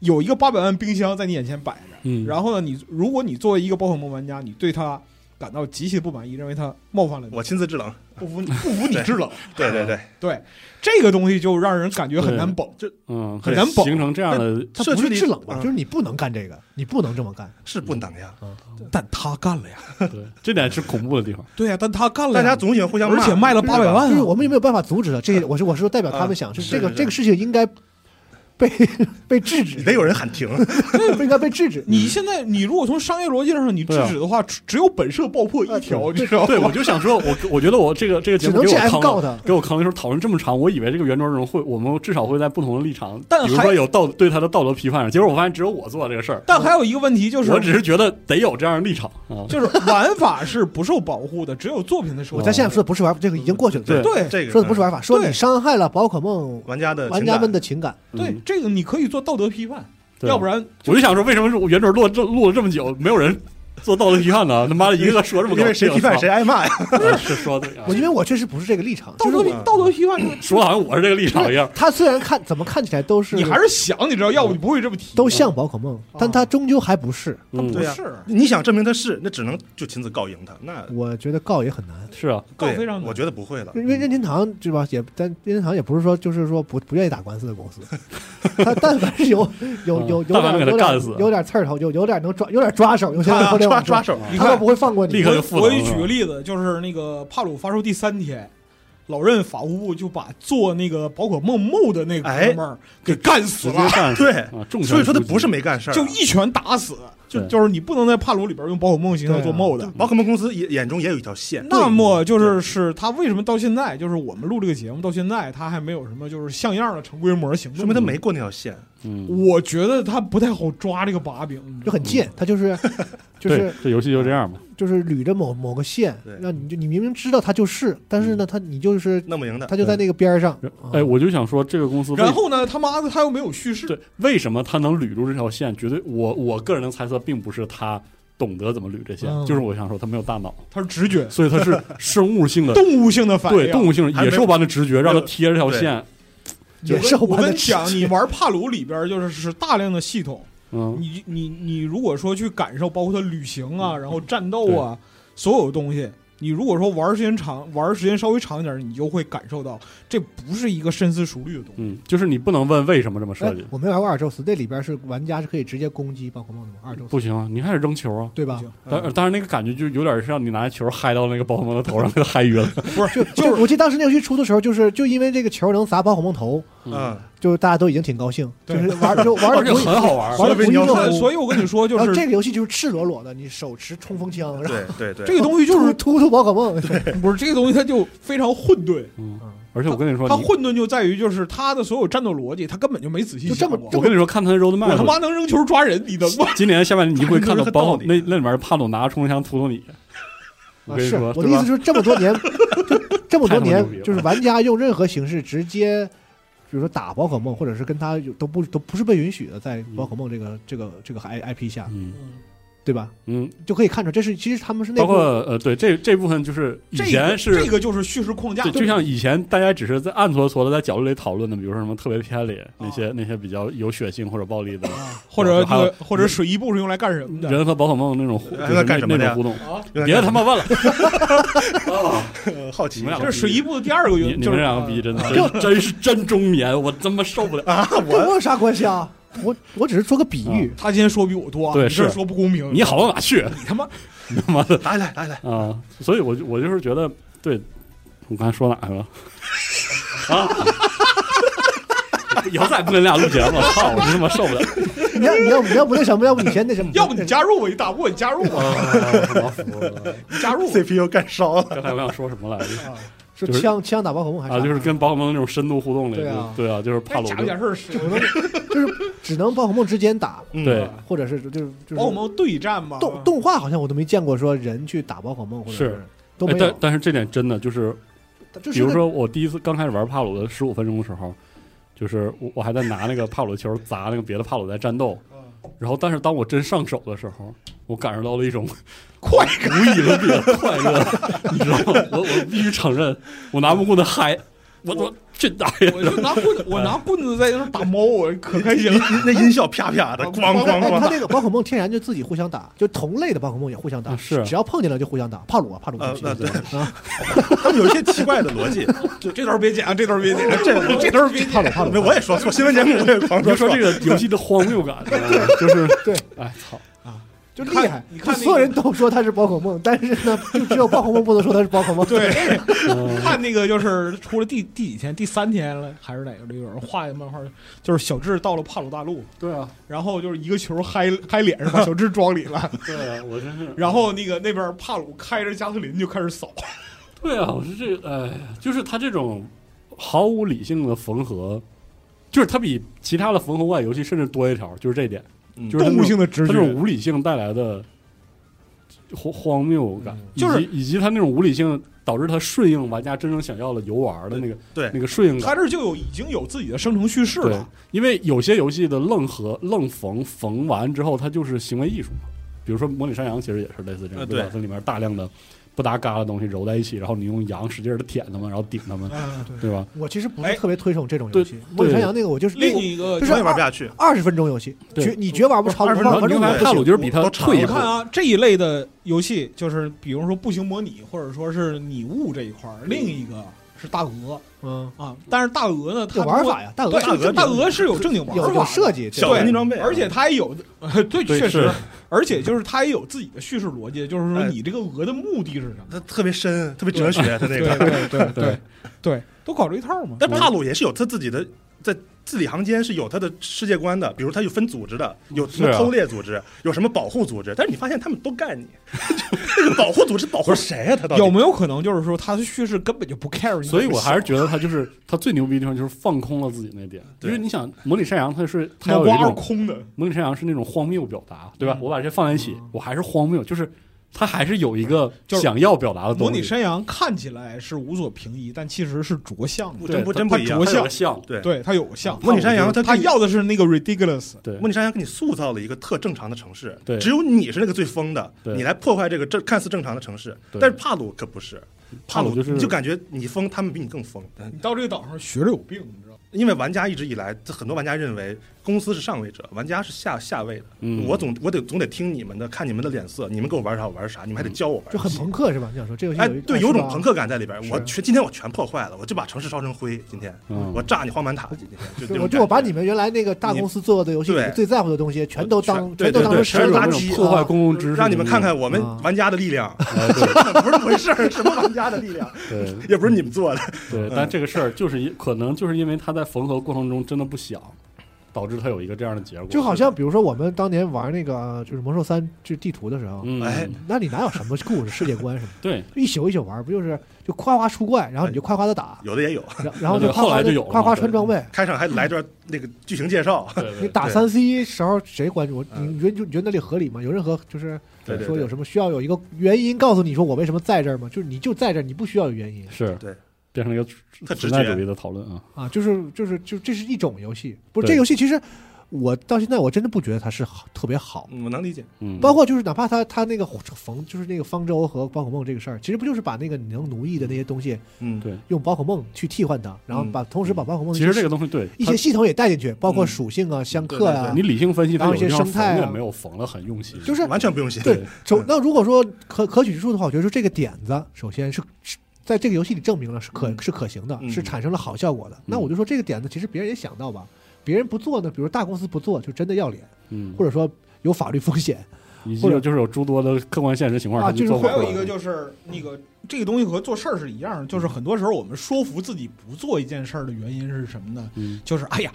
[SPEAKER 3] 有一个八百万冰箱在你眼前摆着，
[SPEAKER 2] 嗯，
[SPEAKER 3] 然后呢，你如果你作为一个宝可梦玩家，你对它感到极其不满意，认为它冒犯了你，
[SPEAKER 4] 我亲自制冷，
[SPEAKER 3] 不服不服你之冷，
[SPEAKER 4] 对对对，
[SPEAKER 3] 对这个东西就让人感觉很难绷。
[SPEAKER 2] 嗯，
[SPEAKER 3] 很难保
[SPEAKER 2] 形成这样的
[SPEAKER 1] 他
[SPEAKER 4] 社
[SPEAKER 1] 不
[SPEAKER 4] 区
[SPEAKER 1] 是
[SPEAKER 4] 里
[SPEAKER 1] 制冷吧？
[SPEAKER 4] 嗯
[SPEAKER 1] 就是你不能干这个，你不能这么干。
[SPEAKER 4] 是不能呀。
[SPEAKER 3] 嗯但他干了呀，
[SPEAKER 2] 对，这点是恐怖的地方。
[SPEAKER 3] 对呀、啊但他干了呀，
[SPEAKER 4] 大家总喜欢互相骂，
[SPEAKER 3] 而且卖了
[SPEAKER 4] 是吧
[SPEAKER 3] 八百，万、
[SPEAKER 1] 就是
[SPEAKER 3] 啊，
[SPEAKER 1] 我们也没有办法阻止他。这我是我是代表他们想，
[SPEAKER 4] 是
[SPEAKER 1] 这个
[SPEAKER 4] 是
[SPEAKER 1] 这个事情应该被 被制止，
[SPEAKER 4] 你得有人喊停。
[SPEAKER 1] 不应该被制止。
[SPEAKER 3] 你现在你如果从商业逻辑上你制
[SPEAKER 2] 对啊
[SPEAKER 3] 止的话，只只有本社爆破一条，你知道吗？
[SPEAKER 2] 啊对，我就想说，我我觉得我这个这个节目给
[SPEAKER 1] 只
[SPEAKER 2] 我
[SPEAKER 1] 能 GF
[SPEAKER 2] 坑
[SPEAKER 1] 告
[SPEAKER 2] 了
[SPEAKER 1] 他，
[SPEAKER 2] 给我坑的时候讨论这么长，我以为这个圆桌中会我们至少会在不同的立场，
[SPEAKER 3] 但
[SPEAKER 2] 比如
[SPEAKER 3] 还
[SPEAKER 2] 说有道对他的道德批判，结果我发现只有我做了这个事儿。
[SPEAKER 3] 但还有一个问题就是，
[SPEAKER 2] 我只是觉得得有这样的立场啊，
[SPEAKER 3] 就是玩法是不受保护的，只有作品的受保护。
[SPEAKER 1] 我在现在说的不是玩，这个已经过去了。
[SPEAKER 2] 对
[SPEAKER 3] 对
[SPEAKER 4] 这个
[SPEAKER 1] 说的不是玩法，说
[SPEAKER 3] 对
[SPEAKER 1] 你伤害了宝可梦
[SPEAKER 4] 玩家的
[SPEAKER 1] 玩
[SPEAKER 4] 情
[SPEAKER 1] 家
[SPEAKER 4] 感
[SPEAKER 1] 们的情感。
[SPEAKER 3] 对
[SPEAKER 2] 嗯，
[SPEAKER 3] 这个你可以做道德批判，
[SPEAKER 2] 对
[SPEAKER 3] 要不然
[SPEAKER 2] 我就想说，为什么是我圆桌录这录了这么久，没有人做道德批判呢？他妈的，一个个说这么
[SPEAKER 4] 因
[SPEAKER 2] 高
[SPEAKER 4] 为
[SPEAKER 2] 兴，
[SPEAKER 4] 谁批判谁挨骂呀。
[SPEAKER 2] 啊是说的，啊
[SPEAKER 1] 我因为我确实不是这个立场，
[SPEAKER 3] 道
[SPEAKER 1] 就是
[SPEAKER 3] 德批
[SPEAKER 1] 我
[SPEAKER 3] 道德批判这个，
[SPEAKER 2] 说的好像我是这个立场一样。
[SPEAKER 1] 他虽然看怎么看起来都是
[SPEAKER 3] 你还是想，你知道，要不你不会这么提。
[SPEAKER 1] 都像宝可梦，但他终究还不是。
[SPEAKER 2] 嗯，
[SPEAKER 3] 不
[SPEAKER 4] 对啊
[SPEAKER 3] 是，
[SPEAKER 4] 你想证明他是，那只能就亲自告赢他。那
[SPEAKER 1] 我觉得告也很难，
[SPEAKER 2] 是啊，
[SPEAKER 3] 告
[SPEAKER 4] 对
[SPEAKER 3] 非常难
[SPEAKER 4] 我觉得不会了。
[SPEAKER 1] 因为任天堂对吧？也但任天堂也不是说就是说不不愿意打官司的 公司，他但凡是有有有有
[SPEAKER 2] 嗯但凡
[SPEAKER 1] 点
[SPEAKER 2] 给他
[SPEAKER 1] 有
[SPEAKER 2] 干死
[SPEAKER 1] 点有点刺儿头，有有点能抓有点抓手，有些互联
[SPEAKER 4] 抓
[SPEAKER 1] 网
[SPEAKER 4] 抓手，
[SPEAKER 1] 他都不会放过你
[SPEAKER 2] 立。刻就复
[SPEAKER 3] 我
[SPEAKER 2] 了
[SPEAKER 3] 我给你举个例子，就是那个帕鲁发售第三天，老任法务部就把做那个宝可梦 MOD 的那个
[SPEAKER 4] 哎
[SPEAKER 3] 哥们儿给干死
[SPEAKER 2] 直接
[SPEAKER 3] 了，嗯
[SPEAKER 2] 干
[SPEAKER 4] 对
[SPEAKER 2] 啊，重拳
[SPEAKER 4] 所以说他
[SPEAKER 2] 出击
[SPEAKER 4] 不是没干事儿啊。
[SPEAKER 3] 就一拳打死。就
[SPEAKER 2] 对
[SPEAKER 3] 就是你不能在帕鲁里边用宝可梦形象做 MOD，、
[SPEAKER 4] 宝可梦公司眼眼中也有一条线。
[SPEAKER 3] 那么就是是他为什么到现在，就是我们录这个节目到现在，他还没有什么就是像样的成规模行
[SPEAKER 4] 说
[SPEAKER 3] 动？
[SPEAKER 4] 明他没过那条线。
[SPEAKER 2] 嗯，
[SPEAKER 3] 我觉得他不太好抓这个把柄，
[SPEAKER 1] 就很贱，他就是 就
[SPEAKER 2] 对
[SPEAKER 1] 是，
[SPEAKER 2] 这游戏就这样嘛。
[SPEAKER 1] 就是捋着某某个线
[SPEAKER 4] 对，
[SPEAKER 1] 让你就你明明知道他就是，但是呢，他你就是
[SPEAKER 4] 弄不赢的
[SPEAKER 1] 他，就在那个边儿上。
[SPEAKER 2] 嗯哎，
[SPEAKER 1] 啊
[SPEAKER 2] 我就想说，这个公司为
[SPEAKER 3] 然后呢，他妈的他又没有叙 事，
[SPEAKER 2] 对为什么他能捋住这条线？绝对，我我个人的猜测，并不是他懂得怎么捋这线，
[SPEAKER 1] 嗯
[SPEAKER 2] 就是我想说他没有大脑，
[SPEAKER 3] 他是直觉、
[SPEAKER 2] 所以他是生物性的，
[SPEAKER 3] 动物性的反应。
[SPEAKER 2] 对动物性
[SPEAKER 4] 还没
[SPEAKER 2] 野兽般的直觉，让他贴这条线。
[SPEAKER 3] 我
[SPEAKER 1] 野
[SPEAKER 3] 跟
[SPEAKER 1] 兽
[SPEAKER 3] 我
[SPEAKER 1] 般
[SPEAKER 3] 跟
[SPEAKER 1] 的
[SPEAKER 3] 你讲，你玩帕鲁里边就是是大量的系统，
[SPEAKER 2] 嗯，
[SPEAKER 3] 你你你如果说去感受，包括它旅行啊，然后战斗啊，所有东西，你如果说玩时间长，玩时间稍微长一点，你就会感受到这不是一个深思熟虑的东西。
[SPEAKER 2] 嗯，就是你不能问为什么这么设
[SPEAKER 1] 哎
[SPEAKER 2] 计，，
[SPEAKER 1] 我没玩过二宙斯，那里边是玩家是可以直接攻击宝可梦的吗？二宙斯
[SPEAKER 2] 不行啊，你开始扔球啊。
[SPEAKER 1] 对吧？
[SPEAKER 3] 嗯
[SPEAKER 2] 但但是那个感觉就有点像你拿球嗨到那个宝可梦的头上，给他嗨晕了。
[SPEAKER 3] 不是，
[SPEAKER 1] 就我记得当时那游戏出的时候，就是就因为这个球能砸宝可梦头，
[SPEAKER 4] 嗯，
[SPEAKER 1] 就是大家都已经挺高兴，就
[SPEAKER 3] 对
[SPEAKER 1] 是玩就玩
[SPEAKER 2] 而
[SPEAKER 1] 的
[SPEAKER 2] 且很好玩，
[SPEAKER 1] 玩的
[SPEAKER 4] 所以
[SPEAKER 1] 不亦
[SPEAKER 4] 你要
[SPEAKER 1] 乐
[SPEAKER 3] 所以
[SPEAKER 1] 乎。
[SPEAKER 3] 所以我跟你 说，就
[SPEAKER 1] 然后
[SPEAKER 3] 是
[SPEAKER 2] 啊
[SPEAKER 1] 这个游戏就是赤裸裸的，你手持冲锋枪，然后
[SPEAKER 4] 对对对，
[SPEAKER 3] 这个东西就是
[SPEAKER 1] 突突宝可梦，
[SPEAKER 3] 不是这个东西，它就非常混沌。
[SPEAKER 2] 嗯，而且我跟你说，
[SPEAKER 3] 它
[SPEAKER 2] 你
[SPEAKER 3] 混沌就在于，就是它的所有战斗逻辑，它根本就没仔细
[SPEAKER 1] 就这
[SPEAKER 3] 想
[SPEAKER 1] 么
[SPEAKER 3] 过。
[SPEAKER 2] 我跟你说，看他的 road map，
[SPEAKER 3] 我他妈能扔球抓人，你能吗？
[SPEAKER 2] 今年下半年你会看到包
[SPEAKER 4] 这
[SPEAKER 2] 那
[SPEAKER 4] 都是
[SPEAKER 2] 那里面帕鲁拿着冲锋枪突突你。我
[SPEAKER 1] 啊
[SPEAKER 2] 跟你
[SPEAKER 1] 是
[SPEAKER 2] 说，
[SPEAKER 1] 我的
[SPEAKER 2] 对
[SPEAKER 1] 意
[SPEAKER 2] 吧
[SPEAKER 1] 思就是这么多年，就这么多
[SPEAKER 2] 太他妈牛逼
[SPEAKER 1] 年
[SPEAKER 2] 了
[SPEAKER 1] 就是玩家用任何形式直接，比如说打宝可梦，或者是跟他有都不都不是被允许的，在宝可梦这个这个这个 I I P 下，
[SPEAKER 2] 嗯，
[SPEAKER 1] 对吧？
[SPEAKER 2] 嗯，
[SPEAKER 1] 就可以看出，这是其实他们是内
[SPEAKER 2] 包
[SPEAKER 1] 部啊
[SPEAKER 2] 括呃，对这这部分就是以
[SPEAKER 3] 这
[SPEAKER 2] 前
[SPEAKER 3] 个
[SPEAKER 2] 是
[SPEAKER 3] 这个就是叙事框架，
[SPEAKER 2] 对，就像以前大家只是在暗搓搓的在角落里讨论的，比如说什么特别偏里那些那些比较有血腥或者暴力的，
[SPEAKER 3] 或者
[SPEAKER 2] 还有
[SPEAKER 3] 那个或者水衣布是用来干什么的？
[SPEAKER 2] 人和宝可梦那种互就是
[SPEAKER 4] 那干什么
[SPEAKER 2] 那种
[SPEAKER 4] 的呀
[SPEAKER 2] 互动，
[SPEAKER 4] 有
[SPEAKER 2] 别
[SPEAKER 4] 点
[SPEAKER 2] 他妈问了，
[SPEAKER 4] 呃好奇
[SPEAKER 2] 你们俩
[SPEAKER 3] 这是水衣布的第二个
[SPEAKER 2] 你
[SPEAKER 3] 原，
[SPEAKER 2] 你
[SPEAKER 3] 就
[SPEAKER 2] 们
[SPEAKER 3] 是呃
[SPEAKER 2] 两个逼真的真真是真中年，我他妈受不了。
[SPEAKER 4] 啊，
[SPEAKER 1] 跟
[SPEAKER 4] 我
[SPEAKER 1] 我有啥关系啊？我我只是做个比喻，
[SPEAKER 3] 他今天说比我多，啊
[SPEAKER 2] 对
[SPEAKER 3] 你这
[SPEAKER 2] 是
[SPEAKER 3] 说不公平，
[SPEAKER 2] 你好到哪去？
[SPEAKER 3] 你他妈
[SPEAKER 2] 你他妈的
[SPEAKER 4] 打起来打起来，
[SPEAKER 2] 啊！所以我就我就是觉得，对我刚才说哪去了？ 啊！ 以后再也不跟你俩录节目了，操！我真他妈受不了。
[SPEAKER 1] 你要你要你要不那什么，要不你先那什么，
[SPEAKER 3] 要不你 加入我一大不，你加入我，
[SPEAKER 2] 啊！ 服了。
[SPEAKER 3] 你加入我。
[SPEAKER 4] CPU 干烧了，
[SPEAKER 2] 刚才我想说什么来着？
[SPEAKER 1] 是
[SPEAKER 2] 就是
[SPEAKER 1] 枪枪打宝可梦还是
[SPEAKER 2] 啊，
[SPEAKER 1] 啥
[SPEAKER 2] 就是跟宝可梦那种深度互动里，
[SPEAKER 1] 对啊
[SPEAKER 2] 对啊，就是帕
[SPEAKER 3] 哎
[SPEAKER 2] 鲁
[SPEAKER 3] 假不假事儿是
[SPEAKER 1] 我们就是只能宝可梦之间打，
[SPEAKER 4] 嗯
[SPEAKER 2] 对，
[SPEAKER 1] 或者是就是就是
[SPEAKER 3] 宝可梦啊对战嘛？
[SPEAKER 1] 动动画好像我都没见过说人去打宝可梦，或者
[SPEAKER 2] 是
[SPEAKER 1] 都
[SPEAKER 2] 哎
[SPEAKER 1] 没
[SPEAKER 2] 但
[SPEAKER 1] 有。
[SPEAKER 2] 但是这点真的就是，
[SPEAKER 1] 就
[SPEAKER 2] 比
[SPEAKER 1] 是
[SPEAKER 2] 如
[SPEAKER 1] 个
[SPEAKER 2] 说我第一次刚开始玩帕鲁的十五分钟的时候，就是我我还在拿那个帕鲁球砸那个别的帕鲁在战斗，然后但是当我真上手的时候，我感受到了一种快感，无以伦比的快乐，你知道吗？我我必须承认，我拿木棍的嗨，我我去打呀！
[SPEAKER 3] 我就拿棍子，我拿棍子在那儿打猫，我可开心了。
[SPEAKER 4] 那音效啪啪的，咣咣
[SPEAKER 1] 哎，
[SPEAKER 3] 啊
[SPEAKER 1] 他
[SPEAKER 4] 咣，
[SPEAKER 1] 那个宝可梦天然就自己互相打，就同类的宝可梦也互相打，
[SPEAKER 2] 啊是
[SPEAKER 1] 只要碰见了就互相打。帕鲁啊，帕鲁
[SPEAKER 4] 呃
[SPEAKER 1] 不，
[SPEAKER 4] 那对
[SPEAKER 1] 行，
[SPEAKER 4] 他们有一些奇怪的逻辑，
[SPEAKER 3] 这段儿别剪啊，这段儿别剪，
[SPEAKER 4] 这
[SPEAKER 3] 这段儿别
[SPEAKER 1] 帕
[SPEAKER 3] 剪。
[SPEAKER 1] 鲁帕鲁，啊
[SPEAKER 4] 没有我也说错，新闻节目我也狂
[SPEAKER 2] 你就
[SPEAKER 4] 说
[SPEAKER 2] 说这
[SPEAKER 4] 错，
[SPEAKER 2] 个游戏的荒谬感，你知道吗就是
[SPEAKER 1] 对，
[SPEAKER 2] 哎操，
[SPEAKER 1] 就
[SPEAKER 3] 你看
[SPEAKER 1] 厉害。
[SPEAKER 3] 你看那
[SPEAKER 1] 就
[SPEAKER 3] 个
[SPEAKER 1] 所有人都说他是宝可梦，但是呢，就只有宝可梦不能说他是宝可梦。
[SPEAKER 3] 对，
[SPEAKER 2] 嗯
[SPEAKER 3] 看那个就是出了第第几天，第三天了还是哪个？有人画的漫画，就是小智到了帕鲁大陆，
[SPEAKER 2] 对啊，
[SPEAKER 3] 然后就是一个球嗨嗨脸上，把小智装里了，
[SPEAKER 2] 对啊，我真是。
[SPEAKER 3] 然后那个那边帕鲁开着加特林就开始扫，
[SPEAKER 2] 对啊，我是这个，哎呀，就是他这种毫无理性的缝合，就是他比其他的缝合外游戏甚至多一条，就是这一点，
[SPEAKER 4] 嗯
[SPEAKER 2] 就是它那种
[SPEAKER 3] 动物性的直
[SPEAKER 2] 他
[SPEAKER 3] 觉
[SPEAKER 2] 这种无理性带来的荒荒谬感，以及
[SPEAKER 3] 嗯就是
[SPEAKER 2] 以及他那种无理性导致他顺应玩家真正想要的游玩的那个
[SPEAKER 4] 对
[SPEAKER 2] 那个顺应
[SPEAKER 3] 他
[SPEAKER 2] 感。
[SPEAKER 3] 这就有已经有自己的生成叙事
[SPEAKER 2] 对
[SPEAKER 3] 了。，
[SPEAKER 2] 因为有些游戏的愣合愣缝缝完之后，它就是行为艺术嘛。比如说《模拟山羊》，其实也是类似这样，
[SPEAKER 4] 呃
[SPEAKER 2] 对吧？
[SPEAKER 4] 对
[SPEAKER 2] 它里面大量的不搭嘎的东西揉在一起，然后你用羊使劲的舔它们，然后顶它们，
[SPEAKER 3] 嗯，
[SPEAKER 2] 对
[SPEAKER 3] 对。
[SPEAKER 2] 吧？
[SPEAKER 1] 我其实不
[SPEAKER 3] 哎
[SPEAKER 1] 是特别推崇这种游戏。模拟山羊那个我就是那
[SPEAKER 3] 另
[SPEAKER 1] 个
[SPEAKER 3] 一个
[SPEAKER 1] 就
[SPEAKER 4] 我也玩不下去，
[SPEAKER 1] 二十分钟游戏，
[SPEAKER 2] 对
[SPEAKER 1] 绝你绝玩不超过
[SPEAKER 4] 20分
[SPEAKER 2] 然
[SPEAKER 4] 钟
[SPEAKER 1] 二
[SPEAKER 2] 后
[SPEAKER 1] 分
[SPEAKER 2] 你
[SPEAKER 1] 钟
[SPEAKER 2] 就
[SPEAKER 1] 我也
[SPEAKER 2] 发现
[SPEAKER 1] 不
[SPEAKER 2] 帕
[SPEAKER 1] 行
[SPEAKER 2] 鲁就是比他
[SPEAKER 4] 都
[SPEAKER 2] 退一
[SPEAKER 3] 我
[SPEAKER 2] 步
[SPEAKER 3] 看，啊，这一类的游戏，就是比如说步行模拟，或者说是拟物这一块儿，另一个是大鹅
[SPEAKER 1] 嗯，
[SPEAKER 3] 啊。但是大鹅呢，它
[SPEAKER 1] 有玩法呀，大鹅
[SPEAKER 3] 对，
[SPEAKER 1] 是
[SPEAKER 4] 大鹅
[SPEAKER 3] 大鹅是有正经玩
[SPEAKER 1] 有
[SPEAKER 3] 法
[SPEAKER 1] 有
[SPEAKER 3] 的
[SPEAKER 1] 设，计，
[SPEAKER 4] 小
[SPEAKER 1] 对
[SPEAKER 4] 黄金装备啊，
[SPEAKER 3] 而且它也有， 对，
[SPEAKER 2] 对
[SPEAKER 3] 确实
[SPEAKER 2] 是，
[SPEAKER 3] 而且就是它也有自己的叙事逻辑，就是说
[SPEAKER 4] 哎
[SPEAKER 3] 你这个鹅的目的 是什么？
[SPEAKER 4] 它特别深，特别哲学，它那
[SPEAKER 3] 对
[SPEAKER 4] 个，
[SPEAKER 3] 对对对对，都搞这一套嘛。
[SPEAKER 4] 但帕鲁也是有他自己的在。字里行间是有他的世界观的，比如他有分组织的，有什
[SPEAKER 2] 是
[SPEAKER 4] 么
[SPEAKER 2] 啊
[SPEAKER 4] 偷猎组织，有什么保护组织，但是你发现他们都干你， 那个保护组织保护谁啊呀、他到底
[SPEAKER 3] 有没有可能就是说它的叙事根本就不 care 你？
[SPEAKER 2] 所以我还是觉得他就是他最牛逼的地方就是放空了自己那点，因
[SPEAKER 4] 对
[SPEAKER 2] 为你想模拟山羊，它是它要
[SPEAKER 3] 脑
[SPEAKER 2] 有一
[SPEAKER 3] 瓜是
[SPEAKER 2] 种
[SPEAKER 3] 空的，
[SPEAKER 2] 模拟山羊是那种荒谬表达，对吧？我把这放在一起，我还是荒谬，就是他还是有一个
[SPEAKER 3] 就是
[SPEAKER 2] 想要表达的
[SPEAKER 3] 模
[SPEAKER 2] 东
[SPEAKER 3] 拟
[SPEAKER 2] 西，
[SPEAKER 3] 山羊看起来是无所平移，但其实是着相的。
[SPEAKER 4] 我真不真
[SPEAKER 2] 它
[SPEAKER 4] 不一样
[SPEAKER 3] 它着？
[SPEAKER 2] 它有个像，
[SPEAKER 4] 对
[SPEAKER 3] 对，它有个像。
[SPEAKER 4] 模拟山羊它
[SPEAKER 3] 它
[SPEAKER 4] 给你
[SPEAKER 3] 要的是那个 ridiculous，
[SPEAKER 2] 对
[SPEAKER 4] 模拟山羊给你塑造了一个特正常的城市，
[SPEAKER 2] 对
[SPEAKER 4] 只有你是那个最疯的，
[SPEAKER 2] 对
[SPEAKER 4] 你来破坏这个正看似正常的城市。
[SPEAKER 2] 对
[SPEAKER 4] 但是帕鲁可不是，
[SPEAKER 2] 帕
[SPEAKER 4] 帕
[SPEAKER 2] 鲁
[SPEAKER 4] 鲁
[SPEAKER 2] 就是
[SPEAKER 4] 你就感觉你疯，他们比你更疯。
[SPEAKER 3] 你到这个岛上学着有病，你知道吗？
[SPEAKER 4] 因为玩家一直以来，这很多玩家认为公司是上位者，玩家是下下位的。
[SPEAKER 2] 嗯
[SPEAKER 4] 我总我得总得听你们的，看你们的脸色，你们给我玩啥我玩啥，你们还得教我玩。
[SPEAKER 1] 嗯就很朋克是吧？你想说这游戏
[SPEAKER 4] 哎
[SPEAKER 1] 有一，
[SPEAKER 4] 对，有种朋，克感在里边。
[SPEAKER 1] 是
[SPEAKER 4] 我全今天我全破坏了，我就把城市烧成灰。今天
[SPEAKER 2] 嗯
[SPEAKER 4] 我炸你荒蛮塔，今天就这
[SPEAKER 1] 是吧
[SPEAKER 4] 种
[SPEAKER 1] 我就
[SPEAKER 4] 感
[SPEAKER 1] 我把
[SPEAKER 4] 觉
[SPEAKER 1] 你们原来那个大公司做过的游戏里
[SPEAKER 4] 对
[SPEAKER 1] 最在乎的东西，全都当
[SPEAKER 4] 全对
[SPEAKER 1] 都
[SPEAKER 2] 对
[SPEAKER 1] 当
[SPEAKER 2] 对，
[SPEAKER 1] 成
[SPEAKER 2] 全是
[SPEAKER 1] 石
[SPEAKER 2] 有
[SPEAKER 1] 头
[SPEAKER 2] 那
[SPEAKER 1] 垃
[SPEAKER 2] 种
[SPEAKER 1] 圾
[SPEAKER 2] 破坏
[SPEAKER 1] 啊
[SPEAKER 2] 公共秩序，
[SPEAKER 4] 让你们看看，我们
[SPEAKER 1] 啊
[SPEAKER 4] 玩家的力量，
[SPEAKER 2] 哎 对
[SPEAKER 4] 不是回事儿，什么玩家的力量，
[SPEAKER 2] 对
[SPEAKER 4] 也不是你们做的。
[SPEAKER 2] 对，但这个事儿就是因可能就是因为他在缝合过程中真的不想，导致他有一个这样的结果，
[SPEAKER 1] 就好像比如说我们当年玩那个呃就是魔兽三就是地图的时候，
[SPEAKER 2] 嗯，
[SPEAKER 4] 哎
[SPEAKER 1] 那你哪有什么故事世界观什么的，
[SPEAKER 2] 对，
[SPEAKER 1] 一宿一宿玩，不就是就夸夸出怪，然后你就夸夸的打，
[SPEAKER 4] 有的哎也有，
[SPEAKER 1] 然然后
[SPEAKER 2] 对
[SPEAKER 1] 就夸
[SPEAKER 2] 后来
[SPEAKER 1] 夸
[SPEAKER 2] 就
[SPEAKER 1] 地
[SPEAKER 2] 有了
[SPEAKER 1] 夸
[SPEAKER 2] 嘛
[SPEAKER 1] 夸
[SPEAKER 2] 对
[SPEAKER 1] 穿装备。
[SPEAKER 4] 开场还来段那个剧情介绍，
[SPEAKER 2] 对对
[SPEAKER 1] 你打
[SPEAKER 4] 对
[SPEAKER 1] 三 C 时候谁关注？你
[SPEAKER 4] 嗯
[SPEAKER 1] 你觉得就你觉得那里合理吗？有任何就是
[SPEAKER 4] 对对
[SPEAKER 1] 说
[SPEAKER 4] 对
[SPEAKER 1] 有什么需要有一个原因告诉你说我为什么在这儿吗？就是你就在这儿，你不需要有原因
[SPEAKER 2] 是，
[SPEAKER 4] 对，
[SPEAKER 2] 变成了一个
[SPEAKER 4] 特直
[SPEAKER 2] 存在
[SPEAKER 4] 觉
[SPEAKER 2] 主义的讨论啊，
[SPEAKER 1] 啊！就是就是就这是一种游戏，不是
[SPEAKER 2] 对
[SPEAKER 1] 这游戏其实我到现在我真的不觉得它是好特别好。
[SPEAKER 4] 嗯我能理解。
[SPEAKER 2] 嗯，
[SPEAKER 1] 包括就是哪怕他他那个缝，就是那个方舟和宝可梦这个事儿，其实不就是把那个你能奴役的那些东西
[SPEAKER 4] 嗯，
[SPEAKER 2] 对，
[SPEAKER 1] 用宝可梦去替换它，然后把同时把宝可梦
[SPEAKER 2] 嗯其实这个东西嗯对
[SPEAKER 1] 一些系统也带进去，包括属性啊、相克
[SPEAKER 2] 它
[SPEAKER 1] 啊
[SPEAKER 2] 你，理性分析，它
[SPEAKER 1] 然后
[SPEAKER 2] 有
[SPEAKER 1] 一些
[SPEAKER 2] 地方
[SPEAKER 1] 生
[SPEAKER 2] 缝
[SPEAKER 1] 态
[SPEAKER 2] 也
[SPEAKER 1] 啊
[SPEAKER 2] 没有缝的很用心，
[SPEAKER 1] 就是
[SPEAKER 4] 完全不用谢。
[SPEAKER 1] 对，首
[SPEAKER 4] 嗯
[SPEAKER 1] 那如果说可可取之处的话，我觉得说这个点子首先是是在这个游戏里证明了是可
[SPEAKER 4] 嗯
[SPEAKER 1] 是可行的，
[SPEAKER 4] 嗯
[SPEAKER 1] 是产生了好效果的。那我就说这个点子其实别人也想到吧，别人不做呢，比如大公司不做就真的要脸，
[SPEAKER 2] 嗯，
[SPEAKER 1] 或者说有法律风险，
[SPEAKER 2] 以及
[SPEAKER 1] 或者
[SPEAKER 2] 就是有诸多的客观现实情况，
[SPEAKER 1] 啊
[SPEAKER 2] 它
[SPEAKER 1] 就是
[SPEAKER 2] 做不
[SPEAKER 3] 还
[SPEAKER 2] 出
[SPEAKER 3] 有
[SPEAKER 2] 来
[SPEAKER 3] 一个就是那个这个东西和做事儿是一样的，就是
[SPEAKER 2] 嗯
[SPEAKER 3] 很多时候我们说服自己不做一件事儿的原因是什么呢？
[SPEAKER 2] 嗯
[SPEAKER 3] 就是哎呀，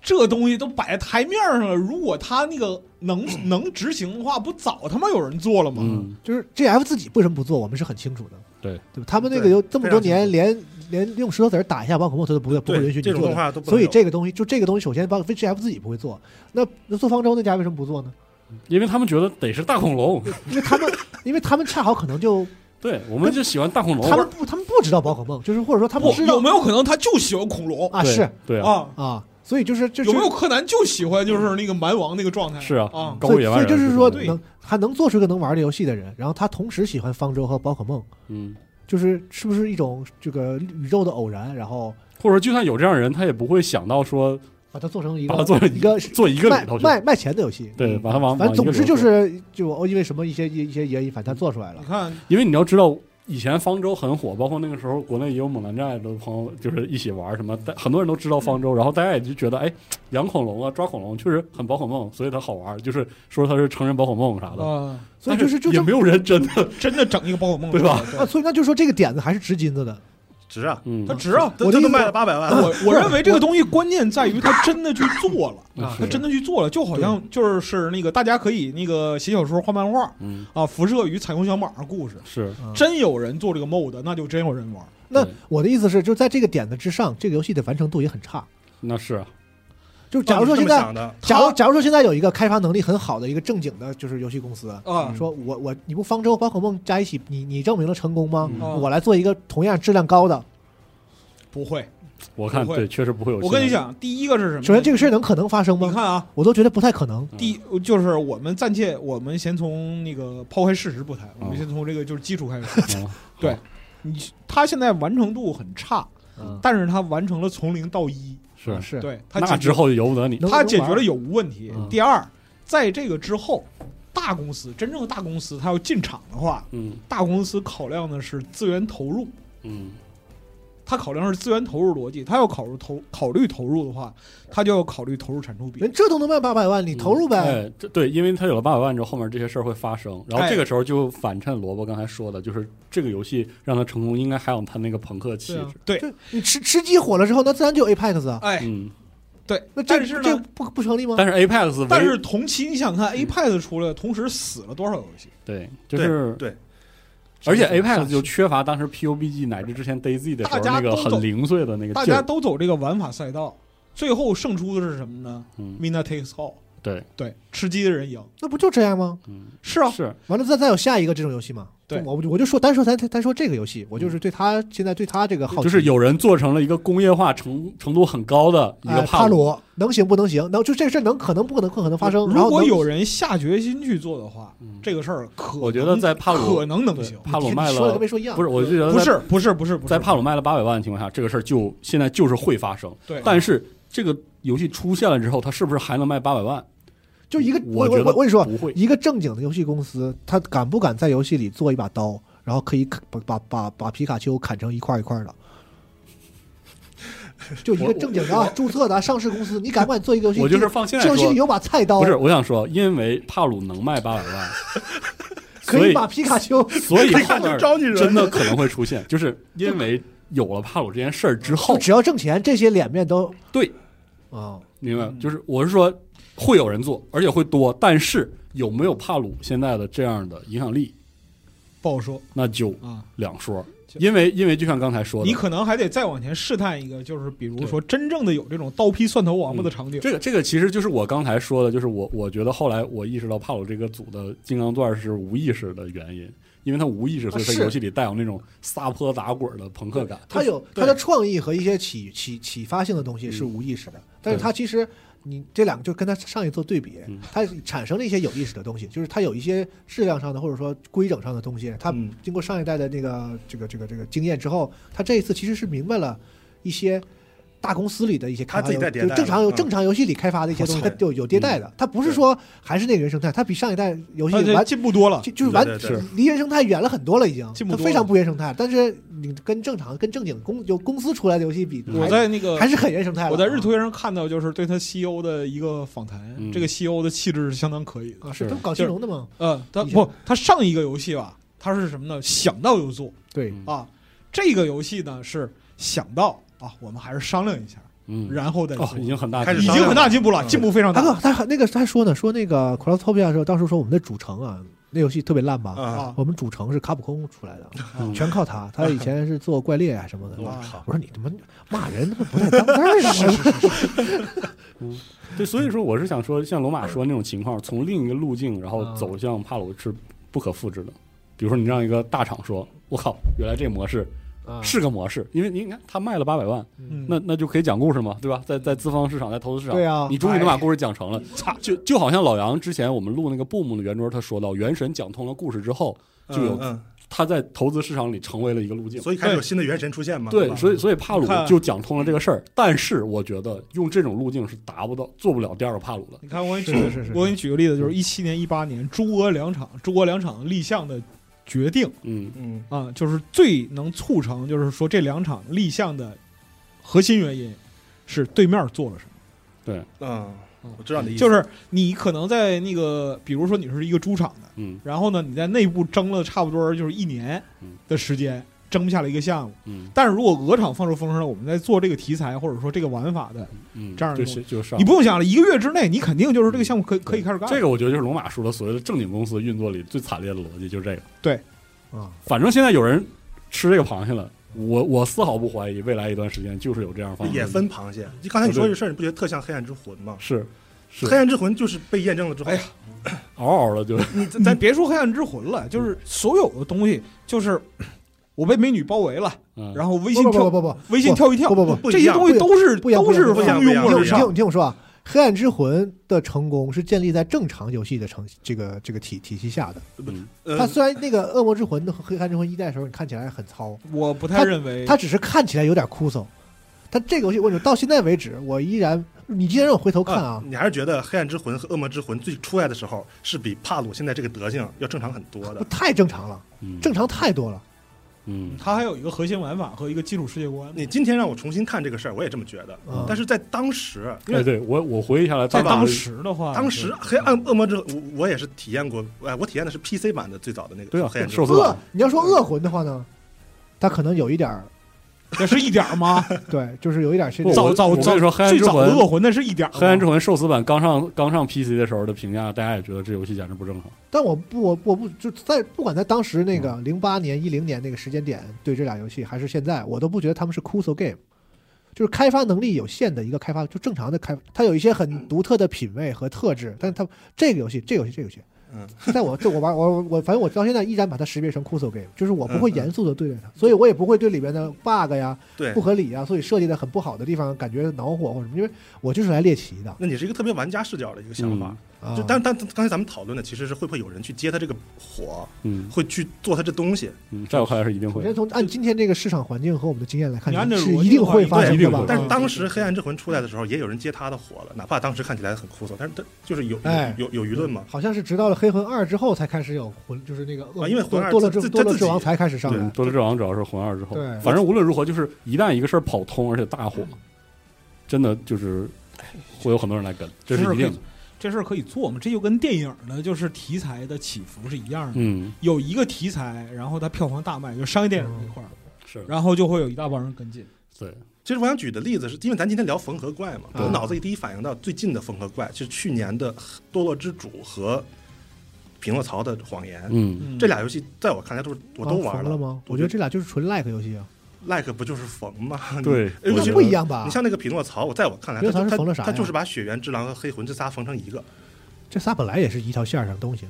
[SPEAKER 3] 这东西都摆在台面上了，如果他那个 能能执行的话，不早他妈有人做了吗？
[SPEAKER 2] 嗯，
[SPEAKER 1] 就是 G F 自己为什么不做，我们是很清楚的。
[SPEAKER 2] 对，
[SPEAKER 1] 对吧？他们那个
[SPEAKER 4] 对
[SPEAKER 1] 有这么多
[SPEAKER 4] 非常
[SPEAKER 1] 年，连连用石头子儿打一下宝可梦，他都不会不会
[SPEAKER 4] 对
[SPEAKER 1] 允许你
[SPEAKER 4] 这种
[SPEAKER 1] 做
[SPEAKER 4] 动
[SPEAKER 1] 的。
[SPEAKER 4] 画都不能
[SPEAKER 1] 所以
[SPEAKER 4] 有
[SPEAKER 1] 这个东西，就这个东西，首先帮 VGF 自己不会做，那那做方舟那家为什么不做呢？
[SPEAKER 2] 因为他们觉得得是大 恐龙，
[SPEAKER 1] 因为他 们，因为他们恰好可能就
[SPEAKER 2] 对，我们就喜欢大恐龙，
[SPEAKER 1] 他们不，他们不知道宝可梦，就是或者说他们
[SPEAKER 3] 不
[SPEAKER 1] 不知
[SPEAKER 3] 有
[SPEAKER 1] 道
[SPEAKER 3] 没有可能他就喜欢恐龙
[SPEAKER 1] 啊，
[SPEAKER 2] 对
[SPEAKER 1] 是
[SPEAKER 2] 对啊，
[SPEAKER 3] 啊？
[SPEAKER 1] 啊，所以就是就是
[SPEAKER 3] 有没有柯南就喜欢就是那个蛮王那个状态？
[SPEAKER 2] 是啊
[SPEAKER 3] 啊，
[SPEAKER 2] 高
[SPEAKER 1] 所
[SPEAKER 2] 过
[SPEAKER 1] 以
[SPEAKER 2] 野
[SPEAKER 1] 所
[SPEAKER 2] 蛮
[SPEAKER 1] 以
[SPEAKER 2] 人，
[SPEAKER 1] 就是说
[SPEAKER 3] 对
[SPEAKER 1] 能他能做出一个能玩的游戏的人，然后他同时喜欢方舟和宝可梦，
[SPEAKER 2] 嗯，
[SPEAKER 1] 就是是不是一种这个宇宙的偶然，然后
[SPEAKER 2] 或者说就算有这样的人，他也不会想到说
[SPEAKER 1] 把它做成一
[SPEAKER 2] 把它
[SPEAKER 1] 个
[SPEAKER 2] 做成
[SPEAKER 1] 一个
[SPEAKER 2] 做一个
[SPEAKER 1] 卖
[SPEAKER 2] 里头去，
[SPEAKER 1] 卖卖钱的游戏。
[SPEAKER 2] 对，把它往
[SPEAKER 1] 反
[SPEAKER 2] 往
[SPEAKER 1] 正
[SPEAKER 2] 一
[SPEAKER 1] 总
[SPEAKER 2] 个里头嗯
[SPEAKER 1] 之就
[SPEAKER 2] 做
[SPEAKER 1] 是就哦因为什么一些一一些原因，反正他做出来了
[SPEAKER 3] 你。看
[SPEAKER 2] 因为你要知道，以前方舟很火，包括那个时候国内也有猛男寨的朋友，就是一起玩什么，但很多人都知道方舟，然后大家也就觉得，哎，养恐龙啊，抓恐龙确实很宝可梦，所以它好玩，就是说它是成人宝可梦啥的，
[SPEAKER 3] 啊，
[SPEAKER 1] 所以就是就
[SPEAKER 2] 但是也
[SPEAKER 1] 这么
[SPEAKER 2] 没有人真的，
[SPEAKER 3] 真的整一个宝可梦
[SPEAKER 2] 对吧？
[SPEAKER 1] 啊，所以那就说这个点子还是值金子的。
[SPEAKER 4] 值啊，
[SPEAKER 2] 嗯
[SPEAKER 3] 它，值啊！
[SPEAKER 4] 这
[SPEAKER 1] 我的意
[SPEAKER 4] 这都
[SPEAKER 1] 思呃
[SPEAKER 4] 卖了八百万，
[SPEAKER 3] 我我认为这个东西关键在于他真的去做了。
[SPEAKER 1] 嗯
[SPEAKER 2] 啊
[SPEAKER 3] 他真的去做了，就好像就是是那个大家可以那个写小说、画漫画
[SPEAKER 2] 嗯
[SPEAKER 3] 啊，辐射与彩虹小马的故事，
[SPEAKER 2] 是，
[SPEAKER 1] 嗯
[SPEAKER 3] 真有人做这个 mod，那就真有人玩。
[SPEAKER 1] 那
[SPEAKER 2] 对
[SPEAKER 1] 我的意思是，就在这个点子之上，这个游戏的完成度也很差。
[SPEAKER 2] 那是啊，
[SPEAKER 1] 就假如说
[SPEAKER 4] 这
[SPEAKER 1] 现
[SPEAKER 4] 么
[SPEAKER 1] 在
[SPEAKER 4] 想的，
[SPEAKER 1] 假如假如说现在有一个开发能力很好的一个正经的，就是游戏公司，
[SPEAKER 3] 啊
[SPEAKER 1] 说我我你不方舟宝可梦加一起，你你证明了成功吗？
[SPEAKER 2] 嗯
[SPEAKER 3] 啊
[SPEAKER 1] 我来做一个同样质量高的。
[SPEAKER 3] 不会，
[SPEAKER 2] 我看
[SPEAKER 3] 不会
[SPEAKER 2] 对，确实不会有。
[SPEAKER 3] 我跟你，讲，第一个是什么？
[SPEAKER 1] 首先这个事儿能可能发生
[SPEAKER 3] 嗯你
[SPEAKER 1] 吗？嗯
[SPEAKER 3] 看啊，
[SPEAKER 1] 我都觉得不太可能。
[SPEAKER 3] 第就是我们暂且我们先从那个抛开事实不谈，我
[SPEAKER 1] 哦
[SPEAKER 3] 们先从这个就是基础开始。
[SPEAKER 2] 嗯
[SPEAKER 3] 你 他现在完成度很差，
[SPEAKER 1] 嗯，
[SPEAKER 3] 但是他完成了从零到一，
[SPEAKER 2] 是，
[SPEAKER 1] 是
[SPEAKER 3] 对他
[SPEAKER 2] 那
[SPEAKER 3] 解决
[SPEAKER 2] 之后就由不得你，
[SPEAKER 1] 能
[SPEAKER 3] 他解决了有无问题
[SPEAKER 2] 嗯。
[SPEAKER 3] 第二，在这个之后，大公司真正的大公司，他要进场的话，
[SPEAKER 2] 嗯
[SPEAKER 3] 大公司考量的是资源投入，
[SPEAKER 2] 嗯，
[SPEAKER 3] 他考量是资源投入逻辑，他要考虑投考虑投入的话，他就要考虑投入产出比。
[SPEAKER 1] 人这都能卖八百万，你投入呗。
[SPEAKER 3] 嗯
[SPEAKER 2] 哎，这对，因为它有了八百万之后，后面这些事儿会发生。然后
[SPEAKER 3] 哎
[SPEAKER 2] 这个时候就反衬萝卜刚才说的，就是这个游戏让它成功，应该还有它那个朋克气
[SPEAKER 3] 对啊
[SPEAKER 2] 质。
[SPEAKER 3] 对，
[SPEAKER 1] 这你吃吃鸡火了之后，那自然就有 Apex 啊。
[SPEAKER 3] 哎，
[SPEAKER 2] 嗯，
[SPEAKER 3] 对，
[SPEAKER 1] 那这
[SPEAKER 3] 但是
[SPEAKER 1] 这
[SPEAKER 3] 呢，
[SPEAKER 1] 不不成立吗？
[SPEAKER 2] 但是 Apex 唯
[SPEAKER 3] 但是同期你想
[SPEAKER 2] 嗯
[SPEAKER 3] 看 iPad 出来，同时死了多少游戏？
[SPEAKER 2] 对，就
[SPEAKER 4] 对
[SPEAKER 2] 是
[SPEAKER 4] 对，
[SPEAKER 2] 而且
[SPEAKER 3] 上去
[SPEAKER 2] Apex 就缺乏当时 PUBG 乃至之前 DayZ 的时候
[SPEAKER 3] 大家
[SPEAKER 2] 那
[SPEAKER 3] 都
[SPEAKER 2] 个
[SPEAKER 3] 走
[SPEAKER 2] 很零碎的那个
[SPEAKER 3] 大
[SPEAKER 2] 劲
[SPEAKER 3] 家
[SPEAKER 2] 儿。
[SPEAKER 3] 都走这个玩法赛道，最后胜出的是什么呢
[SPEAKER 2] 嗯
[SPEAKER 3] ？Mina takes all。
[SPEAKER 2] 对
[SPEAKER 3] 对，吃鸡的人赢。
[SPEAKER 1] 那不就这样吗？
[SPEAKER 2] 嗯，
[SPEAKER 3] 是啊，
[SPEAKER 2] 是
[SPEAKER 1] 完了再再有下一个这种游戏吗？
[SPEAKER 3] 对嗯
[SPEAKER 1] 我我就说单说咱单说这个游戏，我就是对他现在对他这个好奇，
[SPEAKER 2] 就是有人做成了一个工业化程程度很高的一个
[SPEAKER 1] 哎帕
[SPEAKER 2] 鲁，
[SPEAKER 1] 鲁能行不能行？能就这事儿能可能不可能不可能发生？然
[SPEAKER 3] 如
[SPEAKER 1] 后
[SPEAKER 3] 果
[SPEAKER 1] 能
[SPEAKER 3] 有人下决心去做的话，
[SPEAKER 2] 嗯
[SPEAKER 3] 这个事儿可
[SPEAKER 2] 我觉得
[SPEAKER 3] 能
[SPEAKER 2] 在帕鲁
[SPEAKER 3] 可能能
[SPEAKER 2] 对
[SPEAKER 3] 行。
[SPEAKER 2] 帕鲁
[SPEAKER 1] 你
[SPEAKER 2] 卖
[SPEAKER 1] 说的
[SPEAKER 2] 了
[SPEAKER 1] 跟没说一样，
[SPEAKER 2] 不是，我就觉得
[SPEAKER 3] 不
[SPEAKER 2] 在
[SPEAKER 3] 是不是不是不是，
[SPEAKER 2] 在帕鲁卖了八百万的情况下，这个事儿就现在就是会发生。
[SPEAKER 3] 对，
[SPEAKER 2] 但是这个游戏出现了之后，它是不是还能卖八百万？
[SPEAKER 1] 就一个我
[SPEAKER 2] 我觉得
[SPEAKER 1] 我跟你说，
[SPEAKER 2] 不会，
[SPEAKER 1] 一个正经的游戏公司，他敢不敢在游戏里做一把刀，然后可以砍把把把把皮卡丘砍成一块儿一块儿的？就一个正经的啊，注册的啊上市公司，你敢不敢做一个游戏？
[SPEAKER 2] 我就是放现在
[SPEAKER 1] 这游戏
[SPEAKER 2] 说
[SPEAKER 1] 里，有把菜刀，
[SPEAKER 2] 不是我想说，因为帕鲁能卖八百万，
[SPEAKER 1] 可
[SPEAKER 2] 所以
[SPEAKER 1] 以把皮卡丘
[SPEAKER 2] 所以
[SPEAKER 4] 可以
[SPEAKER 2] 后
[SPEAKER 4] 看
[SPEAKER 2] 面
[SPEAKER 4] 就招你惹
[SPEAKER 2] 真的可能会出现，就是因为有了帕鲁这件事儿之后
[SPEAKER 1] 就，只要挣钱，这些脸面都
[SPEAKER 2] 对
[SPEAKER 1] 啊、
[SPEAKER 2] 明白吗？就是我是说会有人做，而且会多，但是有没有帕鲁现在的这样的影响力，
[SPEAKER 3] 不好说
[SPEAKER 2] 那就
[SPEAKER 3] 啊。
[SPEAKER 2] 两说。
[SPEAKER 3] 就
[SPEAKER 2] 因为因为就像刚才说的
[SPEAKER 3] 你，可能还得再往前试探一个，就是比如说真正的有这种刀劈蒜头
[SPEAKER 1] 嗯
[SPEAKER 3] 王八的场景，
[SPEAKER 2] 这个这个其实就是我刚才说的，就是我我觉得后来我意识到帕鲁这个组的金刚钻是无意识的原因，因为他无意识，所以
[SPEAKER 1] 啊
[SPEAKER 2] 他
[SPEAKER 1] 是
[SPEAKER 2] 游戏里带有那种撒泼打滚的朋克感。
[SPEAKER 4] 嗯
[SPEAKER 1] 他有他的创意和一些启启启发性的东西是无意识的，但是他其实你这两个就跟它上一做对比
[SPEAKER 2] 嗯，
[SPEAKER 1] 它产生了一些有意思的东西，就是它有一些质量上的或者说规整上的东西，它
[SPEAKER 4] 嗯
[SPEAKER 1] 经过上一代的那个这个这个这个经验之后，它这一次其实是明白了一些。大公司里的一些开发
[SPEAKER 4] 它自己
[SPEAKER 1] 游，
[SPEAKER 4] 带迭代
[SPEAKER 1] 就正常
[SPEAKER 4] 了
[SPEAKER 1] 有
[SPEAKER 4] 嗯
[SPEAKER 1] 正常游戏里开发的一些东西，
[SPEAKER 4] 我
[SPEAKER 1] 它
[SPEAKER 4] 操
[SPEAKER 1] 有有迭代的，它不是说还是那个原生态，它比上一代游戏
[SPEAKER 3] 而且
[SPEAKER 1] 完
[SPEAKER 3] 进步多了，
[SPEAKER 1] 就就是
[SPEAKER 4] 对
[SPEAKER 1] 完
[SPEAKER 4] 对对
[SPEAKER 2] 是
[SPEAKER 1] 离原生态远了很多了，已经
[SPEAKER 3] 进，步
[SPEAKER 1] 它
[SPEAKER 3] 多
[SPEAKER 1] 非
[SPEAKER 3] 了
[SPEAKER 1] 常不原生态。但是你跟正常、跟正经公就公司出来的游戏比，
[SPEAKER 3] 嗯我在那个
[SPEAKER 1] 还是很原生态了啊。
[SPEAKER 3] 我在日推上看到，就是对他 CEO 的一个访谈，
[SPEAKER 2] 嗯
[SPEAKER 3] 这个 CEO 的气质是相当可以的。
[SPEAKER 1] 啊，是
[SPEAKER 2] 是
[SPEAKER 1] 都搞金融的嘛？
[SPEAKER 3] 呃，他
[SPEAKER 1] 嗯以前
[SPEAKER 3] 不，他上一个游戏吧，他是什么呢？想到就做
[SPEAKER 1] 对
[SPEAKER 3] 啊。这个游戏呢是想到啊，我们还是商量一下，
[SPEAKER 2] 嗯，
[SPEAKER 3] 然后再做
[SPEAKER 2] 哦，已经很大
[SPEAKER 4] 开始
[SPEAKER 3] 已经很大进步了，
[SPEAKER 4] 嗯
[SPEAKER 3] 进步非常
[SPEAKER 1] 他
[SPEAKER 2] 啊
[SPEAKER 3] 大
[SPEAKER 1] 啊他他那个他说呢，说那个 Crosstopia 的时候，当时说我们的主城啊，那游戏特别烂吧？
[SPEAKER 4] 啊，
[SPEAKER 3] 啊。
[SPEAKER 1] 我们主城是卡普空出来的，
[SPEAKER 2] 嗯
[SPEAKER 1] 全靠他。他以前是做怪猎啊什么的。
[SPEAKER 2] 我
[SPEAKER 1] 我说你他妈骂人他妈不带脏字儿啊 的，
[SPEAKER 2] 对，所以说我是想说，像罗马说那种情况，从另一个路径然后走向帕鲁是不可复制的。比如说，你让一个大厂说：“我靠，原来这模式
[SPEAKER 1] 啊
[SPEAKER 2] 是个模式，因为你看他卖了八百万，
[SPEAKER 3] 嗯
[SPEAKER 2] 那那就可以讲故事嘛，对吧？在在资方市场，在投资市场，
[SPEAKER 1] 对啊
[SPEAKER 2] 你终于能
[SPEAKER 3] 哎
[SPEAKER 2] 把故事讲成了。就就好像老杨之前我们录那个 Boom 的圆桌，他说到《原神》讲通了故事之后，就有
[SPEAKER 4] 嗯，
[SPEAKER 2] 他在投资市场里成为了一个路径
[SPEAKER 4] 嗯。所以开始有新的原神出现嘛？
[SPEAKER 2] 对，
[SPEAKER 4] 吧
[SPEAKER 2] 所以所以帕鲁
[SPEAKER 3] 你看
[SPEAKER 2] 就讲通了这个事儿，但是我觉得用这种路径是达不到、做不了第二个帕鲁的。
[SPEAKER 3] 你看，我给你举
[SPEAKER 1] 是是是
[SPEAKER 3] 我给你举个例子，就是一七年、一八年中俄两场，中俄两场立项的决定
[SPEAKER 2] 嗯，
[SPEAKER 4] 嗯
[SPEAKER 3] 啊，就是最能促成，就是说这两场立项的核心原因是对面做了什么。
[SPEAKER 4] 嗯，我知道你的意思，
[SPEAKER 3] 就是你可能在那个，比如说你是一个猪场的，
[SPEAKER 2] 嗯
[SPEAKER 3] 然后呢，你在内部争了差不多就是一年
[SPEAKER 2] 嗯
[SPEAKER 3] 的时间，争不下来一个项目。
[SPEAKER 2] 嗯
[SPEAKER 3] 但是如果鹅厂放出风声了，我们在做这个题材或者说这个玩法的，
[SPEAKER 2] 嗯，
[SPEAKER 3] 这样
[SPEAKER 2] 就
[SPEAKER 3] 弄
[SPEAKER 2] 是就是
[SPEAKER 3] 你不用想了，一个月之内你肯定就是这个项目可以可以开始干。
[SPEAKER 2] 这个，我觉得就是龙马说的所谓的正经公司运作里最惨烈的逻辑，就是这个。
[SPEAKER 1] 啊，
[SPEAKER 2] 反正现在有人吃这个螃蟹了，我我丝毫不怀疑未来一段时间就是有这样的方式。
[SPEAKER 1] 啊
[SPEAKER 4] 也分螃蟹。你刚
[SPEAKER 1] 哦
[SPEAKER 4] 才你说这事儿，你不觉得特像黑暗之魂吗？
[SPEAKER 2] 是是
[SPEAKER 4] 黑暗之魂就是被验证了之后，
[SPEAKER 3] 哎
[SPEAKER 4] 哎
[SPEAKER 3] 呀
[SPEAKER 4] 呀，
[SPEAKER 2] 嗷嗷的就
[SPEAKER 4] 你
[SPEAKER 3] 咱
[SPEAKER 4] 咱
[SPEAKER 3] 别说黑暗之魂了，就是所有的东西，就是 我被美女包围了，
[SPEAKER 2] 嗯，
[SPEAKER 3] 然后微信
[SPEAKER 1] 不不
[SPEAKER 3] 跳
[SPEAKER 1] 不不不
[SPEAKER 3] 微信跳一跳
[SPEAKER 1] 不，不不
[SPEAKER 4] 不
[SPEAKER 3] 这
[SPEAKER 4] 一
[SPEAKER 3] 些
[SPEAKER 4] 样
[SPEAKER 3] 东西都是
[SPEAKER 1] 不一样
[SPEAKER 3] 都是
[SPEAKER 1] 不
[SPEAKER 3] 蜂
[SPEAKER 1] 一
[SPEAKER 4] 样
[SPEAKER 3] 拥
[SPEAKER 4] 不一样
[SPEAKER 3] 而
[SPEAKER 1] 你听
[SPEAKER 3] 上。
[SPEAKER 1] 你听我说啊，《黑暗之魂》的成功是建立在正常游戏的成这个这个体体系下的。
[SPEAKER 2] 嗯
[SPEAKER 1] 它
[SPEAKER 4] 呃，
[SPEAKER 1] 虽然那个《恶魔之魂》和《黑暗之魂》一代的时候，你看起来很糙，
[SPEAKER 3] 我不太认为
[SPEAKER 1] 它只是看起来有点枯燥。它这个游戏，我跟你说，到现在为止，我依然，你今天让我回头看啊，
[SPEAKER 4] 你还是觉得黑暗之魂和恶魔之魂最出来的时候，是比帕鲁现在这个德性要正常很多
[SPEAKER 1] 不
[SPEAKER 4] 的。
[SPEAKER 1] 太正常了，
[SPEAKER 2] 嗯
[SPEAKER 1] 正常太多了。
[SPEAKER 2] 嗯
[SPEAKER 3] 它还有一个核心玩法和一个基础世界观。
[SPEAKER 4] 你今天让我重新看这个事儿，我也这么觉得
[SPEAKER 1] 嗯。
[SPEAKER 4] 但是在当时，因
[SPEAKER 2] 哎，
[SPEAKER 4] 为
[SPEAKER 2] 对我我回忆下来，
[SPEAKER 3] 在
[SPEAKER 4] 在
[SPEAKER 3] 当
[SPEAKER 4] 当
[SPEAKER 3] 时的话，
[SPEAKER 4] 当时黑暗恶魔之魂，我我也是体验过，哎，我体验的是 PC 版的最早的那个
[SPEAKER 2] 对啊
[SPEAKER 4] 黑暗之
[SPEAKER 2] 寿
[SPEAKER 4] 魂
[SPEAKER 2] 司
[SPEAKER 1] 恶，你要说恶魂的话呢，它可能有一点儿，
[SPEAKER 3] 那是一点儿吗？
[SPEAKER 1] 对，就是有一点是
[SPEAKER 2] 不我
[SPEAKER 3] 早
[SPEAKER 2] 我
[SPEAKER 3] 早
[SPEAKER 2] 我跟
[SPEAKER 3] 早
[SPEAKER 2] 你说黑暗
[SPEAKER 3] 最
[SPEAKER 2] 之
[SPEAKER 3] 早的
[SPEAKER 2] 魂
[SPEAKER 3] 恶魂那是一点儿吗。
[SPEAKER 2] 黑暗之魂寿司版刚上刚上 PC 的时候的评价，大家也觉得这游戏简直不正常。
[SPEAKER 1] 但我不，我我不就在不管在当时那
[SPEAKER 4] 嗯
[SPEAKER 1] 个零八年、一零年那个时间点对这俩游戏，还是现在，我都不觉得他们是 c u s o game，就是开发能力有限的一个开发，就正常的开，它有一些很独特的品味和特质，但是它这个游戏，这个游戏，这个游戏，
[SPEAKER 4] 嗯，
[SPEAKER 1] 在我这我玩我我反正我到现在依然把它识别成 c u s o game，就是我不会
[SPEAKER 4] 嗯嗯
[SPEAKER 1] 严肃的对待它，所以我也不会对里边的 bug 呀、
[SPEAKER 4] 对
[SPEAKER 1] 不。合理呀，所以设计的很不好的地方感觉恼火或者什么，因为我就是来猎奇的，
[SPEAKER 4] 那你是一个特别玩家视角的一个想法，
[SPEAKER 1] 啊
[SPEAKER 4] 就但但刚才咱们讨论的其实是会不会有人去接他这个火，
[SPEAKER 2] 嗯
[SPEAKER 4] 会去做他这东西，
[SPEAKER 2] 嗯，在我看来是一定
[SPEAKER 1] 首
[SPEAKER 2] 会
[SPEAKER 1] 先。从按今天这个市场环境和我们的经验来看
[SPEAKER 3] 你按这，
[SPEAKER 1] 是
[SPEAKER 3] 逻辑
[SPEAKER 1] 一定
[SPEAKER 3] 的话
[SPEAKER 1] 会
[SPEAKER 3] 应
[SPEAKER 1] 发
[SPEAKER 4] 该
[SPEAKER 1] 生
[SPEAKER 2] 一定
[SPEAKER 1] 的吧
[SPEAKER 2] 会？
[SPEAKER 4] 啊但是
[SPEAKER 3] 嗯
[SPEAKER 4] 当时《黑暗之魂》出来的时候，也有人接他的火了，哪怕当时看起来很枯燥，但是他就是有
[SPEAKER 1] 哎
[SPEAKER 4] 有有舆论嘛。
[SPEAKER 1] 好像是直到了《黑魂二》之后才开始有魂，就是那个恶
[SPEAKER 4] 啊因为
[SPEAKER 1] 堕
[SPEAKER 4] 魂二
[SPEAKER 1] 堕落
[SPEAKER 4] 自
[SPEAKER 1] 之
[SPEAKER 4] 自
[SPEAKER 1] 堕落
[SPEAKER 4] 自
[SPEAKER 1] 之
[SPEAKER 4] 己
[SPEAKER 1] 王才开始上
[SPEAKER 2] 嗯
[SPEAKER 1] 来。
[SPEAKER 2] 多之王主要是魂二之后，
[SPEAKER 1] 对
[SPEAKER 2] 反正无论如何，就是一旦一个事儿跑通，而且大火，真的就是会有很多人来跟，这是一定的。
[SPEAKER 3] 这事儿可以做嘛？这就跟电影的就是题材的起伏是一样的。
[SPEAKER 2] 嗯，
[SPEAKER 3] 有一个题材，然后它票房大卖，就商业电影这块儿，
[SPEAKER 2] 是
[SPEAKER 3] 然后就会有一大帮人跟进。
[SPEAKER 2] 对，
[SPEAKER 4] 其实我想举的例子是，因为咱今天聊缝合怪嘛，
[SPEAKER 1] 对
[SPEAKER 4] 我脑子里第一反应到最近的缝合怪是去年的《堕落之主》和《匹诺曹的谎言》
[SPEAKER 2] 嗯，
[SPEAKER 3] 嗯
[SPEAKER 4] 这俩游戏，在我看来都是我都玩
[SPEAKER 1] 啊哦了
[SPEAKER 4] 了。
[SPEAKER 1] 吗？
[SPEAKER 4] 我
[SPEAKER 1] 我觉得这俩就是纯 like 游戏啊，
[SPEAKER 4] like 不就是缝吗？
[SPEAKER 2] 对，
[SPEAKER 4] 你，
[SPEAKER 1] 那
[SPEAKER 4] 哎我觉
[SPEAKER 1] 不
[SPEAKER 4] 得
[SPEAKER 1] 一样吧
[SPEAKER 4] 你？像那个匹诺曹，我在我看来，
[SPEAKER 1] 匹诺曹
[SPEAKER 4] 他
[SPEAKER 1] 是
[SPEAKER 4] 他
[SPEAKER 1] 缝了啥呀
[SPEAKER 4] 他就是把血缘之狼和黑魂这仨缝成一个。
[SPEAKER 1] 这仨本来也是一条线上的东西，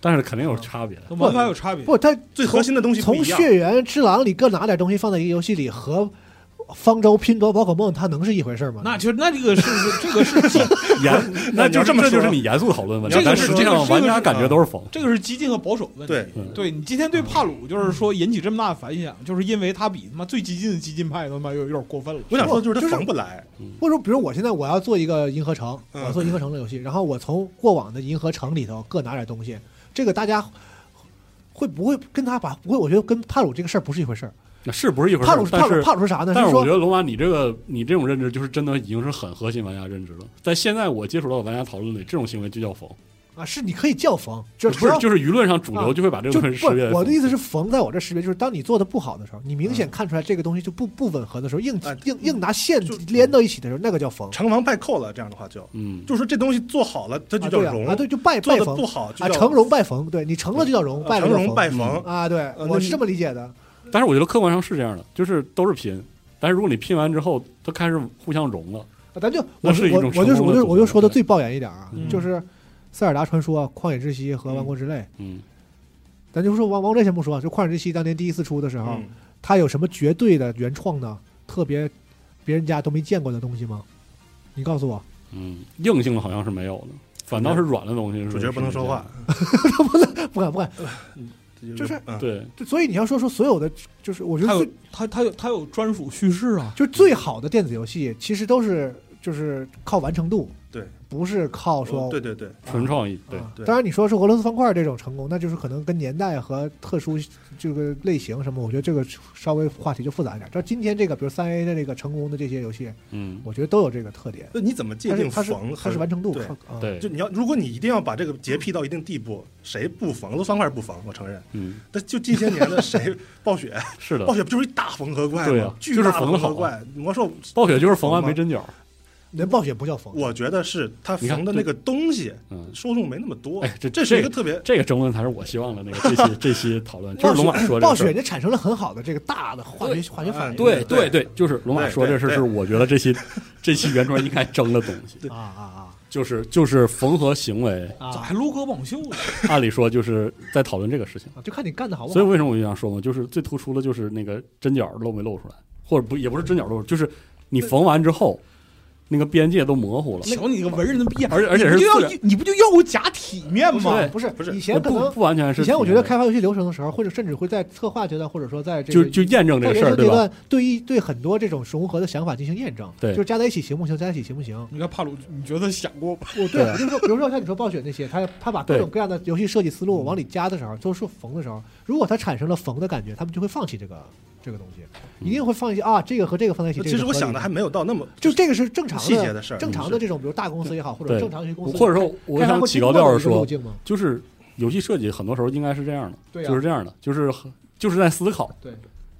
[SPEAKER 2] 但是肯定有差 别。
[SPEAKER 3] 跟玩法有差别。
[SPEAKER 1] 不，它
[SPEAKER 4] 最核心的东西不
[SPEAKER 1] 从
[SPEAKER 4] 一样
[SPEAKER 1] 血缘之狼里各拿点东西放在一个游戏里，和方舟、拼多多、宝可梦，它能是一回事吗？
[SPEAKER 3] 那就那这个是这个是
[SPEAKER 2] 严，那就
[SPEAKER 4] 这么
[SPEAKER 2] 这就
[SPEAKER 4] 说
[SPEAKER 2] 是你严肃讨论问
[SPEAKER 3] 这
[SPEAKER 2] 题，
[SPEAKER 3] 个
[SPEAKER 2] 但
[SPEAKER 3] 是
[SPEAKER 2] 实
[SPEAKER 3] 这
[SPEAKER 2] 际
[SPEAKER 3] 个
[SPEAKER 2] 上
[SPEAKER 3] 是
[SPEAKER 2] 玩
[SPEAKER 3] 这个
[SPEAKER 2] 家
[SPEAKER 3] 是
[SPEAKER 2] 感觉都是啊否
[SPEAKER 3] 这个是激进和保守问题。
[SPEAKER 4] 对
[SPEAKER 2] 嗯
[SPEAKER 3] 对你今天对帕鲁就是说引起这么大反响，就是因为他比他妈最激进的激进派他妈有有点过分了。
[SPEAKER 4] 我想说的就是
[SPEAKER 1] 哦就
[SPEAKER 4] 他
[SPEAKER 1] 是
[SPEAKER 4] 缝不来，
[SPEAKER 1] 或者说，比如我现在我要做一个银河城，我
[SPEAKER 4] 嗯
[SPEAKER 1] 要做银河城的游戏，然后我从过往的银河城里头各拿点东西，这个大家会不会跟他把不会？我觉得跟帕鲁这个事儿不是一回事儿。
[SPEAKER 2] 那是不是一回事
[SPEAKER 1] 帕鲁
[SPEAKER 2] 儿？
[SPEAKER 1] 是帕
[SPEAKER 2] 但
[SPEAKER 1] 鲁
[SPEAKER 2] 是
[SPEAKER 1] 帕鲁是啥呢？
[SPEAKER 2] 但
[SPEAKER 1] 是
[SPEAKER 2] 我
[SPEAKER 1] 说
[SPEAKER 2] 觉得龙马，你这个你这种认知就是真的已经是很核心玩家认知了。在现在我接触到的玩家讨论里，这种行为就叫逢，
[SPEAKER 1] 啊，是你可以叫冯，就
[SPEAKER 2] 不
[SPEAKER 1] 不
[SPEAKER 2] 是
[SPEAKER 1] 要
[SPEAKER 2] 就是舆论上主流
[SPEAKER 1] 啊
[SPEAKER 2] 就会把这
[SPEAKER 1] 就
[SPEAKER 2] 个
[SPEAKER 1] 不
[SPEAKER 2] 分识别
[SPEAKER 1] 我
[SPEAKER 2] 为逢
[SPEAKER 1] 的
[SPEAKER 4] 嗯
[SPEAKER 1] 意思是，缝在我这识别就是，当你做的不好的时候，你明显看出来这个东西就不不吻合的时候，硬
[SPEAKER 4] 哎
[SPEAKER 1] 硬硬拿线
[SPEAKER 4] 就
[SPEAKER 1] 连到一起的时候，那个叫缝
[SPEAKER 4] 成王败寇了。这样的话就
[SPEAKER 2] 嗯，
[SPEAKER 4] 就是说这东西做好了，它就
[SPEAKER 1] 啊，
[SPEAKER 4] 叫
[SPEAKER 1] 对啊
[SPEAKER 4] 荣
[SPEAKER 1] 啊，对，就拜
[SPEAKER 4] 做
[SPEAKER 1] 拜
[SPEAKER 4] 的
[SPEAKER 1] 缝
[SPEAKER 4] 不好就
[SPEAKER 1] 啊，
[SPEAKER 4] 叫
[SPEAKER 1] 成龙拜缝，对你成了就叫荣，
[SPEAKER 4] 呃
[SPEAKER 1] 败了
[SPEAKER 4] 成
[SPEAKER 1] 叫
[SPEAKER 4] 荣
[SPEAKER 1] 冯
[SPEAKER 4] 败冯。呃
[SPEAKER 1] 啊，对，
[SPEAKER 4] 那
[SPEAKER 1] 我
[SPEAKER 4] 你
[SPEAKER 1] 是这么理解的。
[SPEAKER 2] 但是我觉得客观上是这样的，就是都是拼，但是如果你拼完之后，它开始互相融了，
[SPEAKER 1] 啊咱就
[SPEAKER 2] 那
[SPEAKER 1] 我
[SPEAKER 2] 是一
[SPEAKER 1] 我
[SPEAKER 2] 种
[SPEAKER 1] 我
[SPEAKER 2] 成
[SPEAKER 1] 就
[SPEAKER 2] 功
[SPEAKER 1] 我
[SPEAKER 2] 的
[SPEAKER 1] 就
[SPEAKER 2] 组
[SPEAKER 1] 我就
[SPEAKER 2] 合
[SPEAKER 1] 说的
[SPEAKER 2] 对
[SPEAKER 1] 最抱怨一点啊，
[SPEAKER 2] 嗯
[SPEAKER 1] 就是《塞尔达传说》《旷野之息》和《王国之泪》
[SPEAKER 2] 嗯
[SPEAKER 1] 咱就说王王国之泪先不说，啊就《旷野之息》当年第一次出的时候，
[SPEAKER 4] 嗯
[SPEAKER 1] 它有什么绝对的原创呢？特别别人家都没见过的东西吗？你告诉我，
[SPEAKER 2] 嗯，硬性的好像是没有的，反倒是软的东西是。
[SPEAKER 4] 主角不能说话，
[SPEAKER 1] 不敢不敢。嗯就是
[SPEAKER 4] 嗯
[SPEAKER 2] 对，
[SPEAKER 1] 就所以你要说说所有的，就是我觉
[SPEAKER 3] 他
[SPEAKER 1] 得
[SPEAKER 3] 有
[SPEAKER 1] 最
[SPEAKER 3] 他他有他有专属叙事啊，
[SPEAKER 1] 就是最好的电子游戏，其实都是就是靠完成度，
[SPEAKER 4] 对，
[SPEAKER 1] 不是靠说
[SPEAKER 4] 哦对对对，
[SPEAKER 2] 纯创意，对，
[SPEAKER 1] 啊
[SPEAKER 4] 对
[SPEAKER 1] 当然你说是俄罗斯方块这种成功，那就是可能跟年代和特殊这个类型什么，我觉得这个稍微话题就复杂一点。这今天这个，比如三 A 的这个成功的这些游戏，
[SPEAKER 2] 嗯，
[SPEAKER 1] 我觉得都有这个特点。
[SPEAKER 4] 那你怎么界
[SPEAKER 1] 它是
[SPEAKER 4] 定
[SPEAKER 1] 它是
[SPEAKER 4] 缝
[SPEAKER 1] 它
[SPEAKER 4] 和
[SPEAKER 1] 是完成度
[SPEAKER 4] 对
[SPEAKER 1] 靠，啊
[SPEAKER 2] 对
[SPEAKER 4] 就，你要，如果你一定要把这个洁癖到一定地步，谁不缝？都方块不缝，我承认。
[SPEAKER 2] 嗯，
[SPEAKER 4] 但就近些年 的谁暴雪，
[SPEAKER 2] 是的
[SPEAKER 4] 暴，雪不就是一大缝合怪
[SPEAKER 2] 对
[SPEAKER 4] 吗
[SPEAKER 2] 啊？
[SPEAKER 4] 巨
[SPEAKER 2] 就是
[SPEAKER 4] 大的
[SPEAKER 2] 缝得
[SPEAKER 4] 缝
[SPEAKER 2] 好啊
[SPEAKER 4] 合怪。魔兽，
[SPEAKER 2] 暴雪就是缝完
[SPEAKER 4] 缝吗
[SPEAKER 2] 没针 脚，
[SPEAKER 1] 人暴雪不叫疯，
[SPEAKER 4] 我觉得是它
[SPEAKER 2] 你看
[SPEAKER 4] 缝的那个东西
[SPEAKER 2] 嗯。
[SPEAKER 4] 受众没那么多。
[SPEAKER 2] 哎这
[SPEAKER 4] 这是一
[SPEAKER 2] 这
[SPEAKER 4] 个特别
[SPEAKER 2] 这个争论才是我希望的那个这期这期讨论，就
[SPEAKER 1] 暴
[SPEAKER 2] 是龙马
[SPEAKER 1] 雪
[SPEAKER 2] 说这
[SPEAKER 1] 暴
[SPEAKER 2] 个事
[SPEAKER 1] 雪
[SPEAKER 2] 儿。
[SPEAKER 1] 人家产生了很好的这个大的化学化学反应。
[SPEAKER 2] 对嗯
[SPEAKER 4] 对
[SPEAKER 2] 对，就是龙马
[SPEAKER 4] 对
[SPEAKER 2] 说这事儿
[SPEAKER 4] 对
[SPEAKER 2] 是
[SPEAKER 4] 对
[SPEAKER 2] 我觉得这期这期原创应该争的东西，
[SPEAKER 1] 啊啊
[SPEAKER 2] 就是就是缝合行为，
[SPEAKER 1] 啊
[SPEAKER 3] 咋
[SPEAKER 1] 啊！
[SPEAKER 3] 还撸胳膀袖呢？
[SPEAKER 2] 按理说就是在讨论这个事情。
[SPEAKER 1] 啊就看你干的好不
[SPEAKER 2] 所以
[SPEAKER 1] 好。
[SPEAKER 2] 为什么我就想说嘛，就是最突出的就是那个针脚露没露出来，或者不也不是针脚露，就是你缝完之后，那个边界都模糊了，
[SPEAKER 3] 瞧你个文人的逼样！
[SPEAKER 2] 而且而且
[SPEAKER 3] 你不
[SPEAKER 2] 是自
[SPEAKER 3] 就要
[SPEAKER 2] 然
[SPEAKER 3] 你不就要我假体面吗？
[SPEAKER 2] 对
[SPEAKER 1] 不是
[SPEAKER 4] 不是
[SPEAKER 1] 以前
[SPEAKER 2] 我
[SPEAKER 1] 可
[SPEAKER 2] 不
[SPEAKER 1] 能
[SPEAKER 2] 不完全是
[SPEAKER 1] 以前我觉
[SPEAKER 2] 自
[SPEAKER 1] 得
[SPEAKER 2] 然的
[SPEAKER 1] 开发游戏流程的时候，或者甚至会在策划阶段，或者说在这
[SPEAKER 2] 就
[SPEAKER 1] 个
[SPEAKER 2] 就验证这
[SPEAKER 1] 到
[SPEAKER 2] 个
[SPEAKER 1] 研
[SPEAKER 2] 事儿
[SPEAKER 1] 究
[SPEAKER 2] 对
[SPEAKER 1] 阶
[SPEAKER 2] 吧？
[SPEAKER 1] 段，对一对很多这种融合的想法进行验证，
[SPEAKER 2] 对
[SPEAKER 1] 就是加在一起行不行？加在一起行不行？
[SPEAKER 3] 你看帕鲁，你觉得想过吗？
[SPEAKER 1] 我对，我就说，比如说像你说暴雪那些，他他把各
[SPEAKER 2] 对嗯
[SPEAKER 1] 种各样的游戏设计思路往里加的时候，都是缝的时候，如果它产生了缝的感觉，他们就会放弃这个这个东西，
[SPEAKER 2] 嗯
[SPEAKER 1] 一定会放弃啊，这个和这个放在一起。
[SPEAKER 4] 其
[SPEAKER 1] 这个
[SPEAKER 4] 实
[SPEAKER 1] 是
[SPEAKER 4] 我
[SPEAKER 1] 合理
[SPEAKER 4] 想的还没有到那么
[SPEAKER 1] 就这个是正常
[SPEAKER 4] 细节的事儿
[SPEAKER 1] 正常的这种，比如大公司也好，或者
[SPEAKER 2] 对
[SPEAKER 1] 正常的公司，
[SPEAKER 2] 或者说，我
[SPEAKER 1] 开发
[SPEAKER 2] 想
[SPEAKER 1] 会
[SPEAKER 2] 起
[SPEAKER 1] 经
[SPEAKER 2] 高
[SPEAKER 1] 过
[SPEAKER 2] 调
[SPEAKER 1] 的
[SPEAKER 2] 的
[SPEAKER 1] 一个路
[SPEAKER 2] 说，
[SPEAKER 1] 径吗？
[SPEAKER 2] 就是游戏设计很多时候应该是这样的，
[SPEAKER 1] 对啊
[SPEAKER 2] 就是这样的，就是很就是在思考，
[SPEAKER 1] 对，